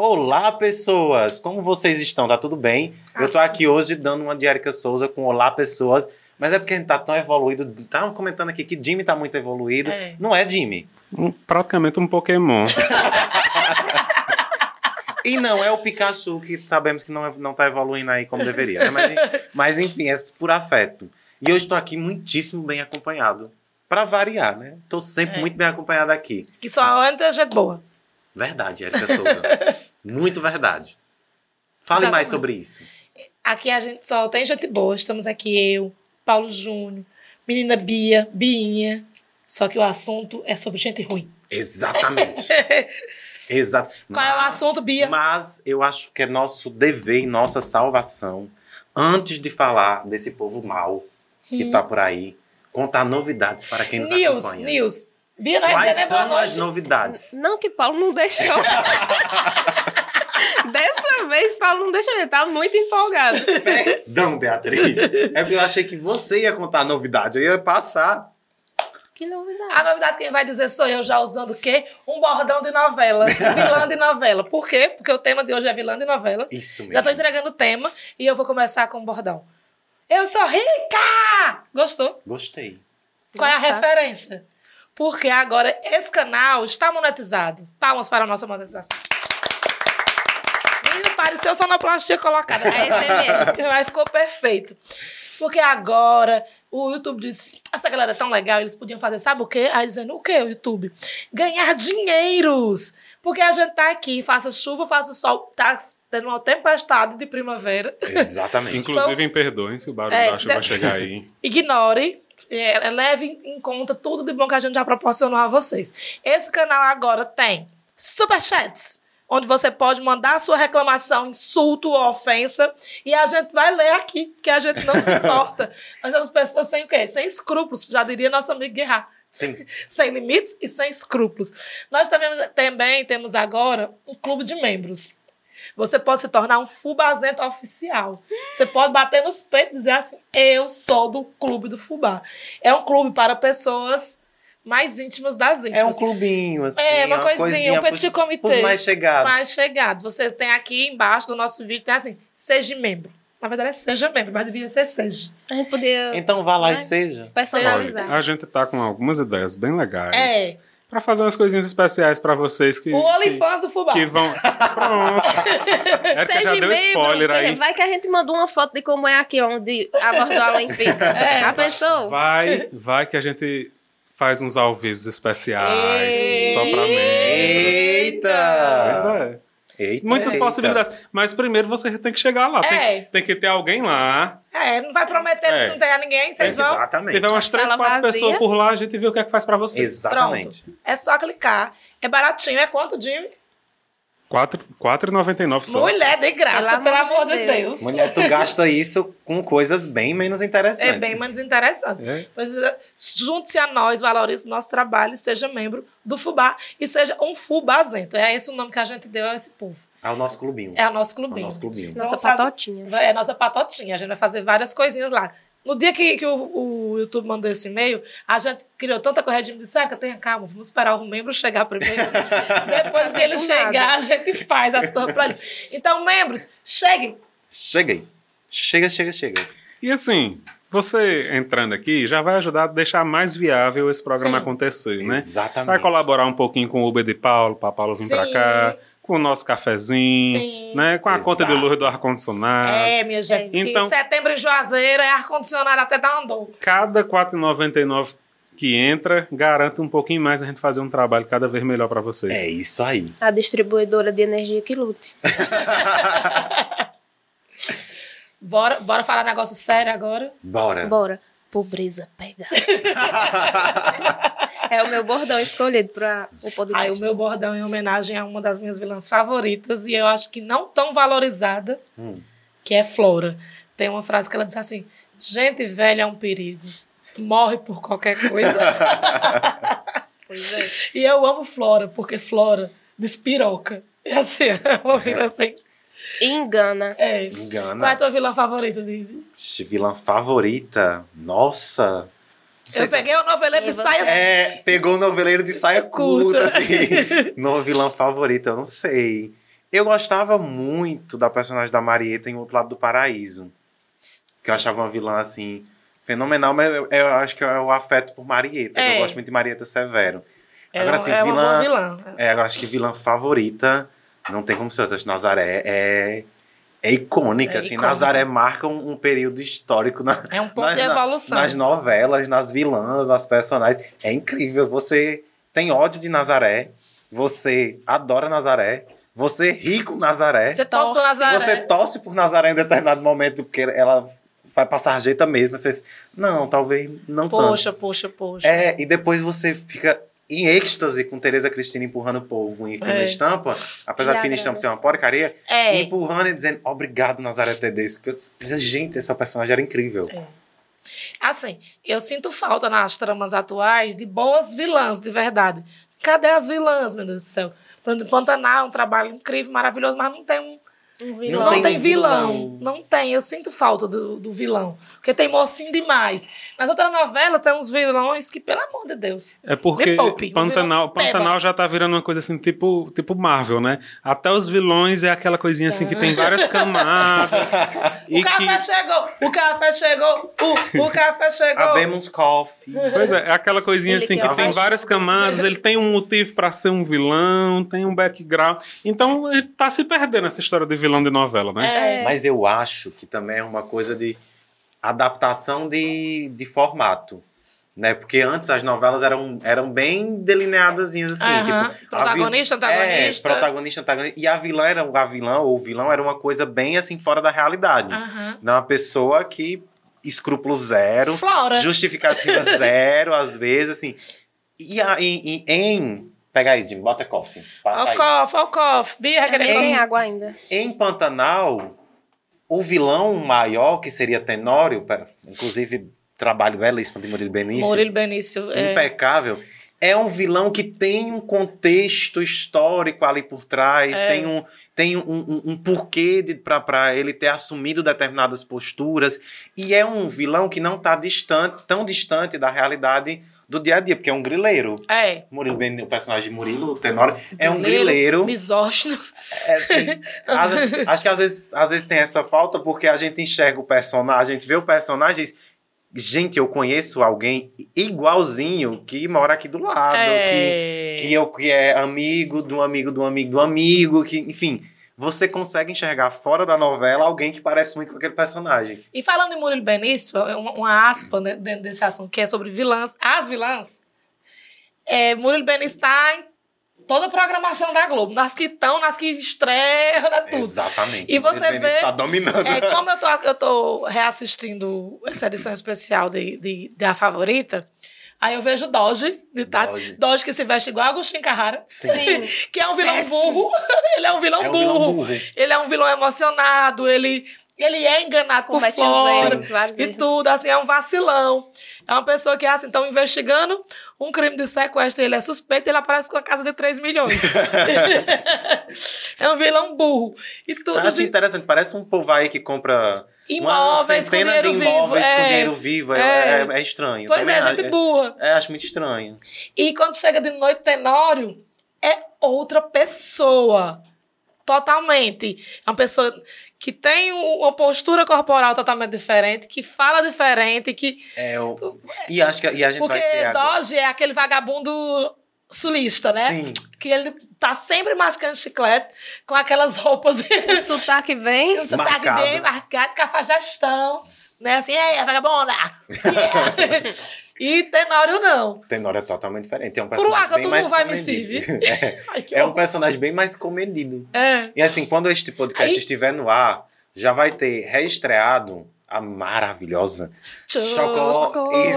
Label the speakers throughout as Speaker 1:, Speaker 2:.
Speaker 1: Olá, pessoas! Como vocês estão? Tá tudo bem? Eu
Speaker 2: Ah.
Speaker 1: tô aqui hoje dando uma de Erika Souza com Olá, pessoas. Mas é porque a gente tá tão evoluído. Estavam comentando aqui que Jimmy tá muito evoluído.
Speaker 2: É.
Speaker 1: Não é Jimmy.
Speaker 3: Um- praticamente um Pokémon.
Speaker 1: E não é o Pikachu, que sabemos que não, é- não tá evoluindo aí como deveria. né? Mas, en- mas enfim, é por afeto. E eu estou aqui muitíssimo bem acompanhado. Pra variar, né? Tô sempre
Speaker 2: É.
Speaker 1: muito bem acompanhado aqui.
Speaker 2: Que só anda gente boa.
Speaker 1: Verdade, Erika Souza. muito verdade. Fale mais
Speaker 2: Exatamente.
Speaker 1: sobre isso.
Speaker 2: Aqui a gente só tem gente boa. Estamos aqui eu, Paulo Júnior, menina Bia, Biinha. Só que o assunto é sobre gente ruim.
Speaker 1: Exatamente. Exato.
Speaker 2: Qual é o assunto, Bia?
Speaker 1: Mas eu acho que é nosso dever e nossa salvação, antes de falar desse povo mau que
Speaker 2: Hum.
Speaker 1: tá por aí, contar novidades para quem nos
Speaker 2: News,
Speaker 1: acompanha. né?
Speaker 2: news. Bia não vai dizer, né?
Speaker 1: Quais
Speaker 2: Boa
Speaker 1: são as
Speaker 2: noite.
Speaker 1: novidades?
Speaker 4: Não que Paulo não deixou. Dessa vez, Paulo não deixou, ele tá muito empolgado.
Speaker 1: Perdão, Beatriz. É porque eu achei que você ia contar novidade, eu ia passar.
Speaker 4: Que novidade.
Speaker 2: A novidade quem vai dizer sou eu já usando o quê? Um bordão de novela. vilã de novela. Por quê? Porque o tema de hoje é vilã de novela.
Speaker 1: Isso mesmo.
Speaker 2: Já tô entregando o tema e eu vou começar com o bordão. Eu sou rica! Gostou?
Speaker 1: Gostei.
Speaker 2: Qual é a
Speaker 4: Gostar.
Speaker 2: referência? Porque agora esse canal está monetizado. Palmas para a nossa monetização. Menino, pareceu sonoplastia colocada.
Speaker 4: É esse mesmo.
Speaker 2: Mas ficou perfeito. Porque agora o YouTube disse, essa galera é tão legal, eles podiam fazer sabe o quê? Aí dizendo, o quê o YouTube? Ganhar dinheiros. Porque a gente tá aqui, faça chuva, faça sol, tá tendo uma tempestade de primavera.
Speaker 1: Exatamente.
Speaker 3: Inclusive, em perdoem se o barulho
Speaker 2: É,
Speaker 3: da
Speaker 2: se
Speaker 3: chuva
Speaker 2: der-
Speaker 3: chegar aí.
Speaker 2: ignore, é, leve em conta tudo de bom que a gente já proporcionou a vocês. Esse canal agora tem superchats, onde você pode mandar a sua reclamação, insulto ou ofensa, e a gente vai ler aqui, porque a gente não se importa. Nós somos pessoas sem o quê? Sem escrúpulos, já diria nosso amigo Guerra.
Speaker 1: Sim.
Speaker 2: Sem limites e sem escrúpulos. Nós também, também temos agora um clube de membros. Você pode se tornar um fubazento oficial. Você pode bater nos peitos e dizer assim: Eu sou do clube do fubá. É um clube para pessoas mais íntimas das íntimas.
Speaker 1: É um clubinho, assim.
Speaker 2: É, uma coisinha, um
Speaker 1: pros-
Speaker 2: petit comitê.
Speaker 1: pros mais chegados.
Speaker 2: mais chegado. Você tem aqui embaixo do nosso vídeo, tem assim, seja membro. Na verdade é seja membro, mas devia ser seja.
Speaker 4: A gente podia
Speaker 1: Então vá lá e
Speaker 2: né?
Speaker 4: Ai.
Speaker 1: seja.
Speaker 3: Olha,
Speaker 4: personalizar.
Speaker 3: a gente tá com algumas ideias bem legais.
Speaker 2: É.
Speaker 3: Pra fazer umas coisinhas especiais pra vocês que.
Speaker 2: O OnlyFans do fubá.
Speaker 3: que, que vão. Pronto. Érica já deu spoiler
Speaker 4: que-
Speaker 3: aí.
Speaker 4: vai que a gente mandou uma foto de como é aqui, onde abordou a Olimpíada. Já pensou?
Speaker 3: Vai, vai que a gente faz uns ao vivo especiais.
Speaker 2: Ei.
Speaker 3: Só pra membros. Pois
Speaker 1: Eita!
Speaker 3: é.
Speaker 1: Eita,
Speaker 3: Muitas
Speaker 1: eita.
Speaker 3: possibilidades. Mas primeiro você tem que chegar
Speaker 2: É.
Speaker 3: lá. Tem, tem que ter alguém lá.
Speaker 2: É, não vai prometer
Speaker 3: É.
Speaker 2: se não tem a ninguém, vocês vão.
Speaker 1: Exatamente.
Speaker 3: Teve umas três,
Speaker 4: Sala
Speaker 3: quatro
Speaker 4: vazia.
Speaker 3: pessoas por lá, a gente vê o que é que faz pra você.
Speaker 1: Exatamente.
Speaker 2: Pronto. É só clicar. É baratinho. É quanto, Jimmy?
Speaker 3: Quatro- 4,99 só.
Speaker 2: Mulher, de graça,
Speaker 4: Pelo
Speaker 2: pelo amor
Speaker 4: amor
Speaker 2: de
Speaker 4: de
Speaker 2: Deus.
Speaker 1: Mulher, tu gasta isso com coisas bem menos interessantes.
Speaker 2: É bem menos interessante.
Speaker 3: É.
Speaker 2: Mas eh, junte-se a nós, valorize o nosso trabalho e seja membro do Fubá. E seja um fubazento. É esse o nome que a gente deu a esse povo.
Speaker 1: Ao nosso clubinho.
Speaker 2: É o nosso
Speaker 1: Ao
Speaker 2: clubinho.
Speaker 1: nosso clubinho.
Speaker 4: Nossa
Speaker 2: Vamos fazer-
Speaker 4: patotinha.
Speaker 2: É nossa patotinha. A gente vai fazer várias coisinhas lá. No dia que, que o, o YouTube mandou esse e-mail, a gente criou tanta corredinha de saca, tenha calma, vamos esperar o membro chegar primeiro. Depois que ele
Speaker 4: Do nada.
Speaker 2: chegar, a gente faz as coisas pra eles. Então, membros, cheguem.
Speaker 1: Cheguei. Chega, chega, chega.
Speaker 3: E assim, você entrando aqui já vai ajudar a deixar mais viável esse programa
Speaker 2: Sim.
Speaker 3: acontecer, né?
Speaker 1: Exatamente.
Speaker 3: Vai colaborar um pouquinho com o Uber de Paulo, para Paulo vir pra
Speaker 2: Sim.
Speaker 3: cá, com o nosso cafezinho,
Speaker 2: Sim.
Speaker 3: né? Com a conta de
Speaker 1: Exato.
Speaker 3: luz do ar-condicionado.
Speaker 2: É, minha gente. que
Speaker 3: Ah, Então-
Speaker 2: setembro em Juazeiro é ar-condicionado até dar andou.
Speaker 3: Cada 4,99 que entra, garanta um pouquinho mais a gente fazer um trabalho cada vez melhor pra vocês.
Speaker 1: É isso aí.
Speaker 4: A distribuidora de energia que lute.
Speaker 2: Bora, bora falar negócio sério agora?
Speaker 1: Bora.
Speaker 4: Bora. Pobreza pega. é o meu bordão escolhido para o podcast.
Speaker 2: Aí o meu bordão em homenagem a uma das minhas vilãs favoritas e eu acho que não tão valorizada, que é Flora. Tem uma frase que ela diz assim: gente velha é um perigo. Morre por qualquer coisa.
Speaker 4: Pois é.
Speaker 2: e eu amo Flora, porque Flora despiroca. E assim, é uma vilã assim.
Speaker 4: Engana.
Speaker 2: É.
Speaker 1: Engana.
Speaker 2: Qual é a tua vilã favorita, Didi?
Speaker 1: Ixi, Vilã favorita. Nossa.
Speaker 2: Eu peguei o novelê de
Speaker 4: E você?
Speaker 2: saia assim.
Speaker 1: É, pegou o É, um noveleiro de saia
Speaker 2: Curta.
Speaker 1: curta, assim. No vilã favorita, eu não sei. Eu gostava muito da personagem da Marieta em O Outro Lado do Paraíso. Que eu achava uma vilã, assim, fenomenal, mas eu, eu acho que é o afeto por Marieta.
Speaker 2: É.
Speaker 1: Eu gosto muito de Marieta Severo.
Speaker 2: É,
Speaker 1: Agora,
Speaker 2: um-
Speaker 1: assim,
Speaker 2: é uma boa
Speaker 1: vilã-
Speaker 2: vilã.
Speaker 1: É, agora acho que vilã favorita, não tem como ser outra. Acho que Nazaré é, é icônica,
Speaker 2: É
Speaker 1: assim.
Speaker 2: icônica.
Speaker 1: Nazaré marca um, um período histórico na,
Speaker 2: É um ponto de
Speaker 1: na-
Speaker 2: evolução.
Speaker 1: nas novelas, nas vilãs, nas personagens. É incrível. Você tem ódio de Nazaré, você adora Nazaré, você ri com Nazaré,
Speaker 2: Você É torce pro
Speaker 4: Torce.
Speaker 2: Nazaré.
Speaker 1: você tá torce por Nazaré em determinado momento, porque ela vai passar sarjeta mesmo. Você diz, não, talvez não um tanto.
Speaker 2: Poxa, poxa, poxa.
Speaker 1: É, e depois você fica em êxtase com Tereza Cristina empurrando o povo em fina
Speaker 2: É.
Speaker 1: estampa, apesar
Speaker 4: E
Speaker 1: de fina
Speaker 4: agradece.
Speaker 1: estampa ser uma porcaria,
Speaker 2: É.
Speaker 1: empurrando e dizendo obrigado, Nazaré Tedesco. Mas, gente, essa personagem era incrível.
Speaker 2: É. Assim, eu sinto falta nas tramas atuais de boas vilãs, de verdade. Cadê as vilãs, meu Deus do céu? Por exemplo, Pantanal é um trabalho incrível, maravilhoso, mas não tem um.
Speaker 4: Um
Speaker 2: Não,
Speaker 4: vilão.
Speaker 2: tem,
Speaker 1: tem
Speaker 2: vilão.
Speaker 1: vilão.
Speaker 2: Não tem. Eu sinto falta do, do vilão. Porque tem mocinho demais. Nas outras novelas tem uns vilões que, pelo amor de Deus.
Speaker 3: É porque
Speaker 2: Me poupe,
Speaker 3: Pantanal,
Speaker 2: os vilões-
Speaker 3: Pantanal já tá virando uma coisa assim, tipo, tipo Marvel, né? Até os vilões é aquela coisinha assim que tem várias camadas.
Speaker 2: O
Speaker 3: e
Speaker 2: café
Speaker 3: que,
Speaker 2: chegou! O café chegou! O, o café
Speaker 1: A
Speaker 2: chegou!
Speaker 1: Demons Coffee.
Speaker 3: pois é, é aquela coisinha
Speaker 4: Ele
Speaker 3: assim
Speaker 4: quer
Speaker 3: que tem
Speaker 4: mais-
Speaker 3: várias camadas, ele tem um motivo pra ser um vilão, tem um background. Então, ele tá se perdendo essa história de vilão de novela, né?
Speaker 2: É.
Speaker 1: Mas eu acho que também é uma coisa de adaptação de, de formato. Né? Porque antes as novelas eram, eram bem delineadazinhas assim.
Speaker 2: Aham.
Speaker 1: Tipo, a vi-
Speaker 2: Protagonista, antagonista.
Speaker 1: É, protagonista, antagonista. E a vilã era a vilã, ou o vilão era uma coisa bem assim, fora da realidade.
Speaker 2: Aham.
Speaker 1: Era uma pessoa que escrúpulo zero,
Speaker 2: Flora.
Speaker 1: justificativa zero, às vezes, assim. E a, em, em, em- Pega aí, Jim, bota coffee. Passa
Speaker 2: Ó
Speaker 1: aí.
Speaker 2: o cof, ó o cof. Birra,
Speaker 4: Também
Speaker 2: querendo.
Speaker 4: tem água ainda.
Speaker 1: Em Pantanal, o vilão maior, que seria Tenório, pe- inclusive trabalho belíssimo de Murilo Benício,
Speaker 2: Murilo
Speaker 1: Um
Speaker 2: Benício. é.
Speaker 1: impecável, é um vilão que tem um contexto histórico ali por trás,
Speaker 2: É.
Speaker 1: tem, um, tem um, um, um porquê de- pra pra ele ter assumido determinadas posturas, e é um vilão que não está distante, tão distante da realidade do dia a dia, porque é um grileiro.
Speaker 2: É.
Speaker 1: Murilo Benício, o personagem de Murilo, o Tenório, é um grileiro.
Speaker 2: Misógino.
Speaker 1: É, assim, às- acho que às vezes, às vezes tem essa falta porque a gente enxerga o personagem, a gente vê o personagem e diz, gente, eu conheço alguém igualzinho que mora aqui do lado,
Speaker 2: É.
Speaker 1: que, que, eu, que é amigo do amigo do amigo do amigo, que, enfim. Você consegue enxergar fora da novela alguém que parece muito com aquele personagem.
Speaker 2: E falando em Murilo Benício, é uma, uma aspa né, dentro desse assunto, que é sobre vilãs, as vilãs, é, Murilo Benício está em toda a programação da Globo, nas que estão, nas que estreiam, na tudo.
Speaker 1: Exatamente. tá
Speaker 2: E você vê-
Speaker 1: Está dominando.
Speaker 2: É, como eu tô, eu tô reassistindo essa edição especial de, de- da favorita, aí eu vejo Doge, de Tati. Doge.
Speaker 1: Doge.
Speaker 2: que se veste igual Agostinho Carrara.
Speaker 4: Sim.
Speaker 2: Que é um vilão
Speaker 4: Péssimo.
Speaker 2: burro. Ele é um vilão,
Speaker 1: É um
Speaker 2: burro.
Speaker 1: vilão burro.
Speaker 2: Ele é um vilão emocionado, ele, ele é enganado por
Speaker 4: Comete uns
Speaker 2: fora.
Speaker 4: erros, vários
Speaker 2: E
Speaker 4: erros.
Speaker 2: tudo, assim, é um vacilão. É uma pessoa que, assim, estão investigando um crime de sequestro, ele é suspeito, ele aparece com a casa de 3 milhões. é um vilão burro. E tudo,
Speaker 1: Acho
Speaker 2: assim,
Speaker 1: interessante, parece um povo aí que compra uma
Speaker 2: imóveis com
Speaker 1: centena
Speaker 2: dinheiro
Speaker 1: de
Speaker 2: vivo.
Speaker 1: imóveis com
Speaker 2: é.
Speaker 1: dinheiro vivo. É,
Speaker 2: É.
Speaker 1: é- é estranho.
Speaker 2: Pois
Speaker 1: Também
Speaker 2: é, gente
Speaker 1: acho-
Speaker 2: burra.
Speaker 1: É, acho muito estranho.
Speaker 2: E quando chega de noite, Tenório é outra pessoa. Totalmente. É uma pessoa que tem um- uma postura corporal totalmente diferente, que fala diferente, que.
Speaker 1: É, o... E acho que e a gente
Speaker 2: Porque
Speaker 1: vai ter agora-
Speaker 2: Doge é aquele vagabundo sulista, né?
Speaker 1: Sim.
Speaker 2: Que ele tá sempre mascando chiclete com aquelas roupas.
Speaker 4: O sotaque vem.
Speaker 2: O sotaque
Speaker 1: Marcado.
Speaker 2: tá bem marcado, com a cafajastão, né? Assim, é, vagabunda! Yeah. e Tenório não.
Speaker 1: Tenório é totalmente diferente. É um
Speaker 2: Por
Speaker 1: personagem
Speaker 2: água,
Speaker 1: bem
Speaker 2: tu
Speaker 1: mais
Speaker 2: não vai me
Speaker 1: comedido.
Speaker 2: servir. Ai, que
Speaker 1: É um
Speaker 2: horror.
Speaker 1: personagem bem mais comedido.
Speaker 2: É.
Speaker 1: E assim, quando este podcast
Speaker 2: Aí-
Speaker 1: estiver no ar, já vai ter reestreado a maravilhosa Chocolate.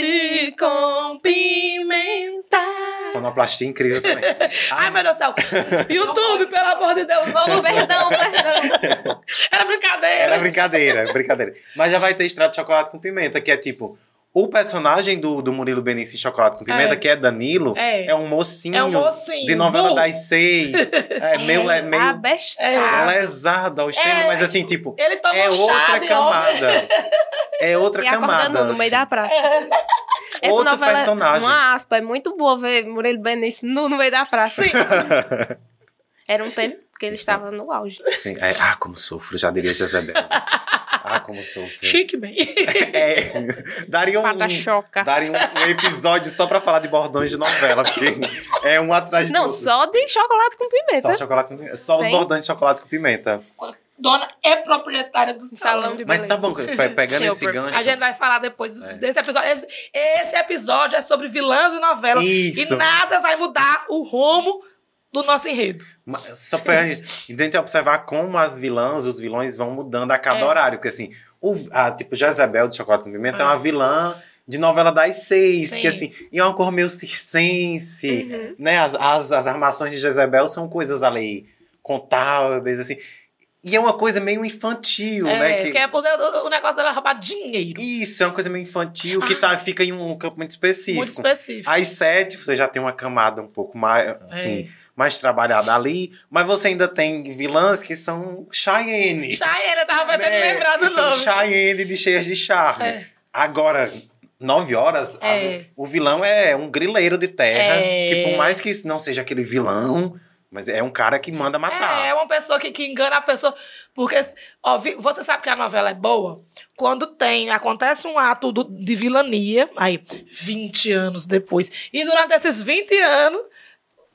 Speaker 2: Chocolate com pimenta.
Speaker 1: Sonoplastia incrível também.
Speaker 2: Ai, meu Deus do céu. YouTube, pelo amor de Deus, não, não
Speaker 4: Perdão, perdão.
Speaker 2: Era brincadeira.
Speaker 1: Era brincadeira, brincadeira. Mas já vai ter extrato de chocolate com pimenta, que é tipo. O personagem do, do Murilo Benício em Chocolate com Pimenta,
Speaker 2: É.
Speaker 1: que é Danilo,
Speaker 2: É.
Speaker 1: um mocinho,
Speaker 2: É um mocinho,
Speaker 1: de novela
Speaker 2: burro.
Speaker 1: das seis. É, meio, le- meio,
Speaker 4: Ah, besta.
Speaker 2: É.
Speaker 1: lesado ao extremo,
Speaker 2: É,
Speaker 1: mas assim, tipo,
Speaker 2: Ele tomou
Speaker 1: é
Speaker 2: um chá
Speaker 1: outra
Speaker 2: de
Speaker 1: camada. É outra
Speaker 4: E
Speaker 1: camada.
Speaker 4: acordando no
Speaker 1: assim.
Speaker 4: meio da praça.
Speaker 2: É.
Speaker 4: Essa
Speaker 1: Outro
Speaker 4: novela,
Speaker 1: personagem.
Speaker 4: uma é aspa, é muito boa ver Murilo Benício nu no meio da praça. Era um tempo. Porque ele
Speaker 1: Isso.
Speaker 4: estava no auge.
Speaker 1: Sim, é, ah, como sofro, já diria Jezebel. ah, como sofro.
Speaker 2: Chique bem.
Speaker 1: É, daria um,
Speaker 4: Pata choca.
Speaker 1: daria um, um episódio só pra falar de bordões de novela, porque é um atrás do
Speaker 4: Não,
Speaker 1: outro.
Speaker 4: só de chocolate com pimenta.
Speaker 1: Só, chocolate com pimenta. Só os
Speaker 4: Tem?
Speaker 1: bordões de chocolate com pimenta.
Speaker 2: Dona é proprietária do salão
Speaker 4: Salão
Speaker 2: de
Speaker 4: de-
Speaker 1: Mas
Speaker 4: Beleza.
Speaker 1: sabe uma coisa? Pe- Pegando
Speaker 4: Seu
Speaker 1: esse
Speaker 4: perfil.
Speaker 1: gancho.
Speaker 2: A gente vai falar depois
Speaker 1: É.
Speaker 2: desse episódio. Esse, esse episódio é sobre vilãs de novela.
Speaker 1: Isso.
Speaker 2: E nada vai mudar o rumo do nosso enredo.
Speaker 1: Mas Só pra gente e tentar observar como as vilãs, os vilões vão mudando a cada
Speaker 2: É.
Speaker 1: horário. Porque assim, o, a, tipo, Jezebel de Chocolate com Pimenta é uma vilã de novela das seis.
Speaker 2: Ah. Sim. Uhum.
Speaker 1: Que assim, e é uma cor meio circense. Né? As, as, as armações de Jezebel são coisas ali contáveis, assim. E é uma coisa meio infantil,
Speaker 2: é,
Speaker 1: né?
Speaker 2: que...
Speaker 1: que-
Speaker 2: é porque o, o negócio dela é roubar dinheiro.
Speaker 1: Isso, é uma coisa meio infantil que tá, fica em um campo muito específico.
Speaker 2: Ah. Muito específico. É.
Speaker 1: Às sete, você já tem uma camada um pouco mais, assim, mais trabalhada ali, mas você ainda tem vilãs que são
Speaker 2: É.
Speaker 1: Cheyenne.
Speaker 2: Chaeira, tava tentando
Speaker 1: né?
Speaker 2: lembrar do
Speaker 1: Que são
Speaker 2: nome.
Speaker 1: Cheyenne de cheias de charme.
Speaker 2: É.
Speaker 1: Agora, nove horas, a-
Speaker 2: É.
Speaker 1: o vilão é um grileiro de terra,
Speaker 2: É.
Speaker 1: que por mais que não seja aquele vilão, mas é um cara que manda matar.
Speaker 2: É, é uma pessoa que, que engana a pessoa. Porque, ó, vi- você sabe que a novela é boa? Quando tem, acontece um ato do- de vilania, aí, 20 anos depois. E durante esses 20 anos,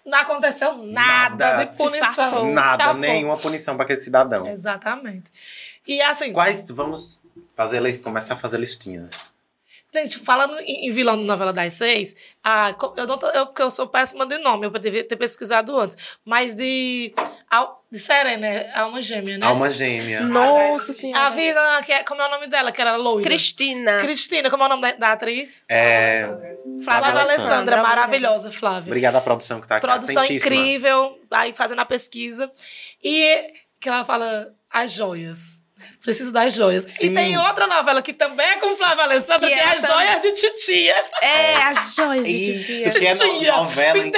Speaker 2: não aconteceu nada,
Speaker 1: Nada.
Speaker 2: de
Speaker 1: Se
Speaker 2: punição. Tá
Speaker 4: safou.
Speaker 2: se
Speaker 1: Nada,
Speaker 2: safou.
Speaker 1: nenhuma punição pra aquele cidadão.
Speaker 2: Exatamente. E assim,
Speaker 1: Quais vamos fazer li- começar a fazer listinhas?
Speaker 2: gente, falando em, em vilão de novela das seis, ah, co- eu não tô, eu, porque eu sou péssima de nome, eu devia ter pesquisado antes. Mas de. Al- De Serena, é Alma Gêmea, né?
Speaker 1: Alma gêmea.
Speaker 4: Nossa
Speaker 2: A
Speaker 4: senhora.
Speaker 2: vilã, que é, como é o nome dela, que era loira?
Speaker 4: Cristina.
Speaker 2: Cristina, como é o nome da, da atriz?
Speaker 1: É,
Speaker 2: Flávia
Speaker 1: Flávia
Speaker 2: Alessandra,
Speaker 4: Alessandra,
Speaker 2: maravilhosa, Flávia.
Speaker 1: obrigada à produção que tá aqui.
Speaker 2: Produção
Speaker 1: atentíssima.
Speaker 2: incrível, aí fazendo a pesquisa. E que ela fala as joias. Preciso das joias. E
Speaker 1: Sim.
Speaker 2: tem outra novela que também é com Flávia Alessandra, que,
Speaker 4: Que
Speaker 2: é
Speaker 4: é
Speaker 2: as
Speaker 4: também.
Speaker 2: joias de titia.
Speaker 4: É, as joias de
Speaker 1: Isso,
Speaker 4: titia.
Speaker 1: que é
Speaker 2: Titia.
Speaker 1: no- novela, in-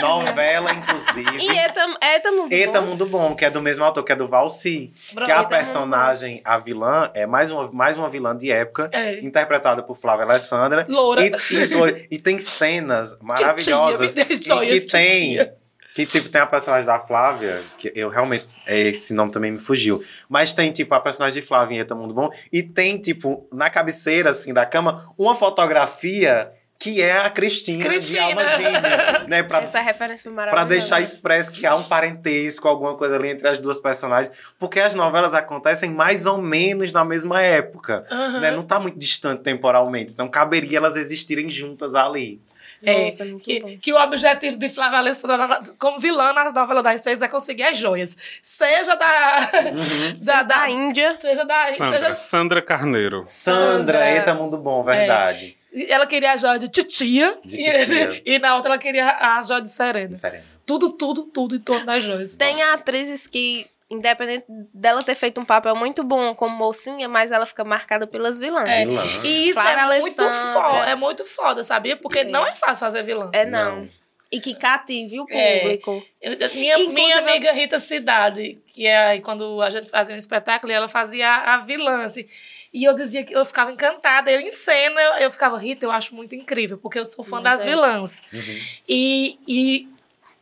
Speaker 1: novela, inclusive.
Speaker 4: E é Eta, Eta Mundo
Speaker 1: Eta
Speaker 4: Bom.
Speaker 1: Mundo Bom, que é do mesmo autor, que é do Valci.
Speaker 2: Bruno,
Speaker 1: Que é a
Speaker 2: Eta
Speaker 1: personagem, a vilã, é mais uma, mais uma vilã de época,
Speaker 2: É.
Speaker 1: interpretada por Flávia Alessandra.
Speaker 2: Loura.
Speaker 1: E, e, foi- e tem cenas maravilhosas.
Speaker 2: me dê
Speaker 1: em
Speaker 2: joias,
Speaker 1: que tem.
Speaker 2: titia.
Speaker 1: Que, tipo, tem a personagem da Flávia, que eu realmente. é, Esse nome também me fugiu. Mas tem, tipo, a personagem de Flávia em Eta Mundo Bom. E tem, tipo, na cabeceira, assim, da cama, uma fotografia que é a Cristina,
Speaker 2: Cristina.
Speaker 1: de Alma Gêmea. né, pra,
Speaker 4: Essa referência
Speaker 1: Pra
Speaker 4: maravilhosa.
Speaker 1: deixar expresso que há um parentesco, alguma coisa ali entre as duas personagens. Porque as novelas acontecem mais ou menos na mesma época.
Speaker 2: Aham.
Speaker 1: Né? Não tá muito distante temporalmente. Então caberia elas existirem juntas ali.
Speaker 4: Nossa,
Speaker 2: É,
Speaker 4: muito
Speaker 2: que,
Speaker 4: bom.
Speaker 2: que o objetivo de Flávia Alessandra na- como vilã nas novelas das seis é conseguir as joias. Seja da.
Speaker 1: Uhum.
Speaker 2: da, da
Speaker 4: Da Índia.
Speaker 2: seja da.
Speaker 3: Sandra,
Speaker 2: Seja,
Speaker 3: Sandra Carneiro.
Speaker 1: Sandra,
Speaker 4: Sandra.
Speaker 1: Eta Mundo Bom, verdade.
Speaker 2: ela queria a joia de titia.
Speaker 1: De titia.
Speaker 2: E, na outra ela queria a joia de serena.
Speaker 1: Serena.
Speaker 2: Tudo, tudo, tudo em torno das joias.
Speaker 4: Tem atrizes que, independente dela ter feito um papel muito bom como mocinha, mas ela fica marcada pelas vilãs.
Speaker 2: É.
Speaker 1: Vilã.
Speaker 2: E isso
Speaker 4: Clara
Speaker 2: é muito
Speaker 4: Alessandra.
Speaker 2: foda, é muito foda, sabia? Porque não é fácil fazer vilã.
Speaker 4: É, não. E que cative o
Speaker 2: É.
Speaker 4: público.
Speaker 2: Eu- eu- minha,
Speaker 4: Inclusive,
Speaker 2: minha
Speaker 4: eu-
Speaker 2: amiga Rita Cidade, que é aí quando a gente fazia um espetáculo, e ela fazia a, a vilã, assim. E eu dizia que eu ficava encantada. Eu em cena, eu, eu ficava, Rita, eu acho muito incrível, porque eu sou fã das
Speaker 4: é.
Speaker 2: vilãs.
Speaker 1: Uhum.
Speaker 2: E, e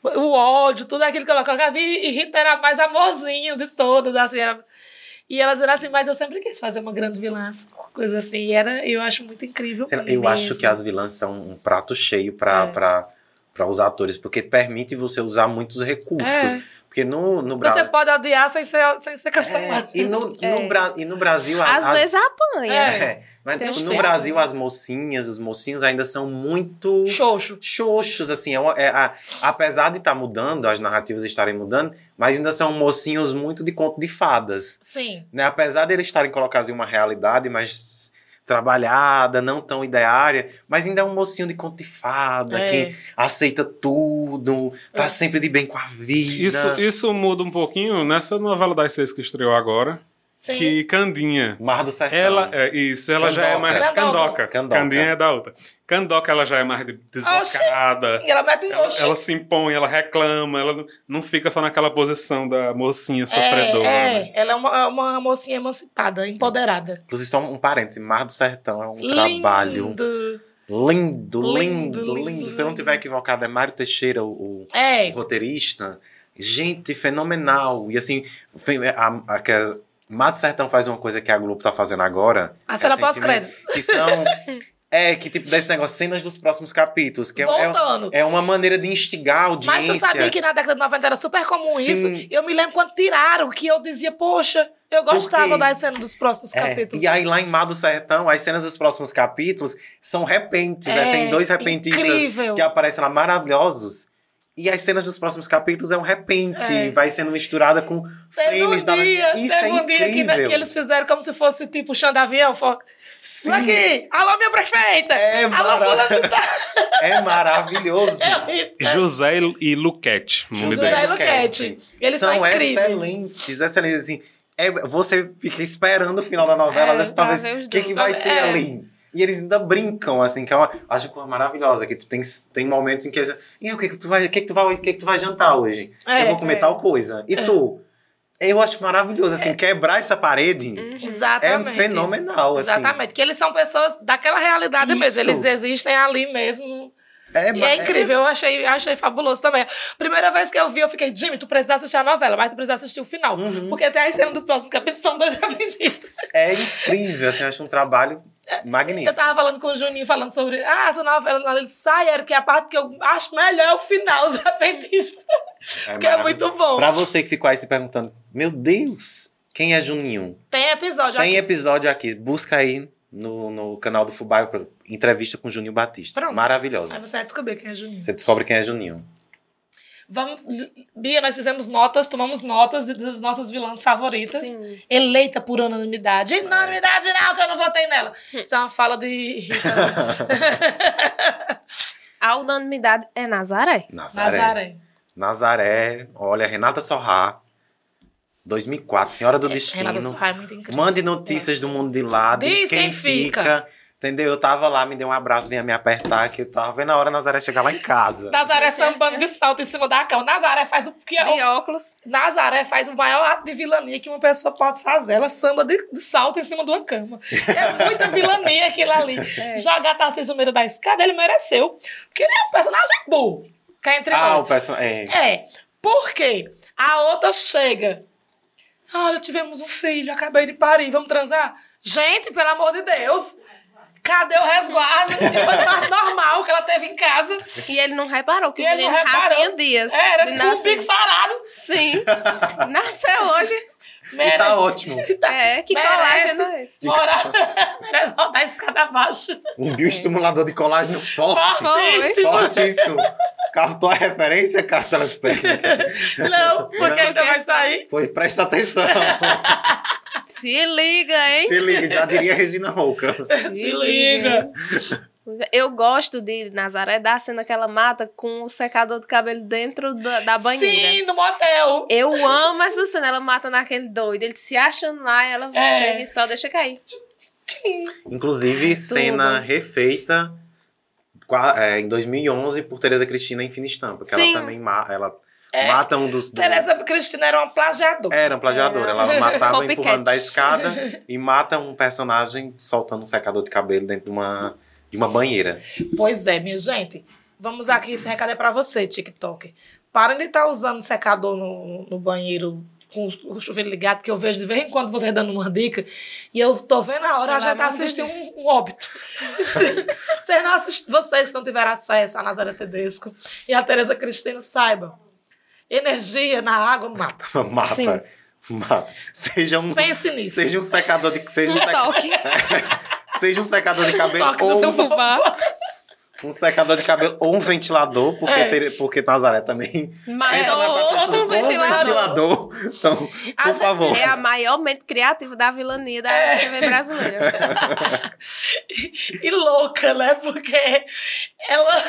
Speaker 2: o ódio, tudo aquilo que ela colocava. E, e Rita era a mais amorzinho de todas, assim. era- e ela dizia assim, mas eu sempre quis fazer uma grande vilã, assim, uma coisa assim. E era, eu acho muito incrível.
Speaker 1: Sei lá, eu acho que as vilãs são um prato cheio pra.
Speaker 2: É.
Speaker 1: pra para os atores, porque permite você usar muitos recursos.
Speaker 2: É.
Speaker 1: Porque no, no
Speaker 2: Você
Speaker 1: Brasil.
Speaker 2: pode odiar sem ser, sem ser cancelado.
Speaker 1: É, E no, no
Speaker 4: É.
Speaker 1: Bra- e no Brasil. a-
Speaker 4: Às vezes apanha.
Speaker 2: É.
Speaker 1: É, mas
Speaker 4: Tem
Speaker 1: tipo,
Speaker 4: uns
Speaker 1: no
Speaker 4: ferros,
Speaker 1: Brasil as mocinhas, os mocinhos ainda são muito
Speaker 2: Xoxo.
Speaker 1: xoxos, assim, é uma- é a- apesar de estar mudando, as narrativas estarem mudando, mas ainda são mocinhos muito de conto de fadas,
Speaker 2: Sim.
Speaker 1: né? Apesar de eles estarem colocados em uma realidade mais trabalhada, não tão ideária, mas ainda é um mocinho de conto de fada,
Speaker 2: É.
Speaker 1: que aceita tudo, tá sempre de bem com a vida.
Speaker 3: Isso, isso muda um pouquinho nessa novela das seis que estreou agora,
Speaker 2: Sim.
Speaker 3: que Candinha.
Speaker 1: Mar do Sertão.
Speaker 3: Ela, é, isso, ela já é mais.
Speaker 2: Candoca.
Speaker 3: Candoca.
Speaker 1: Candoca.
Speaker 3: Candinha é da outra. Candoca, ela já é mais de- desbocada.
Speaker 2: E ela mete um
Speaker 3: Ela,
Speaker 2: oxi.
Speaker 3: ela
Speaker 1: é
Speaker 3: se impõe, ela reclama, ela não- não fica só naquela posição da mocinha sofredora.
Speaker 2: é,
Speaker 3: né?
Speaker 2: é, ela é uma, uma mocinha emancipada, empoderada.
Speaker 1: Inclusive, só um parêntese, Mar do Sertão é um
Speaker 2: Lindo.
Speaker 1: trabalho Lindo,
Speaker 2: Lindo,
Speaker 1: lindo,
Speaker 2: lindo,
Speaker 1: lindo. Se eu não
Speaker 2: lindo.
Speaker 1: tiver equivocado, é Mário Teixeira, o, o
Speaker 2: É,
Speaker 1: roteirista. gente, fenomenal. E assim, fe- a, a, que a Mato Sertão faz uma coisa que a Globo tá fazendo agora.
Speaker 2: A cena
Speaker 1: recentemente,
Speaker 2: pós-crédito.
Speaker 1: Que são. É, que tipo, desse negócio, cenas dos próximos capítulos. Que é, é-
Speaker 2: Voltando.
Speaker 1: é uma maneira de instigar a audiência.
Speaker 2: Mas tu sabia que na década de 90 era super comum
Speaker 1: Sim.
Speaker 2: isso? Eu me lembro quando tiraram que eu dizia, poxa, eu gostava
Speaker 1: Porque-
Speaker 2: da cena dos próximos
Speaker 1: É,
Speaker 2: capítulos.
Speaker 1: e aí lá em Mar do Sertão, as cenas dos próximos capítulos são repentes, né?
Speaker 2: É,
Speaker 1: Tem dois repentistas
Speaker 2: incrível.
Speaker 1: que aparecem lá maravilhosos. E as cenas dos próximos capítulos é um repente,
Speaker 2: É.
Speaker 1: vai sendo misturada com
Speaker 2: Teve um
Speaker 1: frames da
Speaker 2: dia,
Speaker 1: Isso
Speaker 2: teve
Speaker 1: é
Speaker 2: um dia que,
Speaker 1: incrível.
Speaker 2: que eles fizeram como se fosse tipo chão de avião. Foi...
Speaker 1: Sim.
Speaker 2: Aqui! Alô, minha prefeita!
Speaker 1: É,
Speaker 2: Alô,
Speaker 1: maravilhoso.
Speaker 2: fulano de tal!
Speaker 1: É maravilhoso.
Speaker 2: Eu
Speaker 1: É
Speaker 2: ri tanto.
Speaker 3: José e- e Luquete. o Nome
Speaker 2: José
Speaker 3: dele.
Speaker 2: e Luquete. Eles são incríveis.
Speaker 1: excelentes, excelentes. Assim, é, você fica esperando o final da novela,
Speaker 2: É,
Speaker 1: às vezes, pra
Speaker 4: pra
Speaker 1: ver
Speaker 4: ver os
Speaker 1: o que,
Speaker 4: dois.
Speaker 1: que vai
Speaker 2: Pra-
Speaker 1: ter
Speaker 2: é.
Speaker 1: ali. E eles ainda brincam, assim, que é uma, acho que é uma maravilhosa, que tu tem, tem momentos em que eles... E aí, o que que tu vai, o que que tu vai, o que que tu vai jantar hoje?
Speaker 2: É, É.
Speaker 1: Eu vou comer
Speaker 4: é.
Speaker 1: tal coisa. E tu? Eu acho maravilhoso, assim, quebrar essa parede é
Speaker 2: Hum, Exatamente.
Speaker 1: fenomenal, assim.
Speaker 2: Exatamente, que eles são pessoas daquela realidade
Speaker 1: Isso.
Speaker 2: mesmo, eles existem ali mesmo.
Speaker 1: É,
Speaker 2: E
Speaker 1: ma-
Speaker 2: é incrível, eu achei, achei fabuloso também. Primeira vez que eu vi, eu fiquei, Jimmy, tu precisa assistir a novela, mas tu precisa assistir o final.
Speaker 1: Uhum.
Speaker 2: Porque tem a cena do próximo capítulo, são dois repentistas.
Speaker 1: É, é incrível, assim, eu acho um trabalho magnífico.
Speaker 2: Eu tava falando com o Juninho, falando sobre. Ah, essa novela ele sai, era que a parte que eu acho melhor é o final, os repentistas. porque é
Speaker 1: maravilhoso.
Speaker 2: muito bom.
Speaker 1: Pra você que ficou aí se perguntando, meu Deus, quem é Juninho?
Speaker 2: Tem episódio
Speaker 1: Tem
Speaker 2: aqui.
Speaker 1: episódio aqui, busca aí no, no canal do Fubá, entrevista com Juninho Batista.
Speaker 2: Pronto. Aí
Speaker 1: Maravilhosa.
Speaker 2: você vai descobrir quem é Juninho.
Speaker 1: Você descobre quem é Juninho.
Speaker 2: Vamos, Bia, nós fizemos notas, tomamos notas de- das nossas vilãs favoritas.
Speaker 4: Sim.
Speaker 2: Eleita por unanimidade. E não, unanimidade não, que eu não votei nela. Isso é uma fala de Rita
Speaker 4: A unanimidade é Nazaré.
Speaker 1: Nazaré. Nazaré.
Speaker 2: Nazaré.
Speaker 1: olha, Renata Sorrá. 2004, Senhora do Destino.
Speaker 2: Renata Sorra é muito incrível.
Speaker 1: Mande notícias do mundo de lá, diz, quem, fica. Entendeu? Eu tava lá, me deu um abraço, vinha me apertar, que eu tava vendo a hora a Nazaré chegar lá em casa.
Speaker 2: Nazaré sambando de salto em cima da cama. Nazaré faz o que
Speaker 4: De óculos.
Speaker 2: Nazaré faz o maior ato de vilania que uma pessoa pode fazer. Ela samba de, de salto em cima de uma cama. É muita vilania aquilo ali. Jogar Tarcísio Meira da escada, ele mereceu. Porque ele é um personagem burro. Cá entre
Speaker 1: Ah,
Speaker 2: nós.
Speaker 1: o personagem.
Speaker 2: É, porque a outra chega. Olha, tivemos um filho, acabei de parir, vamos transar? Gente, pelo amor de Deus! Cadê o resguardo? E Foi parte normal que ela teve em casa.
Speaker 4: E ele não reparou que
Speaker 2: E
Speaker 4: o
Speaker 2: ele
Speaker 4: menino
Speaker 2: não
Speaker 4: já
Speaker 2: reparou. É,
Speaker 4: tinha dias.
Speaker 2: Era tipo um
Speaker 4: de
Speaker 2: com o
Speaker 4: nascer.
Speaker 2: bico sarado.
Speaker 4: Sim. Nasceu hoje.
Speaker 1: E
Speaker 2: Mere-
Speaker 1: tá ótimo.
Speaker 4: É, que
Speaker 2: Merece.
Speaker 4: colágeno é esse?
Speaker 2: Morar. Merece rodar a escada abaixo.
Speaker 1: Um bioestimulador de colágeno forte.
Speaker 2: Fortíssimo.
Speaker 1: Fortíssimo. Captou a referência, cara, telespectador?
Speaker 2: Não, porque ainda vai sair.
Speaker 1: Pois presta atenção.
Speaker 4: Se liga, hein?
Speaker 1: Se liga, já diria Regina Rouca.
Speaker 2: Se liga.
Speaker 4: Pois é, Eu gosto de Nazaré da cena que ela mata com o secador de cabelo dentro da, da banheira.
Speaker 2: Sim, no motel.
Speaker 4: Eu amo essa cena. Ela mata naquele doido. Ele se acha lá e ela
Speaker 2: É.
Speaker 4: chega e só deixa cair.
Speaker 1: Inclusive, cena refeita qua- é, em 2011 por Tereza Cristina em Fina Estampa, que
Speaker 4: Sim. É.
Speaker 1: ela também ma- ela mata um dos. do-
Speaker 2: Tereza Cristina era uma plagiadora.
Speaker 1: Era um plagiador. Ela matava
Speaker 4: Ah. Copycat.
Speaker 1: empurrando da escada e mata um personagem soltando um secador de cabelo dentro de uma, de uma banheira.
Speaker 2: Pois é, minha gente. Vamos aqui, esse recado é pra você, TikTok. Parem de estar usando secador no, no banheiro com o o chuveiro ligado, que eu vejo de vez em quando vocês dando uma dica. E eu tô vendo a hora,
Speaker 4: Pelo
Speaker 2: já tá
Speaker 4: amor de
Speaker 2: assistindo um, um óbito. vocês, não assist... vocês que não tiveram acesso a Nazaré Tedesco e a Tereza Cristina, saibam. Energia na água mata.
Speaker 1: Mata.
Speaker 4: Sim.
Speaker 1: Mata. Seja um.
Speaker 2: Pense nisso.
Speaker 1: Seja um secador de. Seja um,
Speaker 4: Um
Speaker 1: seca-
Speaker 4: toque.
Speaker 1: seja um secador de cabelo
Speaker 2: toque no
Speaker 1: ou
Speaker 2: seu
Speaker 4: Fubá.
Speaker 1: um secador de cabelo ou um ventilador, porque,
Speaker 2: É. Ah,
Speaker 1: ter- porque Nazaré também.
Speaker 4: Mas
Speaker 1: Ela
Speaker 2: ou
Speaker 1: tá precisando
Speaker 2: outro
Speaker 1: de um
Speaker 2: ventilador. Ah,
Speaker 1: ventilador. Então, por
Speaker 2: A gente-
Speaker 1: favor.
Speaker 4: é a maior mente criativa da vilania da
Speaker 1: É.
Speaker 4: TV brasileira.
Speaker 2: E louca, né? Porque ela.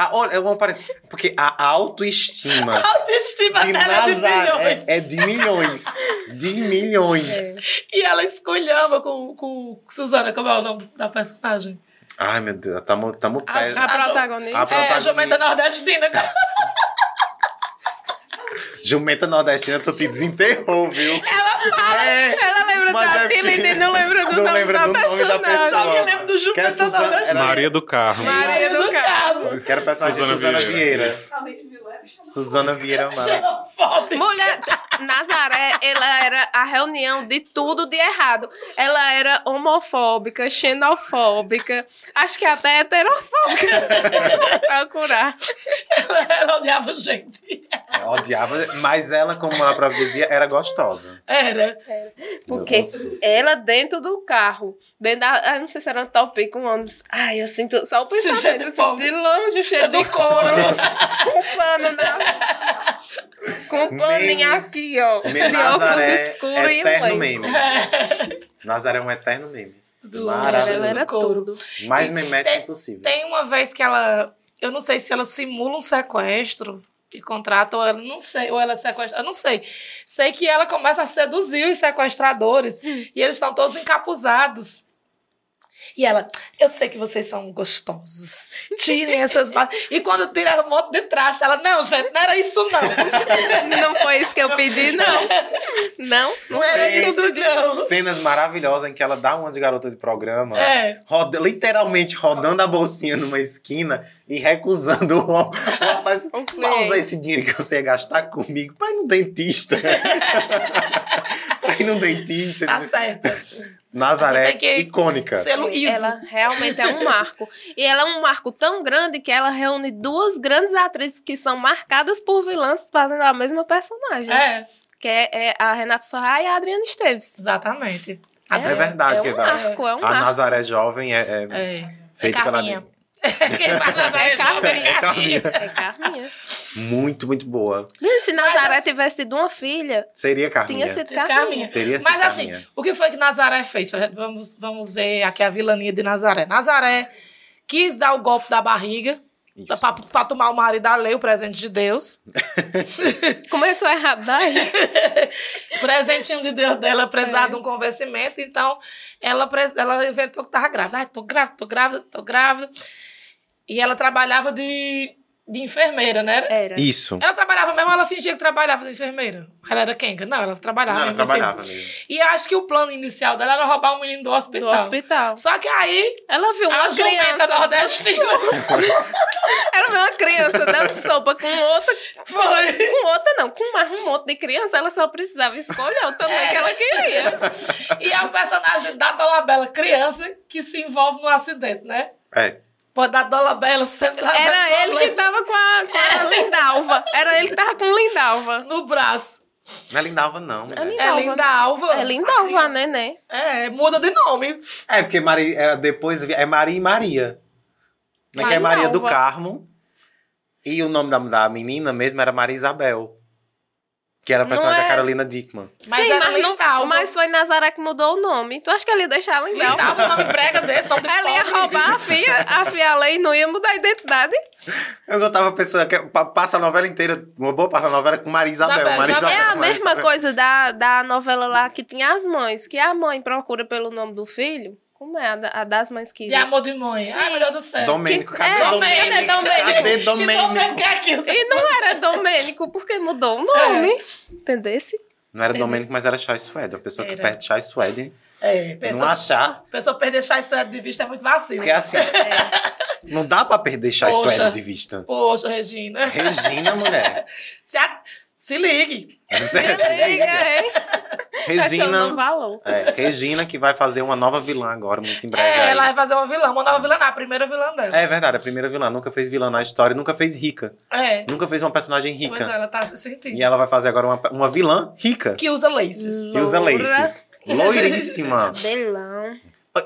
Speaker 1: Ah, olha, eu vou parar. Porque a autoestima
Speaker 2: A autoestima
Speaker 1: de
Speaker 2: dela é de
Speaker 1: Nazaré
Speaker 2: milhões. É.
Speaker 1: é de milhões. De milhões.
Speaker 2: E ela esculhamba com, com Suzana, como é o nome da personagem?
Speaker 1: Ai, meu Deus, tamo, tamo
Speaker 2: A-
Speaker 1: pés.
Speaker 4: A
Speaker 2: Jo-
Speaker 4: protagonista.
Speaker 1: A
Speaker 2: É, a
Speaker 1: protagonista.
Speaker 2: Jumenta Nordestina.
Speaker 1: Jumenta nordestina, tu te desenterrou, viu?
Speaker 2: Ela fala.
Speaker 1: É,
Speaker 4: Ela lembra
Speaker 1: Mas
Speaker 4: da
Speaker 1: é
Speaker 4: Tila
Speaker 1: porque-
Speaker 4: e não lembra do
Speaker 1: não
Speaker 4: nome
Speaker 1: lembra
Speaker 4: da
Speaker 1: do nome da
Speaker 4: personagem.
Speaker 1: pessoa.
Speaker 2: Só me lembro do
Speaker 1: Que é
Speaker 2: Jumenta
Speaker 1: Suzana-
Speaker 2: Nordestina.
Speaker 1: ela-
Speaker 3: Maria do Carmo.
Speaker 4: Maria do Carmo.
Speaker 1: Quero personagem de
Speaker 3: Suzana
Speaker 1: Suzana
Speaker 3: Vieira.
Speaker 1: Vieira.
Speaker 3: Isso.
Speaker 1: Suzana Vieira é Mara.
Speaker 2: Xenofóbico.
Speaker 4: Mulher, Nazaré, ela era a reunião de tudo de errado. Ela era homofóbica, xenofóbica, acho que até heterofóbica. Procurar.
Speaker 2: Ela odiava gente.
Speaker 1: Odiava, mas ela, como a própria dizia, era gostosa.
Speaker 2: Era.
Speaker 1: É.
Speaker 4: Porque ela dentro do carro, dentro da. ah, Não sei se era um topic, um ônibus. Ai, eu sinto só o
Speaker 2: Esse cheiro de
Speaker 4: pensamento. Assim,
Speaker 2: pobre.
Speaker 4: de longe o cheiro do couro. com um pano na. Com um paninho
Speaker 1: Memes.
Speaker 4: aqui, ó.
Speaker 1: Me-
Speaker 4: de óculos
Speaker 1: Nazaré,
Speaker 4: escuros e
Speaker 1: é eterno
Speaker 4: mãe.
Speaker 1: meme. Nazaré é um eterno meme.
Speaker 2: Tudo
Speaker 1: Maravilhoso.
Speaker 4: Ela era
Speaker 2: Couro.
Speaker 4: tudo.
Speaker 1: Mais memético
Speaker 2: Tem-
Speaker 1: impossível.
Speaker 2: Tem uma vez que ela. Eu não sei se ela simula um sequestro e contrata, ou ela não sei, ou ela é sequestra. Eu não sei. Sei que ela começa a seduzir os sequestradores e eles estão todos encapuzados. E ela, eu sei que vocês são gostosos. Tirem essas. ba-" e quando tira um monte de traste, ela, não, gente, não era isso, não.
Speaker 4: Não foi isso que eu pedi, não. Não?
Speaker 2: Não era
Speaker 1: tem
Speaker 2: isso, não.
Speaker 1: Cenas maravilhosas em que ela dá uma de garota de programa.
Speaker 2: É.
Speaker 1: roda- literalmente rodando a bolsinha numa esquina e recusando o o rapaz.
Speaker 4: Um
Speaker 1: Vai usar
Speaker 4: cliente.
Speaker 1: esse dinheiro que você ia gastar comigo pra ir no dentista. pra ir no dentista.
Speaker 2: Tá certa.
Speaker 1: Nazaré,
Speaker 2: Você tem que-
Speaker 1: icônica.
Speaker 2: Selo ISO.
Speaker 4: Ela realmente é um marco. E ela é um marco tão grande que ela reúne duas grandes atrizes que são marcadas por vilãs fazendo a mesma personagem.
Speaker 2: É,
Speaker 4: Que é, é a Renata Sorra e a Adriana Esteves.
Speaker 2: exatamente.
Speaker 1: É verdade
Speaker 4: é
Speaker 1: que
Speaker 2: tá.
Speaker 4: um
Speaker 1: vai.
Speaker 4: marco, é um
Speaker 1: A
Speaker 4: marco.
Speaker 1: Nazaré jovem é, é
Speaker 2: É.
Speaker 1: feita
Speaker 2: é
Speaker 1: pela.
Speaker 2: Carminha. Quem faz Nazaré
Speaker 4: É Carminha.
Speaker 2: Jovem é
Speaker 4: É
Speaker 2: Carminha.
Speaker 4: Carminha.
Speaker 1: Muito, muito boa.
Speaker 4: Menina, se
Speaker 2: Mas
Speaker 4: Nazaré
Speaker 2: as-
Speaker 4: tivesse tido uma filha,
Speaker 1: Seria Carminha.
Speaker 4: tinha sido
Speaker 2: É Carminha.
Speaker 4: Carminha.
Speaker 1: Teria sido
Speaker 2: Mas assim,
Speaker 1: Carminha.
Speaker 2: o que foi que Nazaré fez? Vamos, vamos ver aqui a vilania de Nazaré. Nazaré quis dar o golpe da barriga
Speaker 1: Isso.
Speaker 2: pra, pra tomar o marido da lei, o presente de Deus.
Speaker 4: Começou errado daí.
Speaker 2: O presentinho de Deus dela precisava de um convencimento, então ela, pres- ela inventou que tava grávida. Ai, tô grávida, tô grávida, tô grávida. E ela trabalhava de, de enfermeira, né?
Speaker 4: Era.
Speaker 1: Isso.
Speaker 2: Ela trabalhava mesmo, ela fingia que trabalhava de enfermeira. Ela era quem? Não, ela trabalhava.
Speaker 1: Não, ela
Speaker 2: mesmo de
Speaker 1: trabalhava
Speaker 2: enfermeira.
Speaker 1: mesmo.
Speaker 2: E acho que o plano inicial dela era roubar o menino do
Speaker 4: Do
Speaker 2: hospital.
Speaker 4: hospital.
Speaker 2: Só que aí,
Speaker 4: Ela viu uma
Speaker 2: a tá jumenta
Speaker 4: criança.
Speaker 2: nordestina
Speaker 4: Ela viu uma criança dando sopa com outra.
Speaker 2: foi.
Speaker 4: Com outra, não. Com mais um monte de criança, ela só precisava escolher o tamanho É que ela queria.
Speaker 2: É, E é o personagem da Dolabella, criança, que se envolve num acidente, né?
Speaker 1: É.
Speaker 2: Pô, da Dolabella sempre trazendo
Speaker 4: Era ele que
Speaker 2: problema
Speaker 4: tava com a, com a
Speaker 2: É.
Speaker 4: Lindalva. Era ele que tava com Lindalva.
Speaker 2: no braço.
Speaker 1: Não é Lindalva, não. mulher.
Speaker 4: Lindalva.
Speaker 2: É linda alva.
Speaker 4: É Lindalva, né? a neném.
Speaker 2: É, muda de nome.
Speaker 1: É, porque Mari, é, depois vi- é Maria e Maria. Né, que é
Speaker 4: Maria
Speaker 1: Maria do
Speaker 4: Alva.
Speaker 1: Carmo. E o nome da, da menina mesmo era Maria Isabel. Que era a
Speaker 4: Não
Speaker 1: personagem da
Speaker 4: é-
Speaker 1: Carolina Dickman.
Speaker 2: Mas
Speaker 4: Sim,
Speaker 2: era
Speaker 4: mas, não,
Speaker 2: Lindalva.
Speaker 4: mas foi Nazaré que mudou o nome. Tu acha que ele ia deixar a
Speaker 2: Lindalva,
Speaker 4: Lindalva?
Speaker 2: o nome prega desse, nome de
Speaker 4: Ela ia
Speaker 2: pobre.
Speaker 4: roubar a filha, a filha lei não ia mudar a identidade.
Speaker 1: Eu não tava pensando que pa- passa a novela inteira, uma boa parte da novela é com Maria Isabel.
Speaker 2: Isabel,
Speaker 1: Maria
Speaker 2: Isabel.
Speaker 1: Isabel
Speaker 4: É a
Speaker 1: Maria
Speaker 4: mesma
Speaker 1: Isabel.
Speaker 4: coisa da, da novela lá que tinha as mães, que a mãe procura pelo nome do filho. Como é a, da- a das mães que.
Speaker 2: De amor de mãe. Ai, meu Deus do céu.
Speaker 1: Domênico,
Speaker 4: Que-
Speaker 1: cadê
Speaker 4: é,
Speaker 1: Domênico?
Speaker 4: cadê Domênico?
Speaker 1: Cadê
Speaker 2: Domênico
Speaker 1: Domênico?
Speaker 2: que é aquilo?
Speaker 4: E não era Domênico, porque mudou o nome. Entendesse?
Speaker 1: Não era Domênico, mas era Chai Suede. Uma pessoa que
Speaker 2: Era.
Speaker 1: perde Chai Suede.
Speaker 2: É,
Speaker 1: Não
Speaker 2: pessoa,
Speaker 1: achar.
Speaker 2: pessoa perder chá e sede de vista é muito vacilo.
Speaker 1: Porque assim, não dá pra perder Chai
Speaker 2: É. Poxa.
Speaker 1: Suede de vista.
Speaker 2: Poxa, Regina.
Speaker 1: Regina, mulher.
Speaker 2: Se, a- se ligue.
Speaker 4: Liga, hein? Achando
Speaker 1: Regina.
Speaker 4: um valor.
Speaker 1: É, Regina, que vai fazer uma nova vilã agora, muito em breve.
Speaker 2: É,
Speaker 1: aí.
Speaker 2: ela vai fazer uma vilã, uma nova vilã, não, a primeira vilã dela.
Speaker 1: É verdade, a primeira vilã. Nunca fez vilã na história, nunca fez rica.
Speaker 2: É.
Speaker 1: Nunca fez uma personagem
Speaker 2: Pois é,
Speaker 1: rica.
Speaker 2: ela tá se sentindo.
Speaker 1: E ela vai fazer agora uma, uma vilã rica,
Speaker 2: Que usa laces.
Speaker 1: que usa
Speaker 4: Loura.
Speaker 1: laces. Loiríssima.
Speaker 4: Cabelão.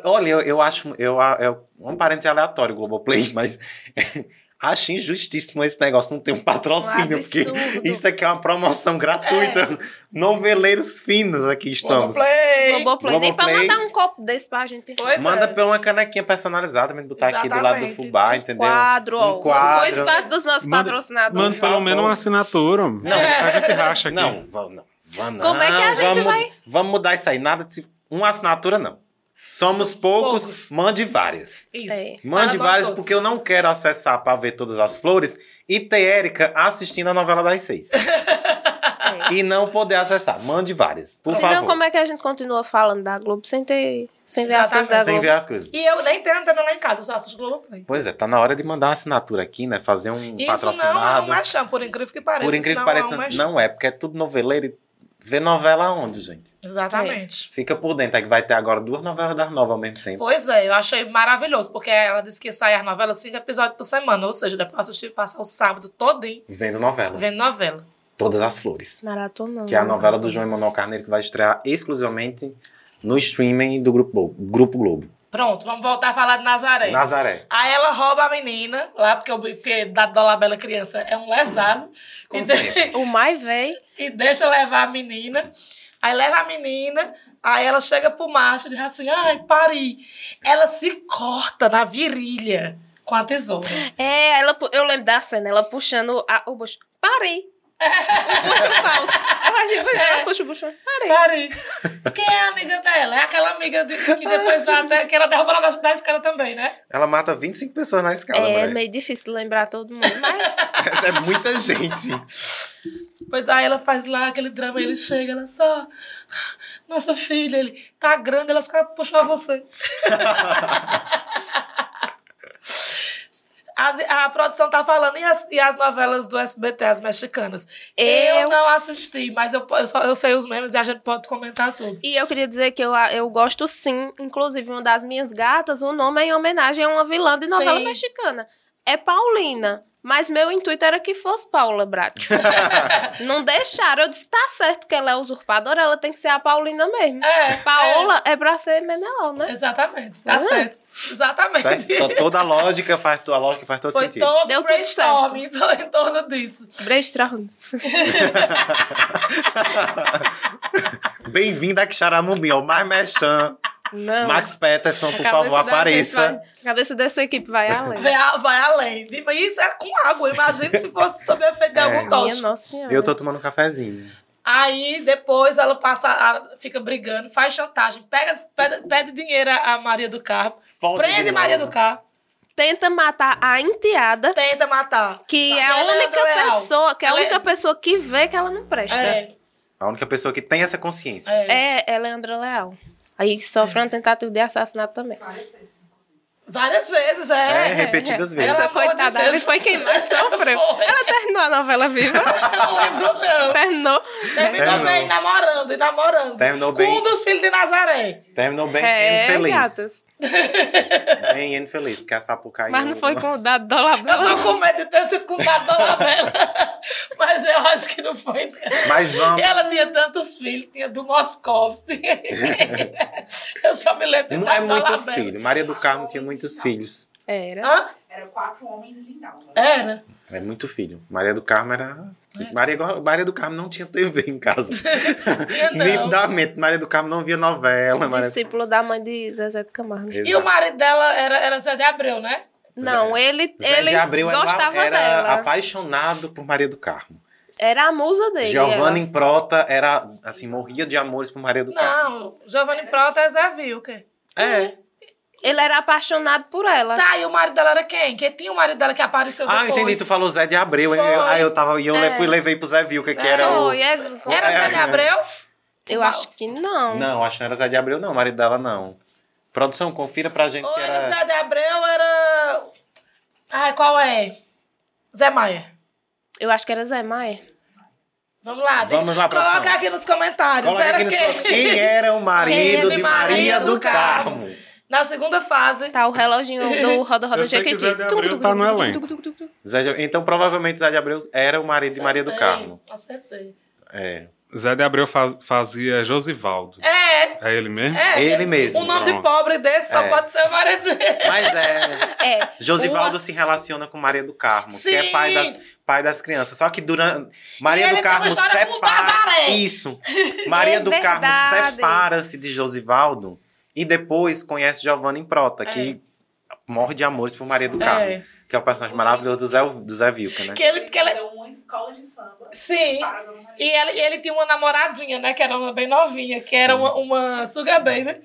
Speaker 1: Olha, eu, eu acho. Eu, eu, um parênteses aleatório, Globoplay, mas. acho injustíssimo esse negócio não ter um patrocínio,
Speaker 4: Um
Speaker 1: porque
Speaker 4: absurdo.
Speaker 1: isso aqui é uma promoção gratuita. Noveleiros finos aqui Hum, estamos.
Speaker 2: Globoplay.
Speaker 4: Globoplay. Nem pra
Speaker 1: Globoplay.
Speaker 4: mandar um copo desse pra gente.
Speaker 2: Pois
Speaker 1: Manda
Speaker 2: é.
Speaker 1: pela uma canequinha personalizada, também botar aqui do lado do
Speaker 2: Exatamente.
Speaker 1: fubá, entendeu?
Speaker 4: Quadro, ó.
Speaker 1: Um
Speaker 4: As
Speaker 1: quadro.
Speaker 4: coisas fáceis dos nossos
Speaker 3: Manda- Mano,
Speaker 4: patrocinadores.
Speaker 3: pelo menos uma assinatura. Não.
Speaker 2: É.
Speaker 3: A gente racha aqui.
Speaker 1: Não, vamos, não. Vamos,
Speaker 4: Como é que a
Speaker 1: não,
Speaker 4: gente
Speaker 1: vamos,
Speaker 4: vai-
Speaker 1: Vamos mudar isso aí. Nada de se- uma assinatura, não. Somos poucos,
Speaker 2: poucos.
Speaker 1: mande várias.
Speaker 2: Isso.
Speaker 4: É.
Speaker 1: Mande
Speaker 2: Fala
Speaker 1: várias,
Speaker 2: nós todos.
Speaker 1: porque eu não quero acessar pra ver todas as flores e ter Érica assistindo a novela das seis.
Speaker 2: É.
Speaker 1: e não poder acessar. Mande várias, por
Speaker 4: Senão,
Speaker 1: favor.
Speaker 4: como é que a gente continua falando da Globo sem ter. Sem ver as
Speaker 2: Exatamente.
Speaker 4: coisas da
Speaker 1: Sem
Speaker 4: Globo?
Speaker 1: ver as coisas.
Speaker 2: E eu nem tenho antena lá em casa, eu só assisto Globoplay.
Speaker 1: Pois é, tá na hora de mandar uma assinatura aqui, né? Fazer um
Speaker 2: Isso não é um
Speaker 1: patrocinado.
Speaker 2: machão, por incrível que pareça.
Speaker 1: por
Speaker 2: isso
Speaker 1: incrível que
Speaker 2: não é um
Speaker 1: pareça,
Speaker 2: machão.
Speaker 1: não é, porque é tudo noveleiro e vê novela onde, gente?
Speaker 2: Exatamente.
Speaker 1: Fica por dentro, é que vai ter agora duas novelas das novas ao mesmo tempo.
Speaker 2: Pois é, eu achei maravilhoso, porque ela disse que sai as novelas cinco episódios por semana, ou seja, depois eu assisti passar o sábado todinho
Speaker 1: Vendo novela.
Speaker 2: vendo novela.
Speaker 1: Todas as flores.
Speaker 4: Maratona.
Speaker 2: né?
Speaker 1: Que é a novela do João Emanuel Carneiro que vai estrear exclusivamente no streaming do Grupo Globo. Grupo Globo.
Speaker 2: Pronto, vamos voltar a falar de Nazaré.
Speaker 1: Nazaré.
Speaker 2: Aí ela rouba a menina lá, porque, o porque da Dolabella criança é um lesado.
Speaker 1: Como
Speaker 2: e, de-
Speaker 1: sempre.
Speaker 4: O Mai véi.
Speaker 2: e deixa levar a menina. Aí leva a menina, aí ela chega pro macho e diz assim, ai, pare. Ela se corta na virilha com a tesoura.
Speaker 4: É, ela, pu- eu lembro da cena, ela puxando a- o bucho. Parei! puxa o falso. Ela puxa- Ela puxa o bucho. Parei.
Speaker 2: Pare. Quem é a amiga dela? É aquela amiga de- que depois vai até... Que ela derruba ela da, da escada também, né?
Speaker 1: Ela mata 25 pessoas na escala,
Speaker 4: É
Speaker 1: mulher.
Speaker 4: meio difícil lembrar todo mundo, mas
Speaker 1: Essa é muita gente.
Speaker 2: Pois aí ela faz lá aquele drama, ele chega, ela só... Nossa filha, ele tá grande, ela fica puxando você. A, a produção tá falando, e as, e as novelas do SBT, as mexicanas? Eu,
Speaker 4: Eu-
Speaker 2: não assisti, mas eu, po- eu, só, eu sei os memes e a gente pode comentar sobre.
Speaker 4: E eu queria dizer que eu, eu gosto sim. Inclusive, uma das minhas gatas, o nome é em homenagem a uma vilã de novela
Speaker 2: Sim.
Speaker 4: mexicana. É Paulina. Mas meu intuito era que fosse Paula Brat. não deixaram. Eu disse, tá certo que ela é usurpadora, ela tem que ser a Paulina mesmo.
Speaker 2: É,
Speaker 4: Paola é pra ser Menelau, né?
Speaker 2: Exatamente, tá
Speaker 4: Tá
Speaker 2: certo.
Speaker 1: Tá?
Speaker 2: Exatamente.
Speaker 1: Então, Toda a lógica faz, a lógica faz todo
Speaker 2: Foi
Speaker 1: sentido.
Speaker 2: todo
Speaker 4: Deu
Speaker 2: Deu
Speaker 4: tudo
Speaker 2: brainstorm em tor- em torno disso.
Speaker 4: Brestrarmus.
Speaker 1: Bem-vindo a Xaramumbi, ao mais mechan.
Speaker 4: Não.
Speaker 1: Max Peterson, por
Speaker 4: A Ah. cabeça
Speaker 1: favor, apareça.
Speaker 4: dessa equipe vai- A cabeça dessa equipe vai além.
Speaker 2: Vai, a- vai além. De- Mas isso é com água. Imagina se fosse sob efeito de
Speaker 1: É.
Speaker 2: algum
Speaker 4: Minha
Speaker 2: tóxico.
Speaker 4: nossa senhora.
Speaker 1: Eu tô tomando um cafezinho.
Speaker 2: Aí depois ela passa, a- fica brigando, faz chantagem, pega, pede, pede dinheiro a Maria do Carmo, prende Maria do Carmo,
Speaker 4: Tenta matar a enteada,
Speaker 2: tenta matar.
Speaker 4: que
Speaker 2: Tá,
Speaker 4: é a
Speaker 2: ela é
Speaker 4: única
Speaker 2: leal.
Speaker 4: pessoa, que é a
Speaker 2: Ela é-
Speaker 4: única pessoa que vê que ela não presta.
Speaker 2: É,
Speaker 1: A única pessoa que tem essa consciência.
Speaker 2: é.
Speaker 4: É, é Leandra Leal. Aí sofreu uma tentativa de assassinato também.
Speaker 2: Várias vezes,
Speaker 1: É,
Speaker 2: é.
Speaker 1: repetidas
Speaker 2: Pelo
Speaker 1: vezes.
Speaker 4: Essa
Speaker 2: amor
Speaker 4: coitada
Speaker 2: de Deus.
Speaker 4: ali foi quem mais sofreu.
Speaker 2: Foi.
Speaker 4: Ela terminou a novela viva.
Speaker 2: Eu não lembro, não. Terminou
Speaker 4: terminou.
Speaker 1: Terminou.
Speaker 2: bem, namorando, e namorando.
Speaker 1: Terminou
Speaker 2: com
Speaker 1: bem.
Speaker 2: um dos filhos de Nazaré.
Speaker 1: Terminou bem e
Speaker 4: É,
Speaker 1: feliz.
Speaker 4: gatos.
Speaker 1: Bem e feliz, porque a Sapucaí... é
Speaker 4: Mas não
Speaker 1: eu-
Speaker 4: foi com o dado do Labela.
Speaker 2: Eu tô com medo de ter sido com o Dado Dolabella. Mas eu acho que não foi. não.
Speaker 1: Mas vamos...
Speaker 2: Ela tinha tantos filhos, tinha do Moscovski. eu só me lembro
Speaker 1: Não
Speaker 2: da
Speaker 1: é muito
Speaker 2: Dolabella.
Speaker 1: filho. Maria do Carmo tinha muitos filhos.
Speaker 4: Era.
Speaker 2: Hã?
Speaker 5: Era quatro homens e né? Lindalva.
Speaker 2: Era.
Speaker 1: É muito filho. Maria do Carmo era...
Speaker 2: É.
Speaker 1: Maria, Maria do Carmo não tinha TV em casa.
Speaker 2: Tinha não.
Speaker 1: Nitidamente. Maria do Carmo não via novela. Maria...
Speaker 4: Discípulo da mãe de Zezé do Camargo.
Speaker 2: E o marido dela era, era Zé de Abreu, né?
Speaker 4: Não, ele,
Speaker 1: Zé
Speaker 4: ele
Speaker 1: de Abreu era-
Speaker 4: gostava
Speaker 1: era,
Speaker 4: dela.
Speaker 1: apaixonado por Maria do Carmo.
Speaker 4: Era a musa dele.
Speaker 1: Giovanna
Speaker 4: ela.
Speaker 1: Improta era, assim, morria de amores por Maria do Carmo.
Speaker 2: Não, Giovanni Prota é Zé Vilker.
Speaker 1: É.
Speaker 4: Ele era apaixonado por ela.
Speaker 2: Tá, e o marido dela era quem? Que tinha o marido dela que apareceu
Speaker 1: Ah,
Speaker 2: depois.
Speaker 1: entendi. Tu falou Zé de Abreu. hein?
Speaker 2: Foi.
Speaker 1: Eu, aí eu tava. E eu le-
Speaker 4: É.
Speaker 1: fui, levei pro Zé Vilca, que era o.
Speaker 4: Foi, é-
Speaker 2: Era Zé de Abreu?
Speaker 4: Eu acho que não.
Speaker 1: Não, acho que não era Zé de Abreu, não. O marido dela, não. Produção, confira pra gente
Speaker 2: Ou
Speaker 1: se
Speaker 2: era
Speaker 1: era.
Speaker 2: Zé de Abreu ou era... Ai, qual é? Zé Maia.
Speaker 4: Eu acho que era Zé Maia.
Speaker 2: Vamos lá, tem-
Speaker 1: Vamos lá, produção.
Speaker 2: Coloca aqui nos comentários.
Speaker 1: Coloca
Speaker 2: era
Speaker 1: aqui nos
Speaker 2: quem?
Speaker 1: comentários Quem era o marido
Speaker 2: Quem é
Speaker 1: de Maria do Carmo?
Speaker 2: Na segunda fase.
Speaker 4: Tá, o reloginho do Roda Roda
Speaker 3: Eu sei que
Speaker 4: Jequiti.
Speaker 3: Zé de Abreu tá no elenco.
Speaker 1: Zé de- Então, provavelmente, Zé de Abreu era o marido de Maria do
Speaker 2: Acertei,
Speaker 1: Carmo.
Speaker 2: Acertei.
Speaker 1: É.
Speaker 3: Zé de Abreu faz- fazia Josivaldo.
Speaker 2: É,
Speaker 3: É ele mesmo?
Speaker 2: é.
Speaker 1: Ele mesmo,
Speaker 2: Um nome de
Speaker 3: pronto.
Speaker 2: pobre desse só
Speaker 1: É.
Speaker 2: pode ser o marido dele.
Speaker 1: Mas é.
Speaker 4: É.
Speaker 1: Josivaldo se relaciona com Maria do Carmo, que é
Speaker 2: Sim.
Speaker 1: pai das, pai das crianças. Só que durante. Maria
Speaker 2: E ele
Speaker 1: do
Speaker 2: tem uma
Speaker 1: Carmo
Speaker 2: história com o
Speaker 1: separa.
Speaker 2: Nazaré.
Speaker 1: Isso. Maria
Speaker 4: É
Speaker 1: do Carmo
Speaker 4: verdade.
Speaker 1: separa-se de Josivaldo e depois conhece Giovanna Improta, que morre de amores por Maria do Carmo.
Speaker 2: É.
Speaker 1: Que é o personagem maravilhoso do Zé, do Zé Vilca, né?
Speaker 2: Que ele, que é- ele,
Speaker 5: Deu Então, uma escola de samba.
Speaker 2: sim.
Speaker 5: Para Dona Maria.
Speaker 2: E ele, e ele tinha uma namoradinha, né? Que era uma bem novinha, que era uma, uma sugar baby.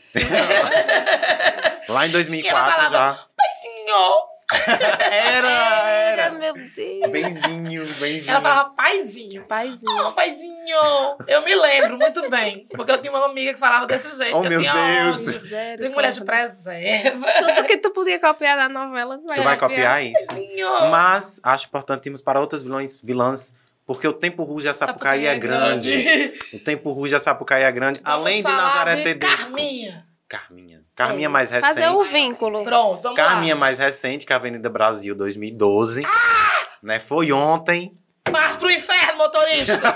Speaker 1: Lá em
Speaker 2: E ela
Speaker 1: 2004
Speaker 2: falava,
Speaker 1: já.
Speaker 2: pai senhor,
Speaker 1: Era,
Speaker 4: Era,
Speaker 1: era.
Speaker 4: meu Deus.
Speaker 1: Benzinho, benzinho.
Speaker 2: Ela falava paizinho.
Speaker 4: Paizinho.
Speaker 2: Não, paizinho! Eu me lembro muito bem. Porque eu tinha uma amiga que falava desse jeito.
Speaker 1: Oh,
Speaker 2: eu
Speaker 1: meu
Speaker 2: tinha
Speaker 1: Deus.
Speaker 2: ódio. Tem mulher de preserva.
Speaker 4: Tudo que tu podia copiar da novela,
Speaker 1: Tu vai copiar isso?
Speaker 2: Paizinho!
Speaker 1: Mas acho importante irmos para outras vilões, vilãs, porque o tempo ruge a Sapucaí é grande. O tempo ruge a Sapucaí é grande.
Speaker 2: Vamos
Speaker 1: além de
Speaker 2: falar
Speaker 1: Nazaré
Speaker 2: de
Speaker 1: Tedesco.
Speaker 2: Carminha.
Speaker 1: Carminha. Carminha mais recente.
Speaker 4: Fazer o vínculo.
Speaker 2: Pronto, vamos
Speaker 1: Carminha
Speaker 2: lá.
Speaker 1: mais recente, que é a Avenida Brasil 2012. Né? Foi ontem.
Speaker 2: Mas pro inferno, motorista!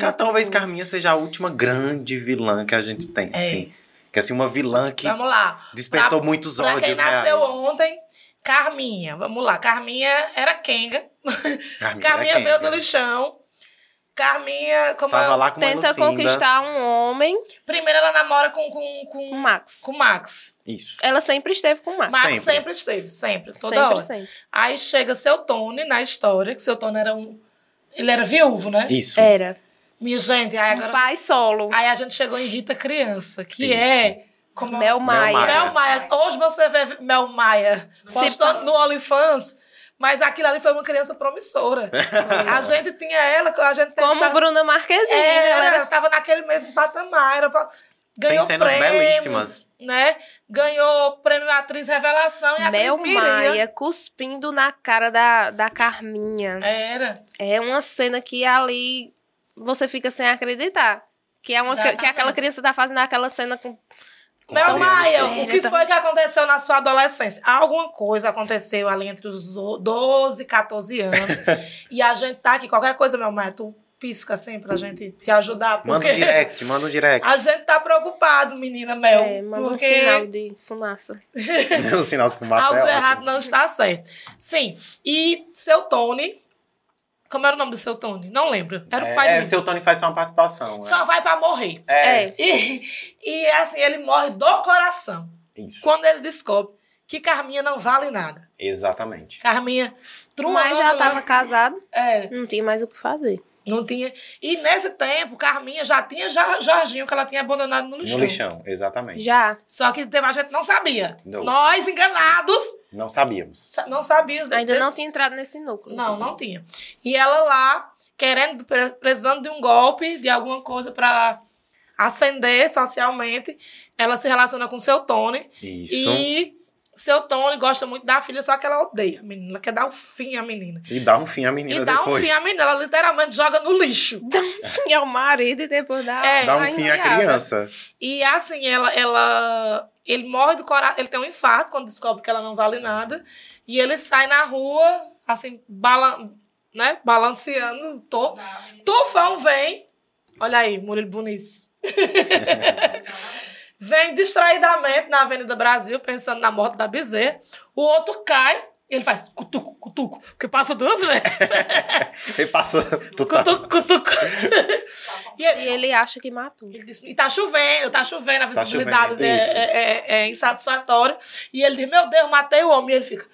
Speaker 1: Ca- Talvez Carminha seja a última grande vilã que a gente tem.
Speaker 2: É.
Speaker 1: Assim. Que assim, uma vilã que
Speaker 2: vamos lá.
Speaker 1: despertou muitos
Speaker 2: Pra
Speaker 1: ódios.
Speaker 2: quem nasceu
Speaker 1: reais.
Speaker 2: ontem, Carminha. Vamos lá. Carminha era Kenga.
Speaker 1: Carminha,
Speaker 2: Carminha
Speaker 1: era
Speaker 2: veio do
Speaker 1: quem? é
Speaker 2: lixão. Carminha, como
Speaker 1: Tava
Speaker 2: eu...
Speaker 1: lá com uma
Speaker 4: Tenta
Speaker 1: Lucinda.
Speaker 4: conquistar um homem
Speaker 2: Primeiro ela namora com, com,
Speaker 4: com
Speaker 2: com,
Speaker 4: Max.
Speaker 2: com Max.
Speaker 1: Isso.
Speaker 4: Ela sempre esteve com Max.
Speaker 2: Max sempre.
Speaker 1: Sempre.
Speaker 2: esteve, sempre, toda
Speaker 4: sempre,
Speaker 2: hora.
Speaker 4: sempre.
Speaker 2: Aí chega seu Tony na história, que seu Tony era um. Ele era viúvo, né?
Speaker 1: Isso.
Speaker 4: Era.
Speaker 2: Minha gente, aí
Speaker 4: Um
Speaker 2: agora.
Speaker 4: pai solo.
Speaker 2: Aí a gente chegou em Rita Criança, que
Speaker 1: Isso.
Speaker 2: é. Como
Speaker 4: Mel
Speaker 1: Maia.
Speaker 4: Maia.
Speaker 2: Mel Maia. Hoje você vê Mel Maia postando no OnlyFans, mas aquilo ali foi uma criança promissora. a gente tinha ela, a gente tem
Speaker 4: Como
Speaker 2: essa-
Speaker 4: Bruna Marquezine. né,
Speaker 2: era,
Speaker 4: ela era
Speaker 2: É, ela né? tava naquele mesmo patamar. Era, fa- ganhou
Speaker 1: cenas
Speaker 2: prêmios,
Speaker 1: belíssimas.
Speaker 2: né? Ganhou prêmio Atriz Revelação e
Speaker 4: Mel
Speaker 2: Atriz Mirinha.
Speaker 4: Maia cuspindo na cara da, da Carminha.
Speaker 2: Era.
Speaker 4: É uma cena que ali você fica sem acreditar. Que, é uma, cri- que
Speaker 2: Exatamente.
Speaker 4: aquela criança tá fazendo aquela cena com.
Speaker 1: Com
Speaker 2: Mel
Speaker 1: Adriana
Speaker 2: Maia,
Speaker 1: Esteves.
Speaker 2: o que
Speaker 4: Então-
Speaker 2: foi que aconteceu na sua adolescência? Alguma coisa aconteceu ali entre os o- 12 e 14 anos. e a gente tá aqui, qualquer coisa, Mel Maia, tu pisca assim pra gente te ajudar.
Speaker 1: Manda
Speaker 2: Porque
Speaker 1: um direct, manda um direct.
Speaker 2: a gente tá preocupado, menina Mel.
Speaker 4: É, manda
Speaker 2: porque
Speaker 4: um sinal de fumaça.
Speaker 1: o sinal de fumaça
Speaker 2: algo
Speaker 1: é
Speaker 2: de
Speaker 1: ótimo.
Speaker 2: errado não está certo. Sim, e seu Tony... Como era o nome do seu Tony? Não lembro. Era o
Speaker 1: É,
Speaker 2: pai
Speaker 1: é,
Speaker 2: dele.
Speaker 1: seu Tony faz só uma participação.
Speaker 2: Só vai pra morrer.
Speaker 1: É.
Speaker 4: É.
Speaker 2: E, e assim, ele morre do coração.
Speaker 1: Isso.
Speaker 2: Quando ele descobre que Carminha não vale nada.
Speaker 1: Exatamente.
Speaker 2: Carminha truando,
Speaker 4: Mas já
Speaker 2: né?
Speaker 4: tava casado,
Speaker 2: É,
Speaker 4: não tinha mais o que fazer.
Speaker 2: não tinha. E nesse tempo, Carminha já tinha ja- Jorginho, que ela tinha abandonado no lixão.
Speaker 1: No lixão, exatamente.
Speaker 4: Já.
Speaker 2: Só que teve- a gente não sabia.
Speaker 1: Não.
Speaker 2: Nós, enganados,
Speaker 1: Não sabíamos.
Speaker 2: sa- não sabíamos.
Speaker 4: Ainda não tinha entrado nesse núcleo.
Speaker 2: Não, não tinha. E ela lá, querendo, pre- precisando de um golpe, de alguma coisa pra ascender socialmente, ela se relaciona com seu Tony.
Speaker 1: Isso. E,
Speaker 2: E seu Tony gosta muito da filha, só que ela odeia a menina. Ela quer dar um fim à menina.
Speaker 1: dá um fim à
Speaker 2: E
Speaker 1: menina
Speaker 2: dá um
Speaker 1: depois.
Speaker 2: fim à menina. Ela literalmente joga no lixo.
Speaker 4: E é o marido e depois da.
Speaker 2: É,
Speaker 1: Dá um
Speaker 4: a
Speaker 1: fim à
Speaker 4: enteada.
Speaker 1: criança.
Speaker 2: E assim, ela, ela. Ele morre do coração. Ele tem um infarto quando descobre que ela não vale nada. E ele sai na rua, assim, balan né? balanceando. To Tufão vem. Olha aí, Murilo Boniz. vem distraidamente na Avenida Brasil, pensando na morte da Bezerra. O outro cai. e Ele faz cutuco, cutuco, porque passa duas vezes.
Speaker 1: Ele passa. Tu tá...
Speaker 2: cutuco, cutuco. e ele,
Speaker 4: E ele acha que matou.
Speaker 2: ele disse, e tá chovendo, tá chovendo, a
Speaker 1: Tá
Speaker 2: visibilidade
Speaker 1: chovendo,
Speaker 2: é-
Speaker 1: isso.
Speaker 2: é, é- é insatisfatória. E ele diz, meu Deus, matei o homem. E ele fica,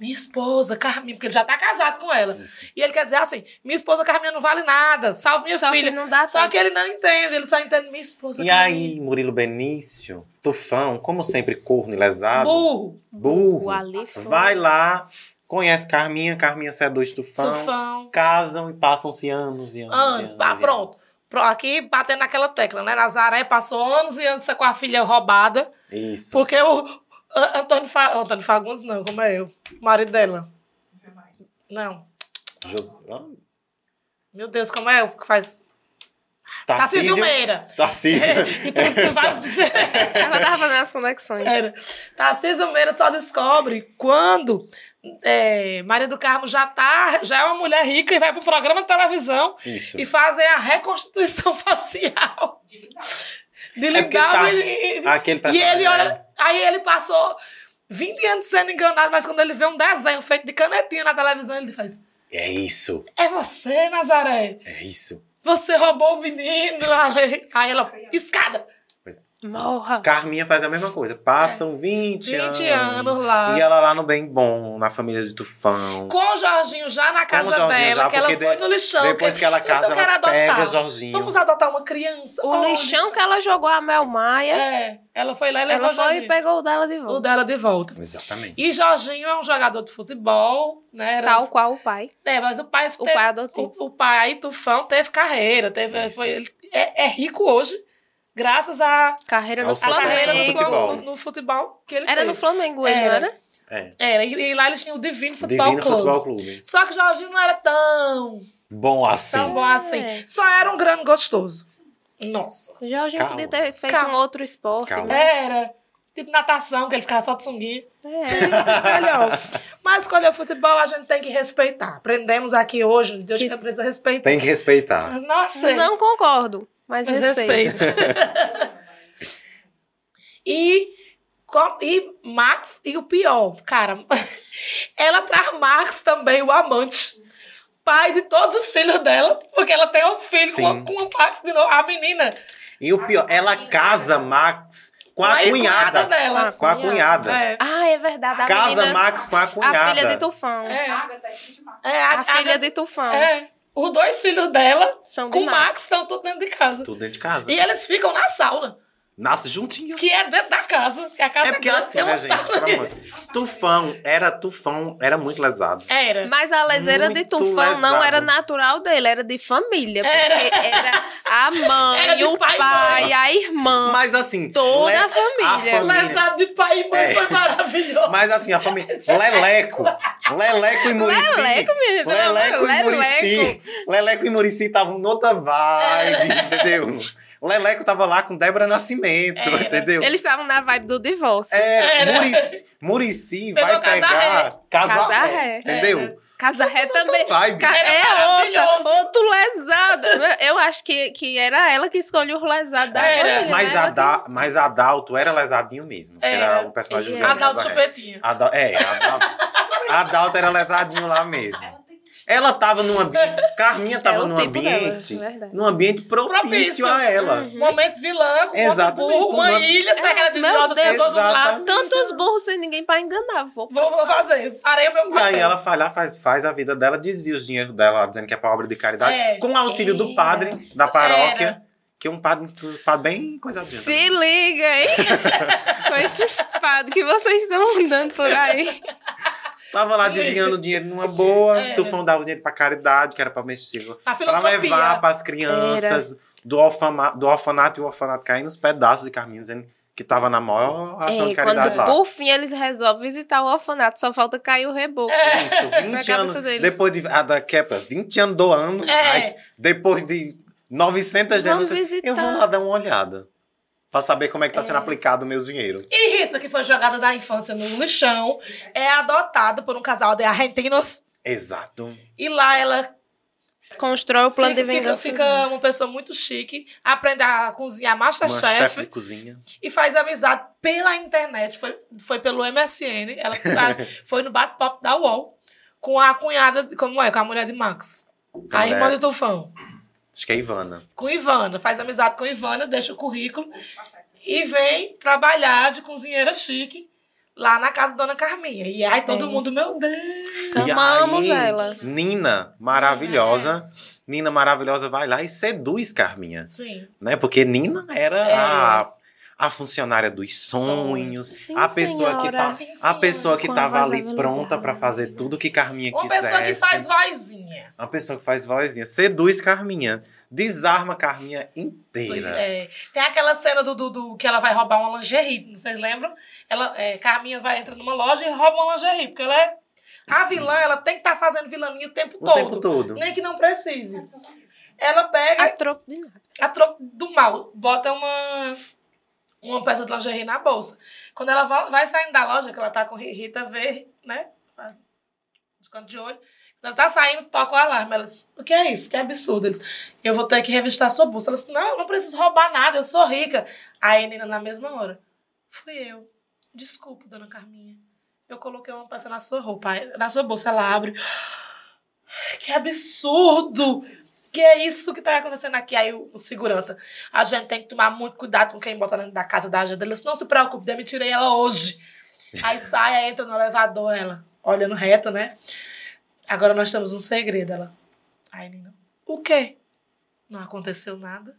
Speaker 2: minha esposa, Carminha, porque ele já tá casado com ela. E ele quer dizer assim, minha esposa Carminha não vale nada, salve minha
Speaker 4: Só que
Speaker 2: filha.
Speaker 4: não dá
Speaker 2: Só
Speaker 4: tempo.
Speaker 2: que ele não entende, ele só entende minha esposa
Speaker 1: E
Speaker 2: Carminha.
Speaker 1: aí, Murilo Benício, Tufão, como sempre, corno e lesado.
Speaker 2: é Burro,
Speaker 1: burro.
Speaker 4: O ali foi.
Speaker 1: Vai lá, conhece Carminha, Carminha seduz Tufão.
Speaker 2: sufão,
Speaker 1: Casam e passam-se anos e anos. e
Speaker 2: anos,
Speaker 1: anos,
Speaker 2: ah,
Speaker 1: e
Speaker 2: pronto. Pro- Aqui batendo naquela tecla, né? Nazaré passou anos e anos com a filha roubada.
Speaker 1: anos. Isso.
Speaker 2: Porque o A- Antônio, Fa... Antônio Fagundes, não, como é eu? O marido dela. Não.
Speaker 1: José... Ah,
Speaker 2: Meu Deus, como é o que faz?
Speaker 1: Tarcísio
Speaker 2: Tarcísio Meira.
Speaker 1: Tá, Tarcísio.
Speaker 2: Então, tu vai dizer-
Speaker 4: Ela tava fazendo as conexões.
Speaker 2: Era. Tarcísio Meira só descobre quando é, Maria do Carmo já tá, já é uma mulher rica e vai pro programa de televisão
Speaker 1: Isso.
Speaker 2: É. e fazem a reconstituição facial
Speaker 5: de lindau.
Speaker 2: de
Speaker 1: É tá porque
Speaker 2: Lindau
Speaker 1: Tarci-
Speaker 2: e,
Speaker 1: Aquele
Speaker 2: e- E ele
Speaker 1: personagem
Speaker 2: olha. Aí ele passou 20 anos sendo enganado, mas quando ele vê um desenho feito de canetinha na televisão, ele faz:
Speaker 1: É isso,
Speaker 2: É você, Nazaré!
Speaker 1: é isso.
Speaker 2: Você roubou o menino! Ale." Aí ela, escada!
Speaker 1: Pois é.
Speaker 4: Morra.
Speaker 1: Carminha faz a mesma coisa. Passam 20,
Speaker 2: 20
Speaker 1: anos.
Speaker 2: É. anos lá.
Speaker 1: E ela lá no Bem Bom, na família de Tufão.
Speaker 2: Com o Jorginho já na casa
Speaker 1: Jorginho
Speaker 2: dela,
Speaker 1: já,
Speaker 2: que ela foi
Speaker 1: porque de-
Speaker 2: no lixão.
Speaker 1: Depois que ela
Speaker 2: Isso
Speaker 1: casa,
Speaker 2: eu quero
Speaker 1: ela pega
Speaker 2: adotar.
Speaker 1: Jorginho.
Speaker 2: Vamos adotar uma criança.
Speaker 4: O
Speaker 2: Olha.
Speaker 4: lixão que ela jogou a Mel Maia,
Speaker 2: É, ela foi lá e levou
Speaker 4: ela
Speaker 2: o
Speaker 4: foi e
Speaker 2: Jorginho.
Speaker 4: pegou o dela de
Speaker 2: o
Speaker 4: volta.
Speaker 2: dela de volta.
Speaker 1: Exatamente.
Speaker 2: E Jorginho é um jogador de futebol, né? Era-
Speaker 4: Tal qual o pai.
Speaker 2: É, mas o pai
Speaker 4: O
Speaker 2: teve-
Speaker 4: pai adotivo.
Speaker 2: O, o pai Tufão teve carreira, teve,
Speaker 1: Isso.
Speaker 2: foi, ele é, é rico hoje, graças à
Speaker 4: Carreira
Speaker 1: É
Speaker 4: no
Speaker 1: o sucesso
Speaker 4: Flamengo.
Speaker 2: carreira
Speaker 1: no
Speaker 2: no
Speaker 1: futebol.
Speaker 2: futebol. No, futebol que ele
Speaker 4: Era
Speaker 2: teve.
Speaker 4: no Flamengo, ele, não
Speaker 2: Era.
Speaker 4: era?
Speaker 1: É.
Speaker 2: Era, e, e lá eles tinham o Divino Futebol
Speaker 1: Divino
Speaker 2: Clube.
Speaker 1: Futebol Clube.
Speaker 2: Só que Jorginho não era tão,
Speaker 1: Bom assim.
Speaker 2: tão Tá bom
Speaker 4: É.
Speaker 2: assim. Só era um grande gostoso. Nossa.
Speaker 4: O Jorginho
Speaker 1: Calma.
Speaker 4: podia ter feito
Speaker 2: Calma.
Speaker 4: um outro esporte. né?
Speaker 1: Calma.
Speaker 4: mas-
Speaker 2: Era tipo natação, que ele ficava só de sunguinha.
Speaker 4: É.
Speaker 2: melhor. Mas quando é futebol, a gente tem que respeitar. Aprendemos aqui hoje, Deus
Speaker 4: Que-
Speaker 2: que precisa respeitar.
Speaker 1: Tem que respeitar.
Speaker 2: Nossa,
Speaker 4: Não concordo, mas,
Speaker 2: mas
Speaker 4: respeito.
Speaker 2: respeito. e, com- e Max, e o pior, cara, ela traz Max também, o amante. Pai de todos os filhos dela, porque ela tem um filho com a,
Speaker 1: Sim.
Speaker 2: com a Max de novo, a menina.
Speaker 1: E o pior, ela casa Max com a
Speaker 2: Aí,
Speaker 1: cunhada.
Speaker 2: dela.
Speaker 1: Com a cunhada.
Speaker 2: É.
Speaker 4: Ah, é verdade. A
Speaker 1: Casa
Speaker 4: menina,
Speaker 1: Max com a cunhada.
Speaker 4: A filha de Tufão.
Speaker 2: É.
Speaker 5: Agatha é filha de Marcos.
Speaker 2: É,
Speaker 4: A, filha de Tufão.
Speaker 2: É. Os dois filhos dela
Speaker 4: São
Speaker 2: com
Speaker 4: de
Speaker 2: o Max estão tudo dentro de casa.
Speaker 1: Tudo dentro de casa.
Speaker 2: E eles ficam na sauna,
Speaker 1: Nasce juntinho.
Speaker 2: que é dentro da casa. Que a casa
Speaker 1: é porque
Speaker 2: grande,
Speaker 1: assim,
Speaker 2: tem uma
Speaker 1: né, gente?
Speaker 2: sauna.
Speaker 1: Pelo amor. Tufão, era Tufão, era muito lesado.
Speaker 2: Era.
Speaker 4: Mas a leseira de
Speaker 1: Muito
Speaker 4: Tufão não
Speaker 1: lesada.
Speaker 4: era natural dele, era de família.
Speaker 2: Era.
Speaker 4: Porque era a mãe,
Speaker 2: É. Era de
Speaker 4: o
Speaker 2: pai
Speaker 4: pai,
Speaker 2: e mãe.
Speaker 4: a irmã.
Speaker 1: Mas assim.
Speaker 4: Toda a
Speaker 1: le-
Speaker 4: família.
Speaker 2: Lesado de pai e mãe
Speaker 1: É.
Speaker 2: foi maravilhoso.
Speaker 1: Mas assim, a família. Leleco. Leleco e Murici.
Speaker 4: Leleco, menino, pelo amor,
Speaker 1: Leleco e Murici.
Speaker 4: Leleco. É.
Speaker 1: Leleco e Murici estavam noutra vibe, entendeu? Leleco tava lá com Débora Nascimento,
Speaker 2: Era.
Speaker 1: entendeu?
Speaker 4: Eles estavam na vibe do divórcio.
Speaker 1: Era.
Speaker 2: Era.
Speaker 1: Murici, Murici
Speaker 2: Pegou
Speaker 1: vai
Speaker 2: casaré.
Speaker 1: pegar casaré,
Speaker 4: Casaré.
Speaker 1: entendeu?
Speaker 2: Era.
Speaker 4: Casa Ré também.
Speaker 1: vibe.
Speaker 4: Ca-
Speaker 2: Era
Speaker 4: É
Speaker 2: maravilhoso.
Speaker 4: outra, outro lesado. Eu acho que, que era ela que escolheu o lesado da
Speaker 2: Era.
Speaker 4: família.
Speaker 1: Mas,
Speaker 4: né? Ela
Speaker 1: Ada, mas Adalto era lesadinho mesmo. que Era,
Speaker 2: Era.
Speaker 1: o personagem do
Speaker 4: Ele é. era.
Speaker 1: Daniel
Speaker 2: Adalto
Speaker 1: Nazaré.
Speaker 2: Chupetinha.
Speaker 1: Adal É, Adalto, Adalto era lesadinho lá mesmo. Ela
Speaker 5: Ela tem
Speaker 1: tava num ambiente. Carminha tava
Speaker 4: Era o
Speaker 1: num
Speaker 4: tipo dela,
Speaker 1: ambiente.
Speaker 4: verdade. Hum.
Speaker 1: num ambiente propício,
Speaker 2: Propício.
Speaker 1: a ela.
Speaker 2: Momento vilã, com um
Speaker 1: Exatamente,
Speaker 2: burro,
Speaker 1: com
Speaker 2: uma
Speaker 1: uma-
Speaker 2: ilha, sai cara de
Speaker 4: Uhum. É. meu
Speaker 2: idiota
Speaker 4: Deus.
Speaker 2: por todos os lados.
Speaker 1: Exatamente.
Speaker 4: Tantos burros sem ninguém pra enganar, vô.
Speaker 2: Vou, vou fazer, farei o meu
Speaker 1: E aí
Speaker 2: papel.
Speaker 1: ela faz, lá, faz, faz a vida dela, desvia os dinheiro dela, dizendo que é pra obra de caridade,
Speaker 2: É.
Speaker 1: com auxílio do padre da paróquia, que é um padre, um padre bem né? coisadinho.
Speaker 4: Se liga, hein? Com esses padres que vocês estão andando por aí.
Speaker 1: Tava lá
Speaker 2: Sim. É.
Speaker 1: desviando o dinheiro numa boa.
Speaker 2: Era.
Speaker 1: Tufão dava o dinheiro pra caridade, que era pra mexer.
Speaker 2: A
Speaker 1: Pra
Speaker 2: filantropia.
Speaker 1: levar pras crianças do, alfama, do orfanato e o orfanato caindo nos pedaços de Carminha, dizendo que tava na maior ação de
Speaker 4: É,
Speaker 1: caridade
Speaker 4: quando
Speaker 1: lá.
Speaker 4: por fim eles resolvem visitar o orfanato, só falta cair o reboco.
Speaker 2: É.
Speaker 1: Isso, 20
Speaker 4: Na
Speaker 1: anos.
Speaker 4: cabeça deles.
Speaker 1: Depois de, ah, a da quebra, 20 anos doando,
Speaker 2: É.
Speaker 1: mas depois de 900
Speaker 4: Vamos
Speaker 1: denúncias,
Speaker 4: visitar.
Speaker 1: eu vou lá dar uma olhada. Pra saber como é que tá sendo aplicado o meu dinheiro.
Speaker 2: E Rita, que foi jogada da infância no lixão, é adotada por um casal de argentinos.
Speaker 1: Exato.
Speaker 2: E lá ela
Speaker 4: Constrói o plano
Speaker 2: fica,
Speaker 4: de
Speaker 2: fica,
Speaker 4: vingança. né?
Speaker 2: fica uma pessoa muito chique, aprende a cozinhar
Speaker 1: Uma chefe
Speaker 2: Masterchef
Speaker 1: de cozinha.
Speaker 2: e faz amizade pela internet. Foi, foi pelo MSN, ela ela foi no bate-papo da UOL com a cunhada, como é? Com a mulher de Max. A
Speaker 1: Mulher.
Speaker 2: irmã do Tufão.
Speaker 1: Acho que é Ivana.
Speaker 2: Com Ivana. Faz amizade com Ivana, deixa o currículo e vem trabalhar de cozinheira chique lá na casa da Dona Carminha. E aí todo mundo, meu Deus.
Speaker 1: E
Speaker 4: Amamos
Speaker 1: aí,
Speaker 4: ela.
Speaker 1: Nina, maravilhosa. Nina maravilhosa vai lá e seduz Carminha.
Speaker 2: Sim.
Speaker 1: né? Porque Nina era
Speaker 2: Era.
Speaker 1: a, a funcionária dos sonhos,
Speaker 4: Sim,
Speaker 1: a pessoa que tá,
Speaker 4: senhora.
Speaker 2: Sim,
Speaker 1: a
Speaker 2: senhora.
Speaker 1: pessoa que
Speaker 4: Com a
Speaker 1: tava
Speaker 4: voz
Speaker 1: ali pronta para
Speaker 4: aveludada.
Speaker 1: fazer tudo que Carminha
Speaker 2: Uma
Speaker 1: quisesse.
Speaker 2: pessoa que faz vozinha.
Speaker 1: Uma pessoa que faz vozinha, seduz Carminha, desarma Carminha inteira.
Speaker 2: É. Tem aquela cena do, do, do- que ela vai roubar uma lingerie, não vocês lembram? Ela, é, Carminha vai entrar numa loja e rouba uma lingerie, porque ela é. A vilã, ela tem que estar fazendo vilania o tempo
Speaker 1: O
Speaker 2: todo.
Speaker 1: tempo todo.
Speaker 2: Nem que não precise. Ela pega
Speaker 4: A
Speaker 2: a,
Speaker 4: troco de nada.
Speaker 2: troco do mal, bota uma. Uma peça de lingerie na bolsa. Quando ela va- vai saindo da loja, que ela tá com Ri- Rita V, né? De canto de olho. Quando ela tá saindo, toca o alarme. Ela disse, o que é isso? Que absurdo. Eles, eu vou ter que revistar sua bolsa. Ela disse, não, eu não preciso roubar nada, eu sou rica. Aí a Nina, na mesma hora, fui eu. Desculpa, dona Carminha. Eu coloquei uma peça na sua roupa, Aí, na sua bolsa. Ela abre. Que absurdo! que é isso que tá acontecendo aqui. Aí o, o segurança, a gente tem que tomar muito cuidado com quem bota dentro da casa da agenda. Ela disse, não se preocupe, demitirei ela hoje. Aí sai, aí entra no elevador, ela, olhando reto, né? Agora nós temos um segredo, ela. Aí, Nina, o quê? Não aconteceu nada.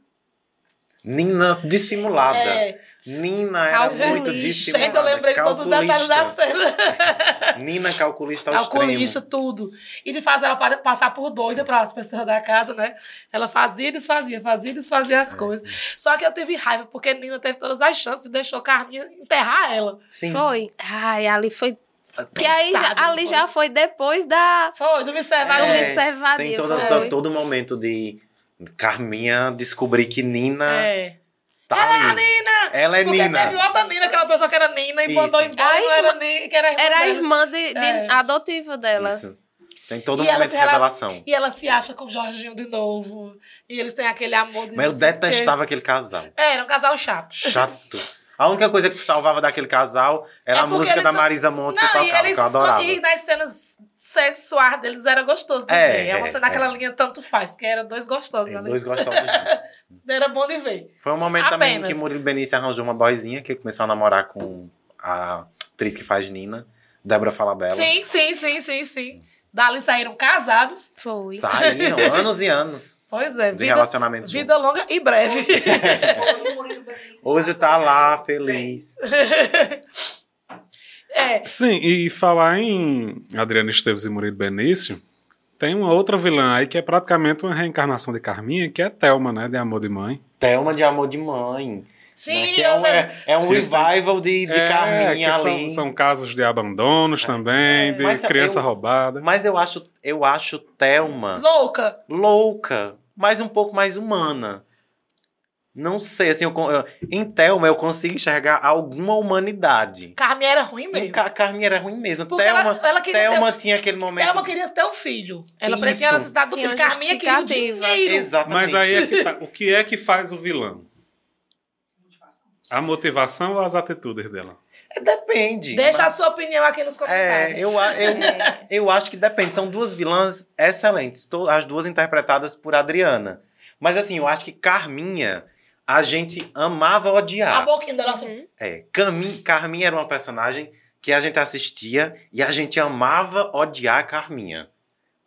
Speaker 1: Nina dissimulada.
Speaker 2: É.
Speaker 1: Nina era
Speaker 4: Calculista.
Speaker 1: muito dissimulada.
Speaker 2: Gente, eu lembrei todos os detalhes da
Speaker 1: Calculista.
Speaker 2: cena.
Speaker 1: Nina calculista ao
Speaker 2: Calculista,
Speaker 1: tá extremo.
Speaker 2: tudo. E ele faz ela pa- passar por doida para as pessoas da casa, né? Ela fazia e desfazia, fazia e desfazia as coisas. Só que eu tive raiva, porque Nina teve todas as chances e deixou Carminha enterrar ela.
Speaker 1: Sim.
Speaker 4: Foi. Ai, ali foi. Porque aí já-
Speaker 2: Pensado, não
Speaker 4: ali
Speaker 2: foi?
Speaker 4: já foi depois da.
Speaker 2: Foi, do
Speaker 4: Vai
Speaker 2: Vicevado.
Speaker 4: dormir
Speaker 1: É,
Speaker 4: cevadinha,
Speaker 1: Tem todas-
Speaker 4: foi.
Speaker 1: to- todo momento de Carminha descobrir que Nina
Speaker 2: É.
Speaker 1: tá
Speaker 2: Ela é a
Speaker 1: ali.
Speaker 2: Nina!
Speaker 1: Ela é
Speaker 2: porque
Speaker 1: Nina.
Speaker 2: teve outra Nina, aquela pessoa que era Nina, e
Speaker 1: Isso.
Speaker 2: mandou embora,
Speaker 4: A
Speaker 2: não era Nina, que era a irmã
Speaker 4: Era a
Speaker 2: dela.
Speaker 4: irmã de, de-
Speaker 2: É.
Speaker 4: adotiva dela.
Speaker 1: Isso. Tem todo
Speaker 2: E ela
Speaker 1: momento
Speaker 2: se
Speaker 1: de
Speaker 2: rela-
Speaker 1: revelação.
Speaker 2: E ela se acha com o Jorginho de novo. E eles têm aquele amor de
Speaker 1: Mas eu
Speaker 2: não sei o quê.
Speaker 1: detestava aquele casal.
Speaker 2: É, era um casal chato.
Speaker 1: Chato. A única coisa que salvava daquele casal era
Speaker 2: É
Speaker 1: a
Speaker 2: porque
Speaker 1: música
Speaker 2: eles
Speaker 1: da
Speaker 2: só-
Speaker 1: Marisa Monte que
Speaker 2: Não, e
Speaker 1: tocava,
Speaker 2: eles
Speaker 1: que eu adorava.
Speaker 2: e nas cenas sexuais deles era gostoso de
Speaker 1: É,
Speaker 2: ver. É uma
Speaker 1: é,
Speaker 2: cena naquela
Speaker 1: é.
Speaker 2: linha tanto faz, que era dois gostosos
Speaker 1: Tem
Speaker 2: ali.
Speaker 1: Dois gostosos juntos.
Speaker 2: Era bom de ver.
Speaker 1: Foi um momento também
Speaker 2: Apenas.
Speaker 1: que Murilo Benício arranjou uma boizinha que começou a namorar com a atriz que faz Nina, Débora Falabella.
Speaker 2: Sim, sim, sim, sim, sim. Dali saíram casados.
Speaker 4: Foi.
Speaker 1: Saíram anos e anos
Speaker 2: Pois é,
Speaker 1: de
Speaker 2: vida,
Speaker 1: relacionamento
Speaker 2: vida longa e breve.
Speaker 5: Hoje o Murilo Benício
Speaker 1: junto. Hoje
Speaker 5: passa
Speaker 1: tá lá,
Speaker 5: é bem.
Speaker 1: feliz.
Speaker 2: É.
Speaker 3: Sim, e falar em Adriana Esteves e Murilo Benício, tem uma outra vilã aí que é praticamente uma reencarnação de Carminha, que é Thelma, né? De Amor de Mãe.
Speaker 1: Thelma de Amor de Mãe.
Speaker 2: Sim,
Speaker 1: né, que é
Speaker 2: eu
Speaker 1: um, é, é um
Speaker 3: Que tem-
Speaker 1: revival de, de
Speaker 3: é,
Speaker 1: Carminha
Speaker 3: que
Speaker 1: ali. É,
Speaker 3: São, são casos de abandonos também, de
Speaker 1: Mas eu-
Speaker 3: criança roubada.
Speaker 1: Mas eu acho, eu acho Thelma
Speaker 2: Louca.
Speaker 1: louca, mas um pouco mais humana. Não sei, assim, eu, con- eu- em Thelma eu consigo enxergar alguma humanidade.
Speaker 2: Carminha era ruim
Speaker 1: E
Speaker 2: mesmo.
Speaker 1: Ca- Carminha era ruim mesmo.
Speaker 2: Porque
Speaker 1: Thelma,
Speaker 2: ela- ela queria
Speaker 1: Thelma tinha aquele momento.
Speaker 2: Ela queria ter um filho. Ela
Speaker 1: Isso.
Speaker 2: parecia a necessidade do
Speaker 4: Tinha
Speaker 2: filho.
Speaker 4: uma
Speaker 2: Carminha queria o
Speaker 4: justificativa.
Speaker 2: dinheiro.
Speaker 1: Exatamente.
Speaker 3: Mas aí é que tá. O que é que faz o vilão? A motivação ou as atitudes dela?
Speaker 1: É, Depende.
Speaker 2: Deixa a
Speaker 1: mas-
Speaker 2: sua opinião aqui nos comentários.
Speaker 1: É, eu, a- eu, eu acho que depende. São duas vilãs excelentes, to- as duas interpretadas por Adriana. Mas assim, eu acho que Carminha, a gente amava odiar.
Speaker 2: A boquinha dela
Speaker 4: Uhum.
Speaker 2: assim.
Speaker 1: É, Carmin, Carminha era uma personagem que a gente assistia e a gente amava odiar a Carminha.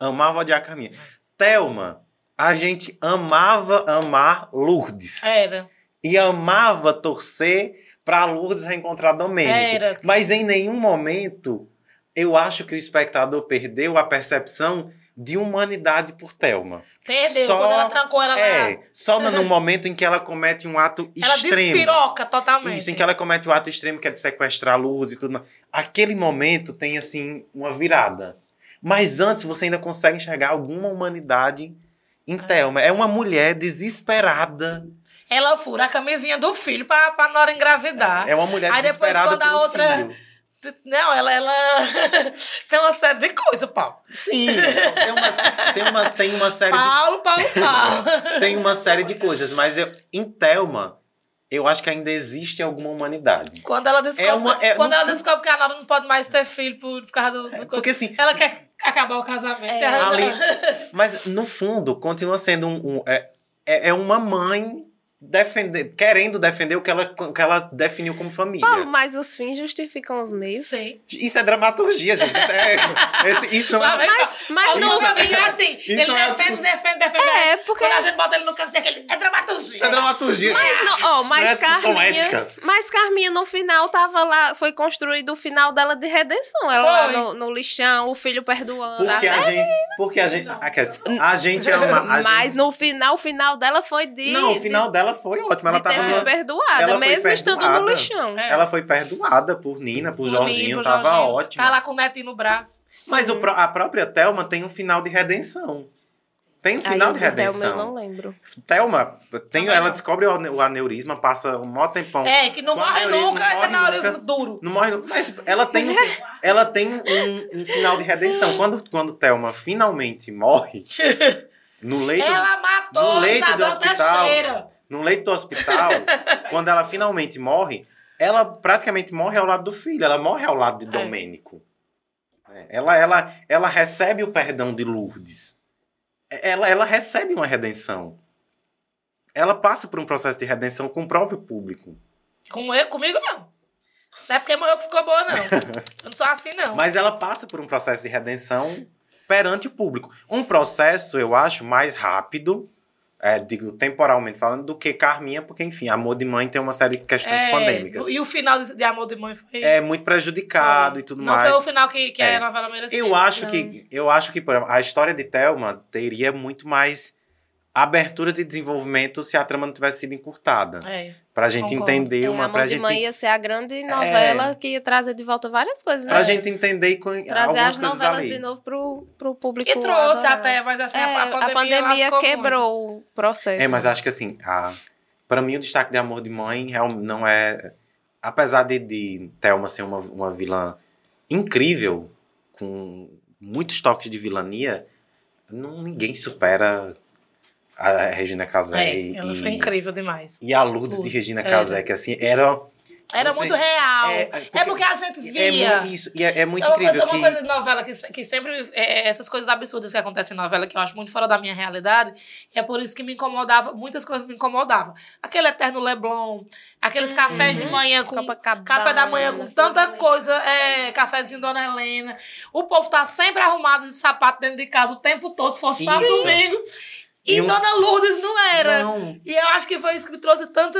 Speaker 1: Amava odiar a Carminha. Thelma, a gente amava amar Lourdes.
Speaker 2: Era.
Speaker 1: E amava torcer pra Lourdes reencontrar Domênico.
Speaker 2: Era.
Speaker 1: Mas em nenhum momento eu acho que o espectador perdeu a percepção de humanidade por Thelma.
Speaker 2: Perdeu.
Speaker 1: Só-
Speaker 2: Quando ela trancou ela lá.
Speaker 1: É, só no no momento em que ela comete um ato
Speaker 2: Ela
Speaker 1: extremo.
Speaker 2: despiroca totalmente.
Speaker 1: Isso, em que ela comete o ato extremo, que é de sequestrar Lourdes e tudo mais. Aquele momento tem, assim, uma virada. Mas antes você ainda consegue enxergar alguma humanidade
Speaker 2: Ah.
Speaker 1: em Thelma. É uma mulher desesperada.
Speaker 2: Ela fura a camisinha do filho pra, pra Nora engravidar.
Speaker 1: É uma mulher
Speaker 2: Aí depois
Speaker 1: desesperada
Speaker 2: quando a
Speaker 1: pelo
Speaker 2: outra-
Speaker 1: filho.
Speaker 2: Não, ela, ela tem uma série de coisas, Paulo.
Speaker 1: Sim, tem uma, tem uma, tem uma série de
Speaker 2: Paulo, Paulo, Paulo.
Speaker 1: tem uma série de coisas, mas eu, em Thelma, eu acho que ainda existe alguma humanidade.
Speaker 2: quando ela descobre,
Speaker 1: É uma- é
Speaker 2: quando
Speaker 1: uma-
Speaker 2: ela descobre que a Nora não pode mais ter filho por, por causa do, do
Speaker 1: Porque assim,
Speaker 2: Ela quer acabar o casamento.
Speaker 4: É.
Speaker 2: Tem razão.
Speaker 1: Ali- mas no fundo, continua sendo um. um- é, é é uma mãe defender, querendo defender o que ela, o que ela definiu como família.
Speaker 4: Paulo, mas os fins justificam os meios.
Speaker 2: Sim.
Speaker 1: Isso é dramaturgia, gente. Isso, é- esse- isso não é.
Speaker 4: Mas, mas
Speaker 2: Paulo,
Speaker 4: no
Speaker 2: isso
Speaker 4: fim.
Speaker 2: é assim. Ele
Speaker 1: não é
Speaker 2: defende,
Speaker 1: discuss-
Speaker 2: defende, defende.
Speaker 4: É, porque.
Speaker 2: Quando a gente bota ele no canto, assim, aquele. É dramaturgia.
Speaker 1: Isso é dramaturgia.
Speaker 4: Mas, não, ó,
Speaker 1: Isso não é
Speaker 4: mas
Speaker 1: discussão
Speaker 4: Carminha.
Speaker 1: ética.
Speaker 4: Mas Carminha, no final, tava lá. Foi construído o final dela de redenção. Ela lá
Speaker 2: Foi.
Speaker 4: no, no lixão, o filho perdoando.
Speaker 1: Porque a
Speaker 4: né?
Speaker 1: gente. Porque a gente. A, quer dizer, a gente ama. A
Speaker 4: Mas
Speaker 1: gente,
Speaker 4: no final, o final dela foi de.
Speaker 1: não, o final dela foi ótimo. Ela
Speaker 4: de, de ter
Speaker 1: tava.
Speaker 4: sido perdoada,
Speaker 1: ela foi
Speaker 4: mesmo estando no
Speaker 1: perdoada.
Speaker 4: lixão.
Speaker 2: É.
Speaker 1: Ela foi perdoada por Nina, por
Speaker 2: Bonito,
Speaker 1: Jorginho, tava
Speaker 2: Jorginho.
Speaker 1: ótimo.
Speaker 2: Tá lá com o netinho no braço.
Speaker 1: Mas o pró- a própria Thelma tem um final de redenção. Tem um
Speaker 4: Aí
Speaker 1: final
Speaker 4: o
Speaker 1: de
Speaker 4: do Thelma, eu
Speaker 1: redenção.
Speaker 4: não lembro.
Speaker 1: Thelma, tem,
Speaker 2: Também
Speaker 1: ela
Speaker 2: não.
Speaker 1: descobre o ane- o aneurisma, passa um maior tempão.
Speaker 2: É, que não
Speaker 1: Com
Speaker 2: morre
Speaker 1: aneurisma,
Speaker 2: nunca,
Speaker 1: morre
Speaker 2: é aneurisma
Speaker 1: nunca.
Speaker 2: duro.
Speaker 1: Não morre, não. mas ela tem, um fi- ela tem um, um final de redenção. Quando, quando Thelma finalmente morre, no leito,
Speaker 2: Ela matou
Speaker 1: no leito do
Speaker 2: Isabel
Speaker 1: hospital.
Speaker 2: Teixeira.
Speaker 1: no leito do hospital, quando ela finalmente morre, ela praticamente morre ao lado do filho, ela morre ao lado de
Speaker 2: É.
Speaker 1: Domênico. É, Ela, ela, ela recebe o perdão de Lourdes. ela, ela recebe uma redenção. Ela passa por um processo de redenção com o próprio público.
Speaker 2: Com eu, comigo, não. Não é porque eu que ficou boa, não. Eu não sou assim, não.
Speaker 1: Mas ela passa por um processo de redenção perante o público. Um processo, eu acho, mais rápido, é, digo temporalmente falando, do que Carminha, porque, enfim, Amor de Mãe tem uma série de questões
Speaker 2: É,
Speaker 1: pandêmicas.
Speaker 2: E o final de, de Amor de Mãe foi.
Speaker 1: É muito prejudicado e tudo
Speaker 2: não
Speaker 1: mais.
Speaker 2: foi o final que, que
Speaker 1: É.
Speaker 2: a novela merecia.
Speaker 1: Eu acho
Speaker 2: não.
Speaker 1: que eu acho que por exemplo, a história de Thelma teria muito mais abertura de desenvolvimento se a trama não tivesse sido encurtada.
Speaker 2: É.
Speaker 1: Pra gente
Speaker 2: Concordo.
Speaker 1: entender uma,
Speaker 4: É, a
Speaker 1: pra
Speaker 4: Mão de
Speaker 1: gente
Speaker 4: Mãe ia ser a grande novela que ia trazer de volta várias coisas, né?
Speaker 1: É. pra gente entender e con-
Speaker 4: trazer
Speaker 1: algumas
Speaker 4: as
Speaker 1: coisas
Speaker 4: novelas
Speaker 1: ali.
Speaker 4: de novo pro, pro público.
Speaker 2: E trouxe
Speaker 4: adorar.
Speaker 2: até, mas assim,
Speaker 4: Tipo, É,
Speaker 2: a, a pandemia, lascou É,
Speaker 4: quebrou o processo.
Speaker 1: É, mas acho que assim, a para mim o destaque de Amor de Mãe real- não é apesar de, de Thelma ser uma, uma vilã incrível com muitos toques de vilania, não ninguém supera a Regina
Speaker 2: muito.
Speaker 1: Casé
Speaker 2: É,
Speaker 1: e-
Speaker 2: ela foi
Speaker 1: e-
Speaker 2: incrível demais.
Speaker 1: E a Lourdes de
Speaker 2: Lourdes, é.
Speaker 1: Regina
Speaker 2: era.
Speaker 1: Casé, que assim, era.
Speaker 2: Era
Speaker 1: Você-
Speaker 2: muito real.
Speaker 1: é,
Speaker 2: É,
Speaker 1: é,
Speaker 2: porque,
Speaker 1: porque-
Speaker 2: a gente
Speaker 1: É,
Speaker 2: via.
Speaker 1: mu- isso, e é, é muito
Speaker 2: é uma,
Speaker 1: incrível
Speaker 2: coisa, uma
Speaker 1: que.
Speaker 2: coisa de novela que, se- que sempre. é, é, essas coisas absurdas que acontecem em novela, que eu acho muito fora da minha realidade. E é por isso que me incomodava, muitas coisas me incomodavam. Aquele eterno Leblon, aqueles cafés de manhã com.
Speaker 4: Copacabana.
Speaker 2: Café da manhã com tanta coisa, é, cafezinho Dona Helena. O povo tá sempre arrumado de sapato dentro de casa o tempo todo, forçado
Speaker 1: Isso.
Speaker 2: domingo. E,
Speaker 1: E um-
Speaker 2: Dona Lourdes não era.
Speaker 1: Não,
Speaker 2: E eu acho que foi isso que me trouxe tanta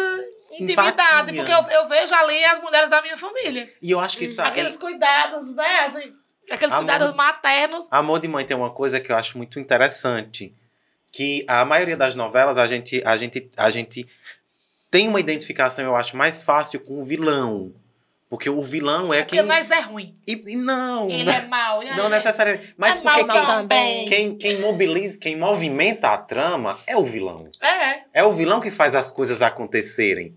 Speaker 2: intimidade,
Speaker 1: Empatia.
Speaker 2: porque eu, eu vejo ali as mulheres da minha família.
Speaker 1: e eu acho que isso.
Speaker 2: Uhum. Aqueles cuidados, né? assim, aqueles
Speaker 1: Amor.
Speaker 2: cuidados maternos.
Speaker 1: Amor de Mãe tem uma coisa que eu acho muito interessante. Que a maioria das novelas, a gente, a gente, a gente tem uma identificação, eu acho, mais fácil com o vilão. Porque o vilão é
Speaker 2: Porque
Speaker 1: quem.
Speaker 2: nós é ruim.
Speaker 1: E, e não, né?
Speaker 2: Ele
Speaker 1: não,
Speaker 2: é mau. e a gente-
Speaker 1: necessariamente. Mas
Speaker 2: é
Speaker 1: porque
Speaker 2: mau
Speaker 1: quem,
Speaker 2: também.
Speaker 1: quem, quem mobiliza, quem movimenta a trama é o vilão.
Speaker 2: É.
Speaker 1: É o vilão que faz as coisas acontecerem.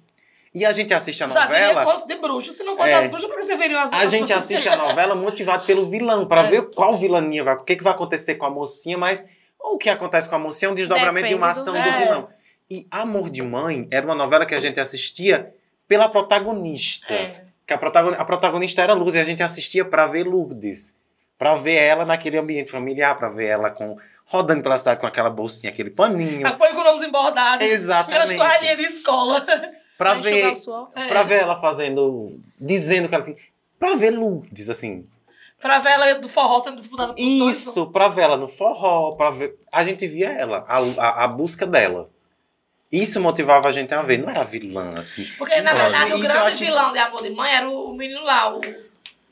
Speaker 1: E a gente assiste a
Speaker 2: Já diria
Speaker 1: novela.
Speaker 2: fosse de bruxo. Se não fosse
Speaker 1: É.
Speaker 2: as bruxas, por que você veria as
Speaker 1: A gente assiste a novela motivado pelo vilão, pra
Speaker 4: É.
Speaker 1: ver qual vilaninha vai, o que, que vai acontecer com a mocinha, mas o que acontece com a mocinha é um desdobramento de uma
Speaker 4: Depende do
Speaker 1: ação do,
Speaker 2: vilão.
Speaker 1: vilão. E Amor de Mãe era uma novela que a gente assistia pela protagonista.
Speaker 2: É.
Speaker 1: Que a protagonista, a protagonista era Lourdes, e a gente assistia pra ver Lourdes. Pra ver ela naquele ambiente familiar, pra ver ela com rodando pela cidade com aquela bolsinha, aquele paninho.
Speaker 2: Ela põe com nomes embordados. Aquelas
Speaker 1: Exatamente.
Speaker 2: toalhinhas de escola.
Speaker 1: Pra
Speaker 4: Vai enxugar
Speaker 1: ver
Speaker 4: o suor.
Speaker 2: É.
Speaker 1: Pra ver ela fazendo. Dizendo que ela tem. Pra ver Lourdes, assim.
Speaker 2: Pra ver ela do forró sendo disputada por dois.
Speaker 1: Isso, pra ver ela no forró, pra ver. A gente via ela, a, a, a busca dela. Isso motivava a gente a ver. Não era vilã, assim.
Speaker 2: Porque, na
Speaker 1: Isso,
Speaker 2: verdade, o
Speaker 1: isso eu
Speaker 2: grande
Speaker 1: acho-
Speaker 2: vilão de Amor de Mãe era o, o menino lá. O...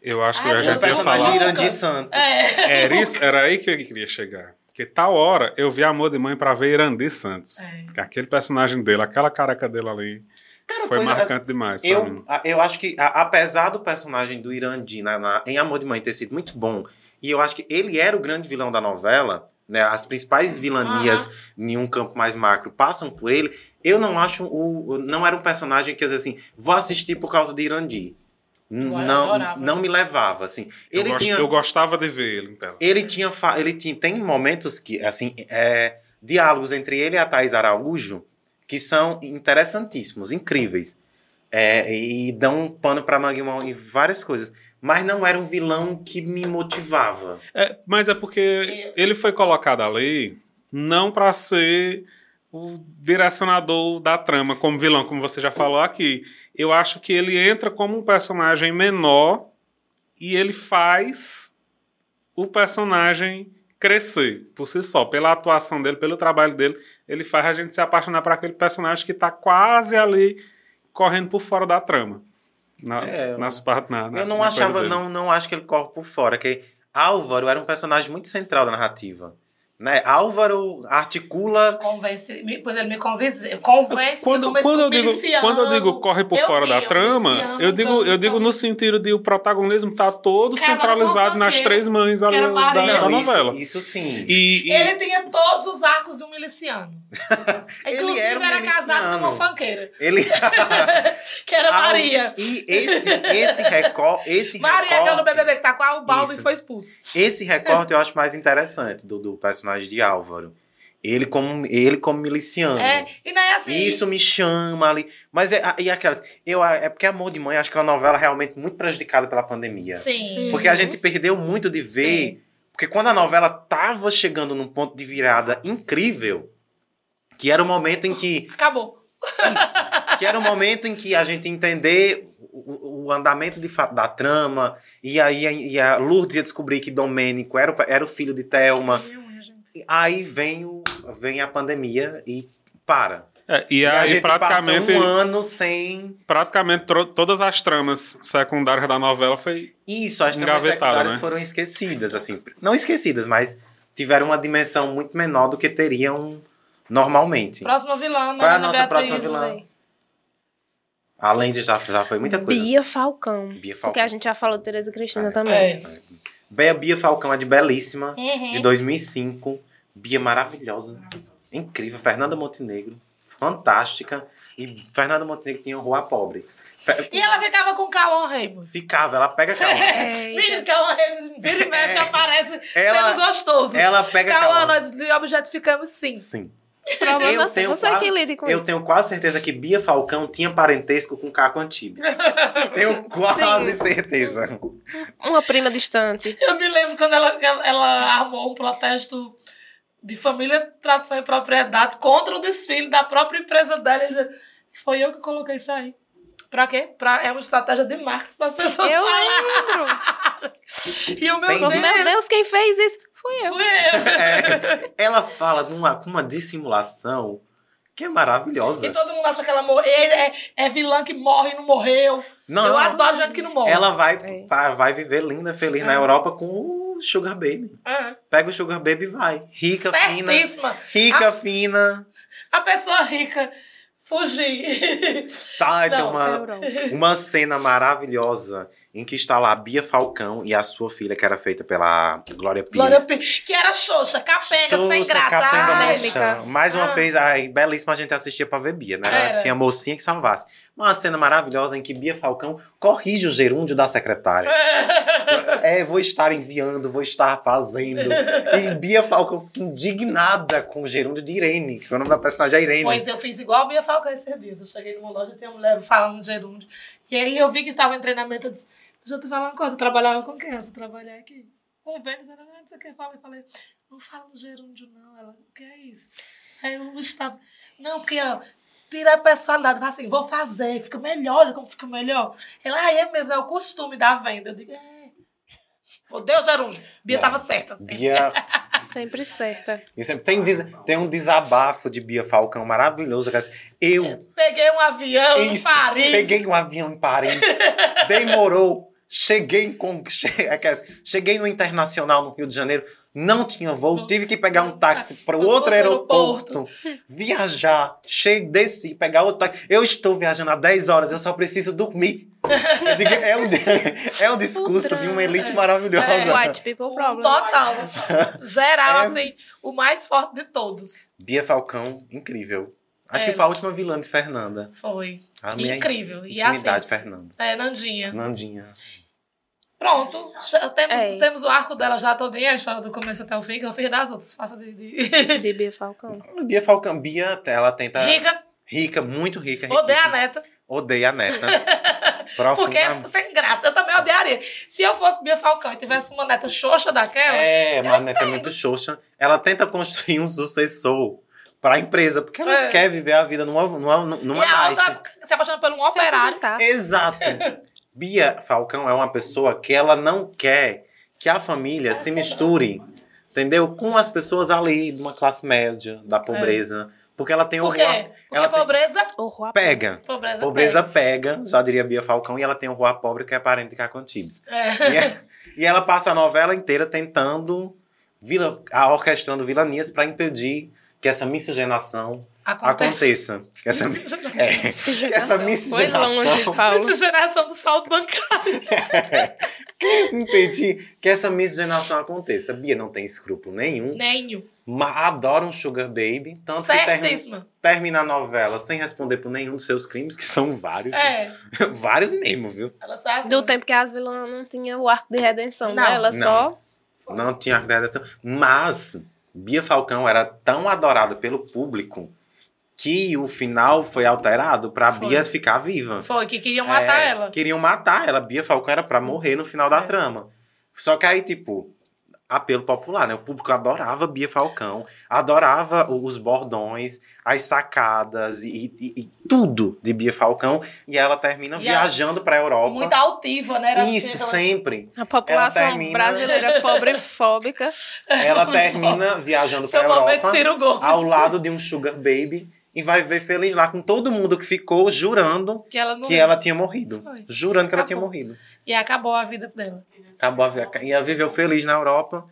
Speaker 3: Eu acho que
Speaker 4: Ah,
Speaker 3: eu já
Speaker 1: O
Speaker 4: o
Speaker 1: é
Speaker 3: tinha
Speaker 1: um personagem
Speaker 3: falado.
Speaker 2: Lucas.
Speaker 1: Irandi Santos.
Speaker 2: É.
Speaker 3: Era, isso, era aí que eu queria chegar. Porque tal hora eu vi Amor de Mãe pra ver Irandi Santos.
Speaker 2: É.
Speaker 3: Aquele personagem dele, aquela careca dele ali.
Speaker 1: Cara,
Speaker 3: foi
Speaker 1: pois, é,
Speaker 3: marcante demais pra
Speaker 1: Eu,
Speaker 3: mim.
Speaker 1: a- eu acho que, a- apesar do personagem do Irandi na- na- em Amor de Mãe ter sido muito bom, e eu acho que ele era o grande vilão da novela, né? As principais vilanias em um campo mais macro passam por ele. Eu não acho o. o- Não era um personagem que eu dizia assim, vou assistir por causa de Irandi. N-
Speaker 2: Eu
Speaker 1: Não,
Speaker 2: adorava.
Speaker 1: não me levava, assim.
Speaker 3: Eu,
Speaker 1: Ele
Speaker 3: gost-
Speaker 1: tinha.
Speaker 3: eu gostava de ver ele, então.
Speaker 1: Ele tinha. fa- Ele tinha. Tem momentos que, assim, é, diálogos entre ele e a Thais Araújo que são interessantíssimos, incríveis. É, e dão um pano pra Magmão em várias coisas. Mas não era um vilão que me motivava.
Speaker 3: É, mas é porque ele foi colocado ali não pra ser o direcionador da trama, como vilão, como você já falou aqui. Eu acho que ele entra como um personagem menor e ele faz o personagem crescer por si só, pela atuação dele, pelo trabalho dele, ele faz a gente se apaixonar por aquele personagem que tá quase ali correndo por fora da trama. Na,
Speaker 1: É, eu-
Speaker 3: nas partes na, na-
Speaker 1: eu não
Speaker 3: na coisa
Speaker 1: achava,
Speaker 3: dele.
Speaker 1: não, não acho que ele corre por fora. Que Álvaro era um personagem muito central da narrativa. Né? Álvaro articula.
Speaker 2: Convence, me- pois ele me convence, convence eu
Speaker 3: quando,
Speaker 2: comecei
Speaker 3: quando eu
Speaker 2: como
Speaker 3: digo,
Speaker 2: miliciano.
Speaker 3: quando eu digo corre por
Speaker 2: Eu
Speaker 3: fora
Speaker 2: vi,
Speaker 3: da
Speaker 2: eu
Speaker 3: trama,
Speaker 2: miliciano,
Speaker 3: eu digo, eu
Speaker 2: então,
Speaker 3: digo no sentido de o protagonismo tá todo
Speaker 2: Casado
Speaker 3: centralizado
Speaker 2: com
Speaker 3: nas
Speaker 2: vampiro,
Speaker 3: três mães ali
Speaker 2: era
Speaker 3: da, da
Speaker 2: Maria.
Speaker 1: Não, isso-
Speaker 3: é novela.
Speaker 1: Isso, sim.
Speaker 3: E, e-
Speaker 2: Ele tinha todos os arcos de um miliciano. Inclusive,
Speaker 1: era um
Speaker 2: casado com
Speaker 1: miliciano.
Speaker 2: uma
Speaker 1: Ah,
Speaker 2: fanqueira,
Speaker 1: Ele.
Speaker 2: que era Maria.
Speaker 1: E esse, esse recorte. Esse
Speaker 2: Maria, aquela do
Speaker 1: recorte-
Speaker 2: BBB que tá com a Ubaldo e
Speaker 1: é Isso.
Speaker 2: foi expulsa.
Speaker 1: Esse recorte eu acho mais interessante do, do personagem de Álvaro. Ele como, ele como miliciano.
Speaker 2: É, e não é assim.
Speaker 1: Isso me chama ali. Mas é, e aquelas. Eu, é porque Amor de Mãe acho que é uma novela realmente muito prejudicada pela pandemia.
Speaker 2: Sim.
Speaker 1: Porque a gente perdeu muito de ver. Porque quando a novela tava chegando num ponto de virada incrível, que era o momento em que.
Speaker 2: Acabou.
Speaker 1: que era o momento em que a gente entender o, o andamento de fato da trama, e aí e a Lourdes ia descobrir que Domênico era, o pa- era o filho de Thelma. E Aí vem, o, vem a pandemia e para.
Speaker 3: É, e,
Speaker 1: E, a
Speaker 3: aí
Speaker 1: gente
Speaker 3: praticamente,
Speaker 1: passa um ano sem.
Speaker 3: praticamente tro- todas as tramas secundárias da novela foi
Speaker 1: Isso, as tramas
Speaker 3: Engavetada,
Speaker 1: secundárias
Speaker 3: né?
Speaker 1: foram esquecidas, assim. Não esquecidas, mas tiveram uma dimensão muito menor do que teriam normalmente.
Speaker 2: Próxima vilã, né,
Speaker 1: Qual é a
Speaker 2: Ana
Speaker 1: nossa
Speaker 2: Beatriz.
Speaker 1: próxima vilã? Além de já, já foi muita coisa.
Speaker 4: Bia Falcão.
Speaker 1: Bia Falcão.
Speaker 4: Porque a gente já falou de Tereza Cristina
Speaker 1: É.
Speaker 4: também.
Speaker 2: É.
Speaker 1: Bia, Bia Falcão é de Belíssima,
Speaker 2: Uhum.
Speaker 1: de 2005. Bia maravilhosa, incrível. Fernanda Montenegro, fantástica. E Fernanda Montenegro tinha um rua pobre. Fe-
Speaker 2: E ela ficava com o Cauã Raymond.
Speaker 1: Ficava, ela pega
Speaker 4: É.
Speaker 1: aquela.
Speaker 2: Menino, Cauã Raymond, vira e mexe,
Speaker 1: É.
Speaker 2: aparece
Speaker 1: Ela-
Speaker 2: sendo gostoso.
Speaker 1: ela pega
Speaker 2: Cauã,
Speaker 1: Cauã.
Speaker 2: nós objetificamos sim.
Speaker 1: Sim.
Speaker 4: Problema
Speaker 1: Eu
Speaker 4: seu,
Speaker 1: tenho
Speaker 4: você
Speaker 1: quase-
Speaker 4: que lide com
Speaker 1: Eu
Speaker 4: isso.
Speaker 1: tenho quase certeza que Bia Falcão tinha parentesco com Caco Antibes. tenho quase certeza.
Speaker 4: Uma prima distante.
Speaker 2: Eu me lembro quando ela, ela armou um protesto de família, tradição e propriedade contra o desfile da própria empresa dela. Ele disse, Foi eu que coloquei isso aí. Pra quê? Pra, é uma estratégia de marketing para as pessoas
Speaker 4: Eu
Speaker 2: falarem.
Speaker 4: lembro.
Speaker 2: E o meu
Speaker 1: Entendi.
Speaker 2: nome
Speaker 4: Meu Deus, quem fez isso? Fui eu.
Speaker 2: fui eu.
Speaker 1: É, ela fala numa, com uma dissimulação que é maravilhosa.
Speaker 2: E todo mundo acha que ela morreu. É, é vilã que morre e não morreu.
Speaker 1: Não,
Speaker 2: eu
Speaker 1: não, não.
Speaker 2: adoro É. gente que não morre.
Speaker 1: Ela vai,
Speaker 4: É.
Speaker 1: pa- vai viver linda, feliz na Europa com o Sugar Baby.
Speaker 2: É.
Speaker 1: Pega o Sugar Baby e vai. Rica, fina.
Speaker 2: Certíssima. Ah.
Speaker 1: Rica, fina.
Speaker 2: A pessoa rica fugir.
Speaker 1: Tá, tem
Speaker 2: Não,
Speaker 1: uma,
Speaker 4: Eurão.
Speaker 1: uma cena maravilhosa em que está lá a Bia Falcão e a sua filha, que era feita pela Glória Pires.
Speaker 2: Glória Pires, que era xoxa, capenga, sem
Speaker 1: Xuxa,
Speaker 2: graça.
Speaker 1: capenga né?
Speaker 2: Ai,
Speaker 1: no
Speaker 4: Angélica.
Speaker 1: chão. Mais uma
Speaker 2: Ah.
Speaker 1: vez, ai, belíssima a gente assistia pra ver Bia, né? Ela
Speaker 2: Era.
Speaker 1: Tinha mocinha que salvasse. Uma cena maravilhosa em que Bia Falcão corrige o gerúndio da secretária. é, vou estar enviando, vou estar fazendo. E Bia Falcão fica indignada com o gerúndio de Irene, que o nome da personagem é Irene.
Speaker 2: Pois eu fiz igual a Bia Falcão esses dias. Eu cheguei numa loja, tinha uma mulher falando gerúndio. E aí eu vi que estava em treinamento, eu disse, deixa eu te falar uma coisa, eu trabalhava com quem? Eu só trabalhei aqui. Com o Vênus, ela, ah, não sei o que, fala. Eu falei, não fala no gerúndio não. Ela, o que é isso? Aí eu estava, não, porque ela tira a personalidade, fala assim, vou fazer, fica melhor, olha como fica melhor. Ela, ah, é mesmo, é o costume da venda. Eu digo, é. Odeio gerúndio. Bia
Speaker 1: Não.
Speaker 2: estava certa. assim. certa.
Speaker 1: Bia,
Speaker 4: Sempre certa.
Speaker 1: isso- é, tem, des- tem um desabafo de Bia Falcão maravilhoso. que é assim, Eu
Speaker 2: Peguei um avião em
Speaker 1: Isso,
Speaker 2: Paris.
Speaker 1: Peguei um avião em Paris. demorou. Cheguei em Con- che- aquela- cheguei no Internacional no Rio de Janeiro. Não tinha voo, tive que pegar um táxi para outro aeroporto, viajar, che- desci, pegar outro táxi. Eu estou viajando há 10 horas, eu só preciso dormir. Eu digo, é, o, é o discurso de uma elite maravilhosa.
Speaker 4: White people problems.
Speaker 2: Total. Geral,
Speaker 1: É.
Speaker 2: assim, o mais forte de todos.
Speaker 1: Bia Falcão, incrível. Acho
Speaker 2: É.
Speaker 1: que foi a última vilã de Fernanda.
Speaker 2: Foi.
Speaker 1: A minha
Speaker 2: Incrível. E
Speaker 1: Intimidade, Fernanda.
Speaker 2: É, Nandinha.
Speaker 1: Nandinha.
Speaker 2: Pronto. Já Temos,
Speaker 4: É.
Speaker 2: temos o arco dela já todinha, a história do começo até o fim, que eu fiz das outras. Faça de. de-
Speaker 4: De Bia Falcão.
Speaker 1: Bia Falcão, Bia, ela tenta.
Speaker 2: Rica,
Speaker 1: Rica, muito rica.
Speaker 2: odeia a
Speaker 1: riquíssima.
Speaker 2: neta,
Speaker 1: Odeia a neta.
Speaker 2: porque é
Speaker 1: é Profunda.
Speaker 2: sem graça. Eu também odiaria. Se eu fosse Bia Falcão e tivesse uma neta xoxa daquela,
Speaker 1: É, mas a neta é muito xoxa. Ela tenta construir um sucessor pra empresa, porque ela
Speaker 2: É.
Speaker 1: quer viver a vida numa, numa, numa
Speaker 2: e a
Speaker 1: nice.
Speaker 2: outra se apaixona por um
Speaker 4: Se
Speaker 2: operário.
Speaker 4: aposentar.
Speaker 1: Exato. Bia Falcão é uma pessoa que ela não quer que a família se misture, entendeu? Com as pessoas ali de uma classe média, da pobreza. Porque ela tem
Speaker 2: Por
Speaker 1: horror.
Speaker 2: quê? Porque
Speaker 1: Ela tem-
Speaker 2: pobreza.
Speaker 4: O Rua
Speaker 1: Pega.
Speaker 2: Pobreza.
Speaker 1: Pobreza pega, já diria Bia Falcão, e ela tem um rua pobre que é parente de Caco Antibes.
Speaker 2: É.
Speaker 1: E, é- e ela passa a novela inteira tentando, vila, a- orquestrando vilanias para impedir que essa miscigenação
Speaker 2: Acontece.
Speaker 1: aconteça. Que essa, mi- é, que essa
Speaker 4: Foi longe,
Speaker 1: miscigenação.
Speaker 4: Paulo.
Speaker 2: Essa geração do salto bancário.
Speaker 1: impedir que essa miscigenação aconteça. Bia não tem escrúpulo nenhum,
Speaker 2: Nenhum.
Speaker 1: mas adora um Sugar Baby, tanto que termina,
Speaker 2: Certíssima.
Speaker 1: termina a novela sem responder por nenhum dos seus crimes, que são vários. né?
Speaker 2: É.
Speaker 1: vários mesmo, viu?
Speaker 2: Ela sai assim.
Speaker 4: Do tempo que as vilãs não tinham o arco de redenção,
Speaker 2: Não.
Speaker 4: né? Ela
Speaker 1: Não.
Speaker 4: só.
Speaker 1: Não tinha acreditação. Mas Bia Falcão era tão adorada pelo público que o final foi alterado pra
Speaker 2: Foi.
Speaker 1: Bia ficar viva.
Speaker 2: Foi, que queriam matar
Speaker 1: É,
Speaker 2: ela.
Speaker 1: Queriam matar ela. Bia Falcão era pra morrer no final da
Speaker 2: É.
Speaker 1: trama. Só que aí, tipo, apelo popular, né? O público adorava Bia Falcão, adorava o- os bordões, as sacadas e, e- e tudo de Bia Falcão. E ela termina
Speaker 2: E ela-
Speaker 1: viajando pra Europa.
Speaker 2: Muito altiva, né? Era
Speaker 1: Isso,
Speaker 2: assim, aquela-
Speaker 1: sempre.
Speaker 4: A
Speaker 1: Ela
Speaker 4: população
Speaker 1: termina-
Speaker 4: brasileira pobre e fóbica.
Speaker 1: Ela termina viajando pra
Speaker 2: Seu momento,
Speaker 1: Europa
Speaker 2: Ciro Gomes.
Speaker 1: ao lado de um sugar baby e vai ver feliz lá com todo mundo que ficou jurando
Speaker 2: Que ela não... é?
Speaker 1: que ela tinha morrido.
Speaker 2: Foi.
Speaker 1: Jurando que ela tinha
Speaker 2: Acabou.
Speaker 1: morrido.
Speaker 2: E acabou a vida dela.
Speaker 1: Acabou a vida. E ela viveu feliz na Europa.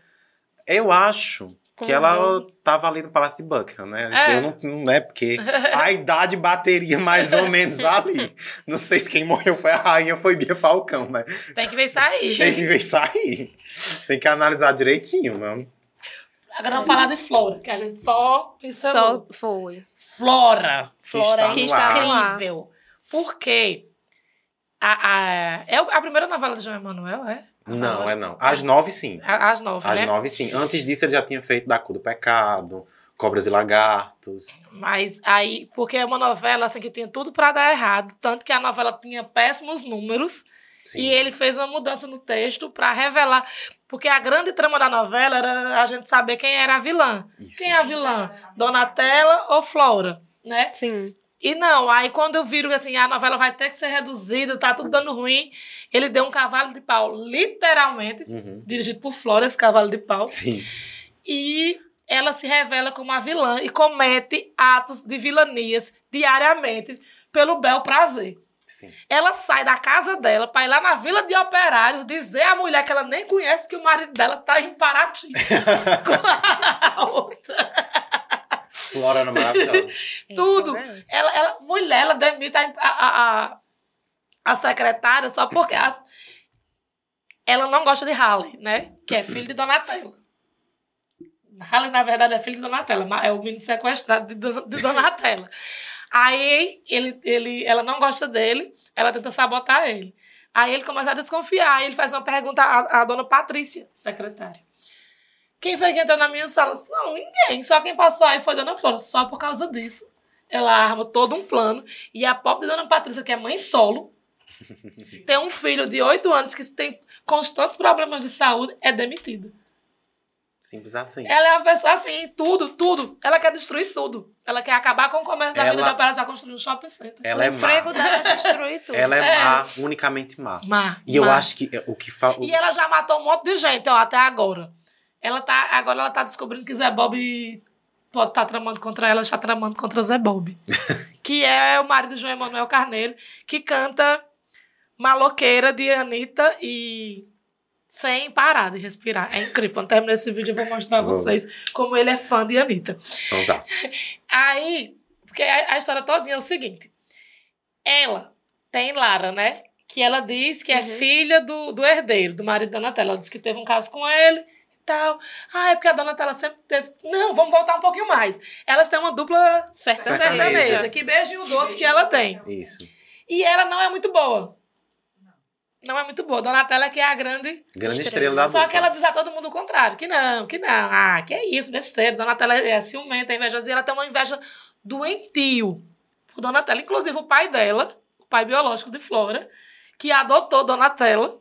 Speaker 1: Eu acho que
Speaker 4: Com
Speaker 1: ela
Speaker 4: dor.
Speaker 1: tava ali no Palácio de Buckingham, né?
Speaker 2: É.
Speaker 1: Eu não, não é porque a idade bateria mais ou menos ali. Não sei se quem morreu foi a rainha, foi Bia Falcão, mas
Speaker 2: Tem que ver isso aí.
Speaker 1: tem que ver isso aí. Tem que analisar direitinho, mano.
Speaker 2: Agora vamos falar de Flora, que a gente só pensa
Speaker 4: Só foi.
Speaker 2: Flora.
Speaker 1: está
Speaker 2: Flora
Speaker 1: no
Speaker 2: é
Speaker 4: ar.
Speaker 2: incrível. Porque a, a- é a primeira novela de João Emanuel, é?
Speaker 1: Não, é não. Às nove, sim.
Speaker 2: A- As nove,
Speaker 1: Às
Speaker 2: né?
Speaker 1: nove, sim. Antes disso, ele já tinha feito Da Cor do Pecado, Cobras e Lagartos.
Speaker 2: Mas aí, porque é uma novela assim que tem tudo pra dar errado, tanto que a novela tinha péssimos números
Speaker 1: Sim.
Speaker 2: e ele fez uma mudança no texto pra revelar, porque a grande trama da novela era a gente saber quem era a vilã.
Speaker 1: Isso.
Speaker 2: Quem é a vilã? Donatella ou Flora, né?
Speaker 4: Sim.
Speaker 2: E não, aí quando eu viro que assim, a novela vai ter que ser reduzida, tá tudo dando ruim, ele deu um cavalo de pau, literalmente,
Speaker 1: Uhum.
Speaker 2: dirigido por Flora, esse cavalo de pau,
Speaker 1: Sim.
Speaker 2: e ela se revela como a vilã e comete atos de vilanias diariamente pelo bel prazer.
Speaker 1: Sim.
Speaker 2: Ela sai da casa dela pra ir lá na Vila de Operários dizer à mulher que ela nem conhece que o marido dela tá em Paraty. Com a outra.
Speaker 1: Flora era maravilhosa.
Speaker 2: Tudo.
Speaker 4: Isso mesmo.
Speaker 2: Ela, ela, mulher, ela demite a, a, a, a secretária só porque as- ela não gosta de Halle, né? Que é filho de Donatella. Halle, na verdade, é filho de Donatella, mas é o menino sequestrado de, Don- de Donatella. Aí ele, ele, ela não gosta dele, ela tenta sabotar ele. Aí ele começa a desconfiar, aí ele faz uma pergunta à, à dona Patrícia, secretária. Quem foi que entrou na minha sala? Não, ninguém. Só quem passou aí foi Dona Flora. Só por causa disso. Ela arma todo um plano. E a pobre Dona Patrícia, que é mãe solo, tem um filho de 8 anos que tem constantes problemas de saúde, é demitida.
Speaker 1: Simples assim.
Speaker 2: Ela é uma pessoa assim, em tudo, tudo. Ela quer destruir tudo. Ela quer acabar com o comércio da
Speaker 1: Ela-
Speaker 2: vida da Parada pra construir um shopping center.
Speaker 1: Ela é
Speaker 4: o
Speaker 1: má.
Speaker 4: emprego dela é destruir tudo.
Speaker 1: Ela é,
Speaker 2: É.
Speaker 1: má, unicamente má.
Speaker 2: Má,
Speaker 1: E eu
Speaker 2: má.
Speaker 1: acho que é o que fala.
Speaker 2: E ela já matou um monte de gente, ó, até agora. Ela tá, agora ela tá descobrindo que Zé Bob pode tá tramando contra ela, está tramando contra Zé Bob. que é o marido de João Emanuel Carneiro, que canta Maloqueira de Anitta e sem parar de respirar. É incrível. Quando terminar esse vídeo, eu vou mostrar a
Speaker 1: Vamos.
Speaker 2: vocês como ele é fã de Anitta. Aí, porque a, a história toda é o seguinte. Ela tem Lara, né? Que ela diz que é filha do, do herdeiro, do marido da Donatella. Ela diz que teve um caso com ele e tal. Ah, é porque a Donatella sempre teve... Não, vamos voltar um pouquinho mais. Elas têm uma dupla
Speaker 1: é
Speaker 4: Sertaneja.
Speaker 2: sertaneja. Que beijinho doce que ela tem.
Speaker 1: Isso.
Speaker 2: E ela não é muito boa. Não é muito boa. Donatella que é a grande...
Speaker 1: Grande
Speaker 4: Estrela.
Speaker 1: estrela da
Speaker 2: Só
Speaker 1: dupla.
Speaker 2: que ela diz a todo mundo o contrário, que não, que não. Ah, que é isso, besteira. Donatella é ciumenta, é invejosa, e ela tem uma inveja doentio por Donatella. Inclusive, o pai dela, o pai biológico de Flora, que adotou Donatella,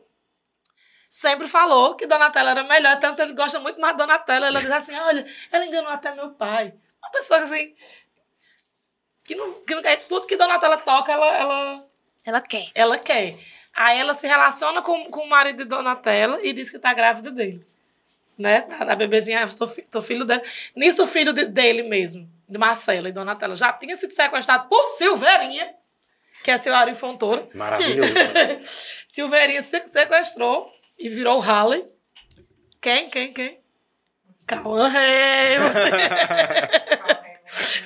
Speaker 2: sempre falou que Donatella era melhor, tanto ele gosta muito mais de Donatella. Ela diz assim, olha, ela enganou até meu pai. Uma pessoa assim... Que não, que não quer tudo que Donatella toca, ela- ela
Speaker 4: Ela quer.
Speaker 2: ela quer. Aí ela se relaciona com, com o marido de Donatella e diz que tá grávida dele. Né? Tá, A bebezinha, ah, tô, fi- tô filho dele. Nisso, o filho de- dele mesmo, de Marcela e Donatella, já tinha sido sequestrado por Silveirinha, que é seu Ari Fontoura.
Speaker 1: Maravilhoso.
Speaker 2: é Silveirinha se sequestrou e virou Halley. Quem, quem, quem? Calma,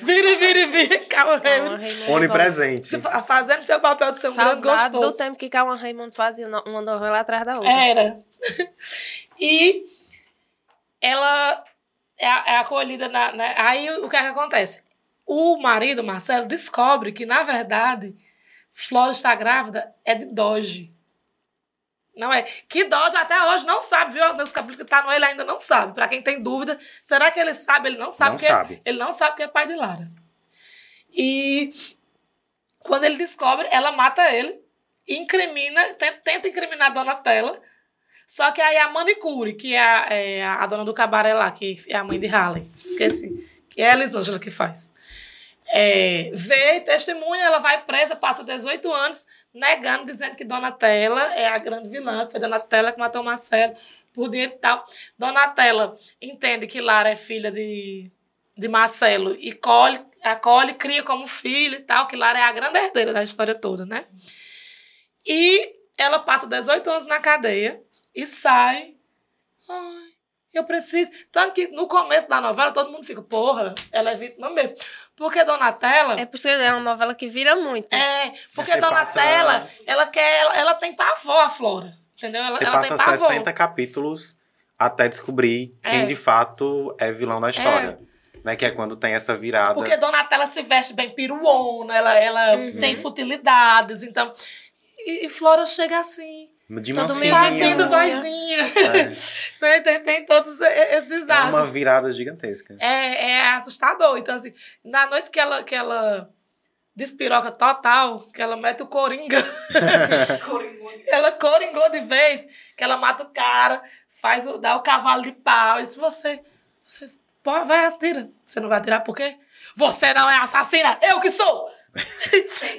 Speaker 2: Vire, vire, vire. Calma,
Speaker 4: Calma,
Speaker 2: Raymond.
Speaker 4: Raymond.
Speaker 1: Onipresente.
Speaker 2: Se fa- Fazendo seu papel de ser É. um grande
Speaker 4: Saudade
Speaker 2: gostoso.
Speaker 4: do tempo que Calma Raymond fazia no- uma novela atrás da outra.
Speaker 2: Era. e ela é, é acolhida na, na- Aí o que é que acontece? O marido, Marcelo, descobre que, na verdade, Flora está grávida é de Doge. Não é? Que Doge até hoje não sabe, viu? Os cabelos que tá no ele ainda não sabe. Pra quem tem dúvida, será que ele sabe? Ele não sabe.
Speaker 1: Não
Speaker 2: que ele-
Speaker 1: sabe.
Speaker 2: ele não sabe que é pai de Lara. E quando ele descobre, ela mata ele, incrimina, te- tenta incriminar a Donatella. Só que aí a manicure, que é a, é a dona do cabaré lá, que é a mãe de Harley, esqueci, que é a Elisângela que faz. É, vê, testemunha, ela vai presa, passa 18 anos, negando, dizendo que Donatella é a grande vilã, que foi Donatella que matou Marcelo por dentro e tal. Donatella entende que Lara é filha de, de Marcelo e colhe, acolhe, cria como filha e tal, que Lara é a grande herdeira da história toda, né? E ela passa 18 anos na cadeia e sai. Ai, eu preciso. Tanto que no começo da novela todo mundo fica, porra, ela é vítima mesmo. Porque Donatella.
Speaker 4: É por isso que é uma novela que vira muito.
Speaker 2: É, porque
Speaker 1: Você
Speaker 2: Donatella,
Speaker 1: passa-
Speaker 2: ela quer, ela, ela tem pavor a Flora, entendeu? Ela,
Speaker 1: Você
Speaker 2: ela
Speaker 1: passa
Speaker 2: tem pavor.
Speaker 1: 60 capítulos até descobrir
Speaker 2: É.
Speaker 1: quem de fato é vilão na história. Né? Que é quando tem essa virada.
Speaker 2: Porque Donatella se veste bem piruona, ela, ela tem futilidades, então... E, e Flora chega assim,
Speaker 1: de
Speaker 4: Todo
Speaker 1: mansinho.
Speaker 4: meio
Speaker 2: fazendo
Speaker 4: Mansinha.
Speaker 2: vozinha. né?
Speaker 1: É,
Speaker 2: tem, tem, tem todos e- esses
Speaker 1: é uma
Speaker 2: atos.
Speaker 1: virada gigantesca.
Speaker 2: É, é assustador. Então, assim, na noite que ela, que ela despiroca total, que ela mete o coringa
Speaker 5: Coringa.
Speaker 2: Ela coringou de vez, que ela mata o cara, faz o, dá o cavalo de pau. E se você. Você pô, vai atira. Você não vai atirar por quê? Você não é assassina, eu que sou!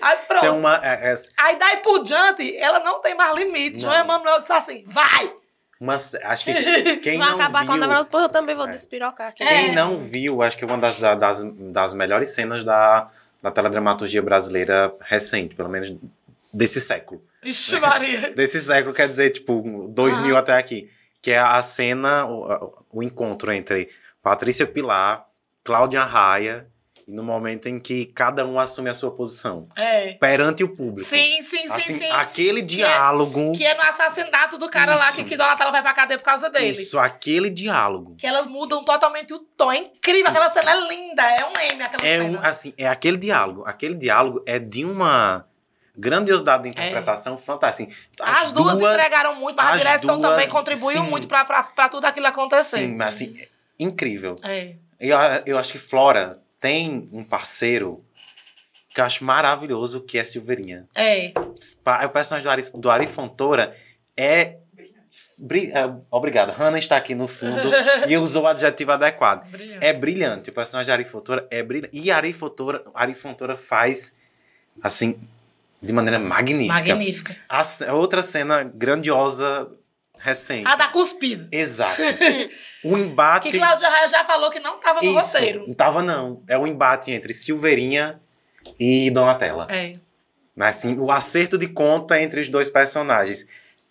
Speaker 2: Aí pronto.
Speaker 1: Tem uma. é- é-
Speaker 2: Aí daí por diante, ela não tem mais limite. João
Speaker 1: Não.
Speaker 2: Emanuel disse assim: vai!
Speaker 1: uma acho que quem
Speaker 4: vai
Speaker 1: não
Speaker 4: acabar com a
Speaker 1: viu-
Speaker 4: novela, depois eu também vou
Speaker 1: É.
Speaker 4: despirocar aqui.
Speaker 1: Quem não viu, acho que é uma das, da- das, das melhores cenas da, da teledramaturgia brasileira recente, pelo menos desse século.
Speaker 2: Vixe, Maria.
Speaker 1: Desse século quer dizer, tipo,
Speaker 4: Ah.
Speaker 1: 2000 até aqui. Que é a cena, o, o encontro entre Patrícia Pilar, Cláudia Raia, e no momento em que cada um assume a sua posição
Speaker 2: É.
Speaker 1: perante o público.
Speaker 2: Sim, sim, sim,
Speaker 1: Assim,
Speaker 2: sim.
Speaker 1: Aquele
Speaker 2: é-
Speaker 1: diálogo.
Speaker 2: Que é no assassinato do cara lá que,
Speaker 1: Isso.
Speaker 2: que Donatella vai pra cadeia por causa dele.
Speaker 1: Isso, aquele diálogo.
Speaker 2: Que elas mudam totalmente o tom. É incrível. Aquela
Speaker 1: Isso.
Speaker 2: cena é linda. É um M aquela
Speaker 1: É
Speaker 2: cena.
Speaker 1: um, assim, é aquele diálogo. Aquele diálogo é de uma grandiosidade de interpretação fantástica. Assim,
Speaker 2: É. As, duas, entregaram muito, mas a
Speaker 1: as
Speaker 2: direção
Speaker 1: duas,
Speaker 2: também contribuiu
Speaker 1: sim.
Speaker 2: muito pra, pra, pra tudo aquilo acontecer.
Speaker 1: Sim, mas assim, é incrível.
Speaker 2: É.
Speaker 1: Eu, eu acho que Flora tem um parceiro que eu acho maravilhoso, que é Silveirinha.
Speaker 2: É.
Speaker 1: Pa- O personagem do Ari, do Ari Fontoura é... bri- é, Obrigado. Hannah está aqui no fundo e usou o adjetivo adequado.
Speaker 2: Brilhante.
Speaker 1: É brilhante. O personagem de Ari Fontoura é brilhante. E Ari Fontoura, Ari Fontoura faz, assim, de maneira magnífica.
Speaker 2: Magnífica.
Speaker 1: A ce- outra cena grandiosa recente.
Speaker 2: A da cuspida.
Speaker 1: Exato. o embate...
Speaker 2: Que Cláudia Raia já falou que não tava no
Speaker 1: Isso,
Speaker 2: roteiro.
Speaker 1: Não tava, não. É o embate entre Silveirinha e Donatella.
Speaker 2: É.
Speaker 1: Assim, o acerto de conta entre os dois personagens.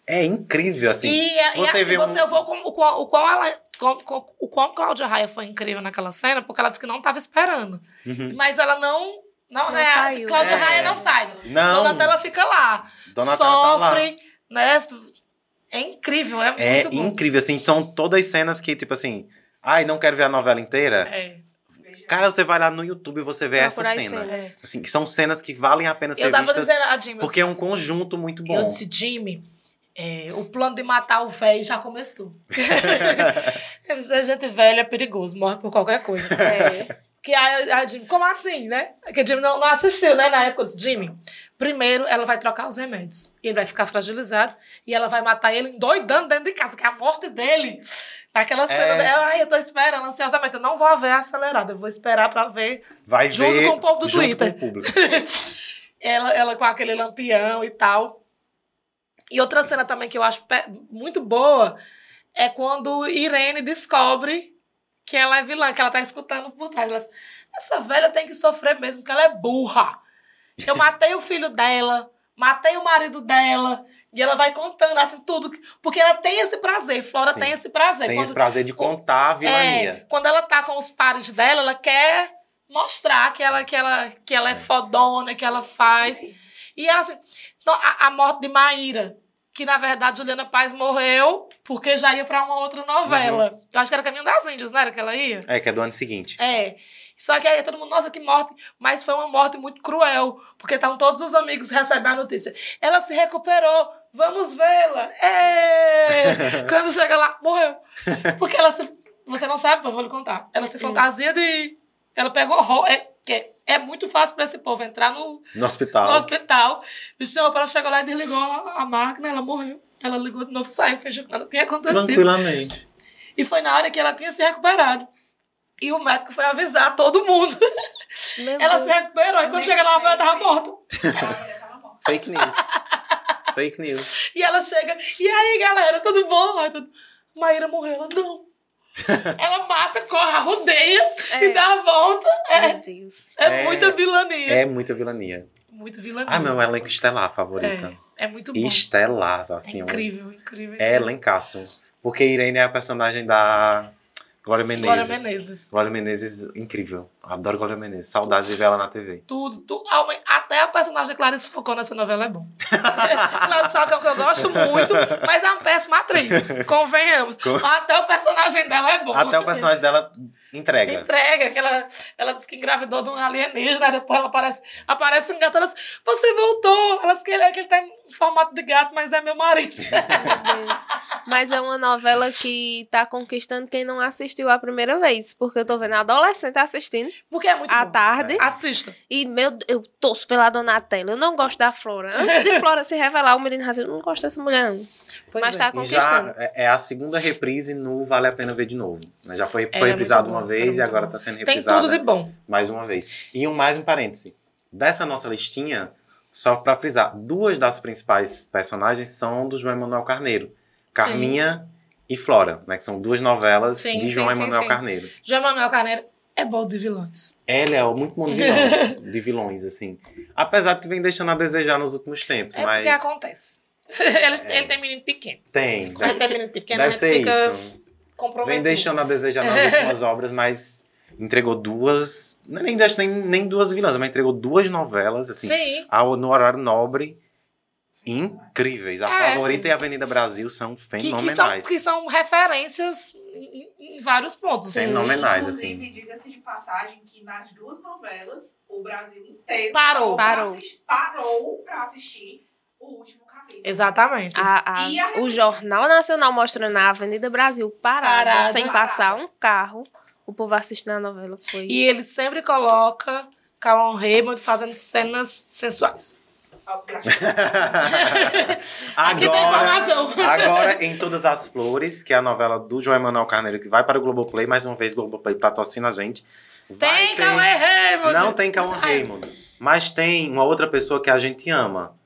Speaker 1: É incrível, assim.
Speaker 2: E, e
Speaker 1: Você
Speaker 2: assim,
Speaker 1: vê um-
Speaker 2: você vê o quão- o quão- o quão ela- com- com- o quão Cláudia Raia foi incrível naquela cena, porque ela disse que não tava esperando.
Speaker 1: Uhum.
Speaker 2: Mas ela não. Não,
Speaker 4: Não
Speaker 2: rea-
Speaker 4: saiu.
Speaker 2: Cláudia
Speaker 1: É.
Speaker 2: Raia não sai.
Speaker 1: Não.
Speaker 2: Donatella fica lá.
Speaker 1: Donatella tá lá.
Speaker 2: sofre, né? É incrível, é muito
Speaker 1: É
Speaker 2: bom.
Speaker 1: incrível, assim. Então, todas as cenas que, tipo assim... Ai, não quero ver a novela inteira.
Speaker 2: É.
Speaker 1: Cara, você vai lá no YouTube e você vê essa
Speaker 4: Procurar as
Speaker 1: cena.
Speaker 4: cenas.
Speaker 1: Assim, que são cenas que valem a pena
Speaker 2: Eu
Speaker 1: ser
Speaker 2: tava
Speaker 1: vistas.
Speaker 2: dizendo a Jimmy. eu
Speaker 1: Porque é um conjunto muito
Speaker 2: Eu
Speaker 1: bom.
Speaker 2: disse, Jimmy, é, o plano de matar o velho já começou. a gente velha é perigoso, morre por qualquer coisa.
Speaker 4: É.
Speaker 2: Que a, a Jimmy, como assim, né? Que a Jimmy não, não assistiu, né? Na época, eu disse, Jimmy, primeiro ela vai trocar os remédios. E ele vai ficar fragilizado. E ela vai matar ele endoidando dentro de casa, que é a morte dele. Naquela cena,
Speaker 1: É.
Speaker 2: dela, ai, eu tô esperando ansiosamente. Eu não vou ver acelerada, eu vou esperar pra ver
Speaker 1: Vai
Speaker 2: Junto
Speaker 1: ver
Speaker 2: com o povo do
Speaker 1: junto
Speaker 2: Twitter.
Speaker 1: com o público.
Speaker 2: ela, ela com aquele lampião e tal. E outra cena também que eu acho pe- muito boa é quando Irene descobre que ela é vilã, que ela tá escutando por trás. Ela diz, essa velha tem que sofrer mesmo, que ela é burra. Eu matei o filho dela, matei o marido dela. E ela vai contando assim tudo. que- Porque ela tem esse prazer, Flora
Speaker 1: Sim.
Speaker 2: tem esse prazer.
Speaker 1: Tem esse
Speaker 2: Quando-
Speaker 1: prazer de contar a
Speaker 2: é,
Speaker 1: vilania.
Speaker 2: quando ela tá com os pares dela, ela quer mostrar que ela, que ela, que ela é fodona, que ela faz. E ela assim. então, a, a morte de Maíra, que na verdade Juliana Paz morreu porque já ia pra uma outra novela. Eu acho que era Caminho das Índias, não era que ela ia?
Speaker 1: É. que é do ano seguinte.
Speaker 2: É. Só que aí todo mundo, nossa, que morte. Mas foi uma morte muito cruel, porque estavam todos os amigos recebendo a notícia. Ela se recuperou, vamos vê-la. É! Quando chega lá, morreu. Porque ela se. Você não sabe, eu vou lhe contar. Ela se fantasia de. Ela pegou. ro- É, que é- é muito fácil pra esse povo entrar no,
Speaker 1: No
Speaker 2: no
Speaker 1: hospital.
Speaker 2: hospital. Bicho, ela chegou lá e desligou a, a máquina, ela morreu. Ela ligou de novo, saiu, fechou que nada tinha acontecido.
Speaker 1: Tranquilamente.
Speaker 2: E foi na hora que ela tinha se recuperado. E o médico foi avisar todo mundo.
Speaker 4: Meu
Speaker 2: ela
Speaker 4: Deus.
Speaker 2: se recuperou e quando chega lá, ela tava morta.
Speaker 1: Fake news. Fake news.
Speaker 2: E ela chega, e aí galera, tudo bom? Aí tudo- Maíra morreu, ela não. ela mata, corre, rodeia e
Speaker 4: É.
Speaker 2: dá a volta. É,
Speaker 4: Meu Deus.
Speaker 2: é
Speaker 1: É.
Speaker 2: muita vilania.
Speaker 1: É muita vilania.
Speaker 2: Muito vilania.
Speaker 1: Ah, meu elenco estelar favorita.
Speaker 2: é, é muito bom.
Speaker 1: Estelar,
Speaker 2: É
Speaker 1: assim. um-
Speaker 2: incrível, incrível.
Speaker 1: É elencaço. Porque Irene é a personagem da Glória Menezes.
Speaker 2: Glória Menezes.
Speaker 1: Glória Menezes, incrível. Adoro Glória Menezes. Saudades de ver ela na TV.
Speaker 2: Tudo, tu- alma- até a personagem Clarice Falcão nessa novela é bom. Clarice Falcão que eu gosto muito, mas é uma péssima atriz, convenhamos. Até o personagem dela é bom.
Speaker 1: Até o personagem dela
Speaker 2: Então,
Speaker 1: entrega.
Speaker 2: Entrega, que ela, ela disse que engravidou de um alienígena, aí depois ela aparece, aparece um gato, ela diz, você voltou. Ela disse que ele, que ele tá em formato de gato, mas é meu marido.
Speaker 4: Meu Deus. Mas é uma novela que tá conquistando quem não assistiu a primeira vez. Porque eu tô vendo adolescente assistindo
Speaker 2: Porque é muito
Speaker 4: à
Speaker 2: bom.
Speaker 4: tarde.
Speaker 2: Assista.
Speaker 4: E, meu, eu torço pela Donatella. Eu não gosto da Flora. Antes de Flora se revelar, o menino rasga, eu não gosto dessa mulher, não.
Speaker 2: Pois
Speaker 4: Mas
Speaker 2: é.
Speaker 4: tá
Speaker 1: E já
Speaker 4: conquistando.
Speaker 1: é é a segunda reprise no Vale a Pena Ver de Novo. né? Já foi,
Speaker 2: Era
Speaker 1: foi
Speaker 2: É, muito
Speaker 1: reprisado
Speaker 2: bom,
Speaker 1: uma
Speaker 2: era
Speaker 1: vez e
Speaker 2: muito
Speaker 1: agora
Speaker 2: bom.
Speaker 1: está sendo
Speaker 2: Tem tudo
Speaker 1: reprisada
Speaker 2: de bom.
Speaker 1: mais uma vez. E um, mais um parêntese. Dessa nossa listinha, só pra frisar, duas das principais personagens são do João Emanuel Carneiro. Carminha e Flora, né? Que são duas novelas
Speaker 2: Sim,
Speaker 1: de
Speaker 2: sim,
Speaker 1: João
Speaker 2: sim,
Speaker 1: Emanuel
Speaker 2: sim.
Speaker 1: Carneiro.
Speaker 2: João Manuel Carneiro é bom de vilões.
Speaker 1: Ela é muito bom de vilão, de vilões, assim. Apesar de que vem deixando a desejar nos últimos tempos,
Speaker 2: É
Speaker 1: mas É.
Speaker 2: porque acontece. ele, ele tem menino pequeno.
Speaker 1: tem.
Speaker 2: Quando
Speaker 1: Deve,
Speaker 2: ele tem menino pequeno,
Speaker 1: deve
Speaker 2: ele
Speaker 1: ser
Speaker 2: né, fica
Speaker 1: isso.
Speaker 2: comprometido.
Speaker 1: Vem deixando a desejar nas últimas obras, mas entregou duas. não é Nem, nem, nem duas vilãs, mas entregou duas novelas, assim.
Speaker 2: Sim.
Speaker 1: ao- no horário nobre. Incríveis. A
Speaker 2: É,
Speaker 1: Favorita e a Avenida Brasil são
Speaker 2: Que, que, são,
Speaker 1: fenomenais.
Speaker 2: que são referências em, em- em vários pontos.
Speaker 1: É Fenomenais,
Speaker 5: Inclusive,
Speaker 1: assim.
Speaker 5: diga-se de passagem que nas duas novelas, o Brasil inteiro
Speaker 2: Parou.
Speaker 5: pra
Speaker 4: Parou.
Speaker 5: assistir- parou pra assistir o último capítulo.
Speaker 2: Exatamente.
Speaker 4: A- a-
Speaker 5: E a-
Speaker 4: o Jornal Nacional mostrando a Avenida Brasil parada,
Speaker 2: Parada.
Speaker 4: sem passar um carro. O povo assistindo a novela foi.
Speaker 2: E ele sempre coloca Calon Raymond fazendo cenas sensuais.
Speaker 5: É
Speaker 2: Aqui tem
Speaker 1: agora,
Speaker 2: informação.
Speaker 1: agora, em Todas as Flores, que é a novela do João Emanuel Carneiro, que vai para o Globoplay, mais uma vez, Globoplay patrocina a gente. Vai
Speaker 2: Tem
Speaker 1: ter-
Speaker 2: Calon Raymond!
Speaker 1: Não tem Calma
Speaker 2: Ai.
Speaker 1: Raymond. Mas tem uma outra pessoa que a gente ama.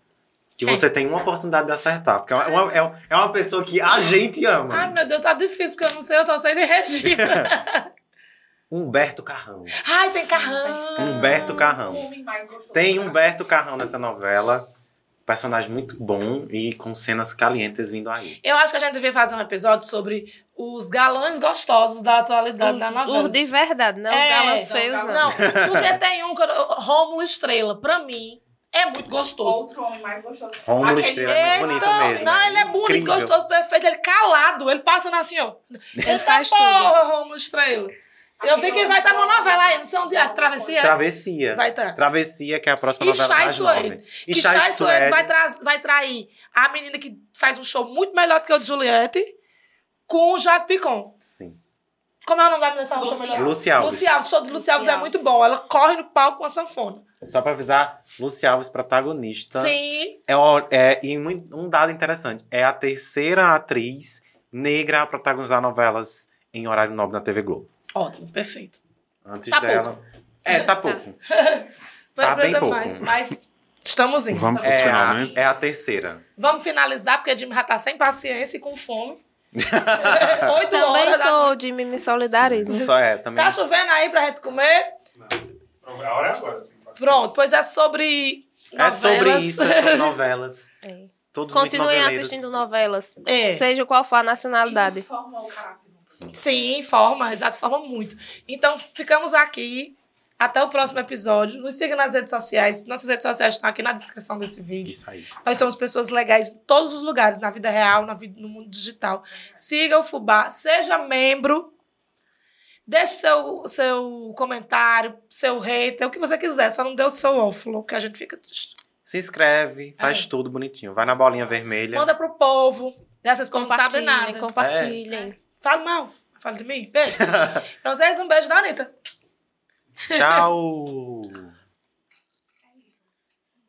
Speaker 1: Que
Speaker 2: Quem?
Speaker 1: você tem uma oportunidade de acertar. Porque é uma, é uma- é uma pessoa que a gente
Speaker 2: Ai,
Speaker 1: ama.
Speaker 2: meu Deus, tá difícil, porque eu não sei, eu só sei de Regina.
Speaker 1: Humberto Carrão.
Speaker 2: Ai, tem Carrão.
Speaker 1: Humberto
Speaker 5: O
Speaker 1: um Carrão.
Speaker 5: Um homem mais gostoso.
Speaker 1: Tem um Humberto Carrão nessa novela. Personagem muito bom e com cenas calientes vindo aí.
Speaker 2: Eu acho que a gente devia fazer um episódio sobre os galãs gostosos da atualidade
Speaker 4: Os-
Speaker 2: da novela.
Speaker 4: os de verdade, não
Speaker 2: É,
Speaker 4: os galãs
Speaker 5: são os
Speaker 4: feios,
Speaker 5: galãs.
Speaker 4: não.
Speaker 2: Não, porque tem um que eu- Rômulo Estrela, pra mim, é muito gostoso.
Speaker 5: Outro homem mais gostoso.
Speaker 1: Rômulo
Speaker 5: Aquele-
Speaker 1: Estrela é muito
Speaker 2: Eita,
Speaker 1: bonito mesmo.
Speaker 2: Não, ele é bonito,
Speaker 1: Incrível.
Speaker 2: gostoso, perfeito. Ele calado, ele passa na assim, ó. Ele
Speaker 4: faz tudo.
Speaker 2: porra, Rômulo Estrela. Eu vi que vai estar numa novela aí, não sei onde é, Travessia?
Speaker 1: Travessia.
Speaker 2: Vai estar.
Speaker 1: Travessia, que é a próxima
Speaker 2: E
Speaker 1: novela
Speaker 2: Chay
Speaker 1: das
Speaker 2: Suede.
Speaker 1: nove.
Speaker 2: Que Chay Suede vai, tá- tra- vai trair a menina que faz um show muito melhor do que o de Juliette com o Jade Picon.
Speaker 1: Sim.
Speaker 2: Como é o nome da menina que faz um show
Speaker 5: Lucy
Speaker 2: melhor?
Speaker 1: Lucy Alves.
Speaker 2: Lucy Alves. O show de Lucy
Speaker 4: Lucy
Speaker 2: Alves é
Speaker 4: Alves.
Speaker 2: muito bom. Ela corre no palco com a sanfona.
Speaker 1: Só pra avisar, Luci Alves, protagonista.
Speaker 2: Sim.
Speaker 1: É, o- é, e mui- um dado interessante. É a terceira atriz negra a protagonizar novelas em horário nobre na TV Globo.
Speaker 2: Ótimo, perfeito.
Speaker 1: Antes
Speaker 2: Tá
Speaker 1: dela. É, tá pouco.
Speaker 2: Vai
Speaker 1: Tá bem
Speaker 2: precisar
Speaker 1: pouco.
Speaker 2: mais, mas estamos indo.
Speaker 3: Vamos-
Speaker 2: Estamos
Speaker 1: É
Speaker 2: indo.
Speaker 1: a,
Speaker 3: finalmente.
Speaker 1: é a terceira.
Speaker 2: Vamos finalizar, porque a Jimmy já tá sem paciência e com fome. Oito
Speaker 4: Também
Speaker 2: horas da
Speaker 4: tô de mim me solidarizo.
Speaker 1: Só é, também.
Speaker 2: Tá chovendo aí pra gente comer?
Speaker 3: A hora é agora. assim, pode.
Speaker 2: Pronto, pois é sobre
Speaker 1: É
Speaker 2: novelas.
Speaker 1: sobre isso, é sobre novelas.
Speaker 4: É.
Speaker 1: Todos muito
Speaker 4: Continuem
Speaker 1: noveleiros.
Speaker 4: assistindo novelas,
Speaker 2: É.
Speaker 4: seja qual for a
Speaker 5: Isso
Speaker 4: nacionalidade.
Speaker 5: forma o caráter do
Speaker 2: Sim, forma, exato, forma muito. Então, ficamos aqui. Até o próximo episódio. Nos siga nas redes sociais. Nossas redes sociais estão aqui na descrição desse vídeo.
Speaker 1: Isso aí.
Speaker 2: Nós somos pessoas legais em todos os lugares, na vida real, na vida, no mundo digital. Siga o Fubá, seja membro. Deixe seu, seu comentário, seu hater, o que você quiser. Só não dê o seu ófulo, porque a gente fica triste.
Speaker 1: Se inscreve, faz tudo bonitinho. Vai na bolinha vermelha.
Speaker 2: Manda pro povo. Dessas como não sabem
Speaker 4: Compartilhem,
Speaker 2: nada.
Speaker 4: compartilhem.
Speaker 2: Fala mal. Fala de mim. Beijo. pra vocês, um beijo da Anitta.
Speaker 1: Tchau!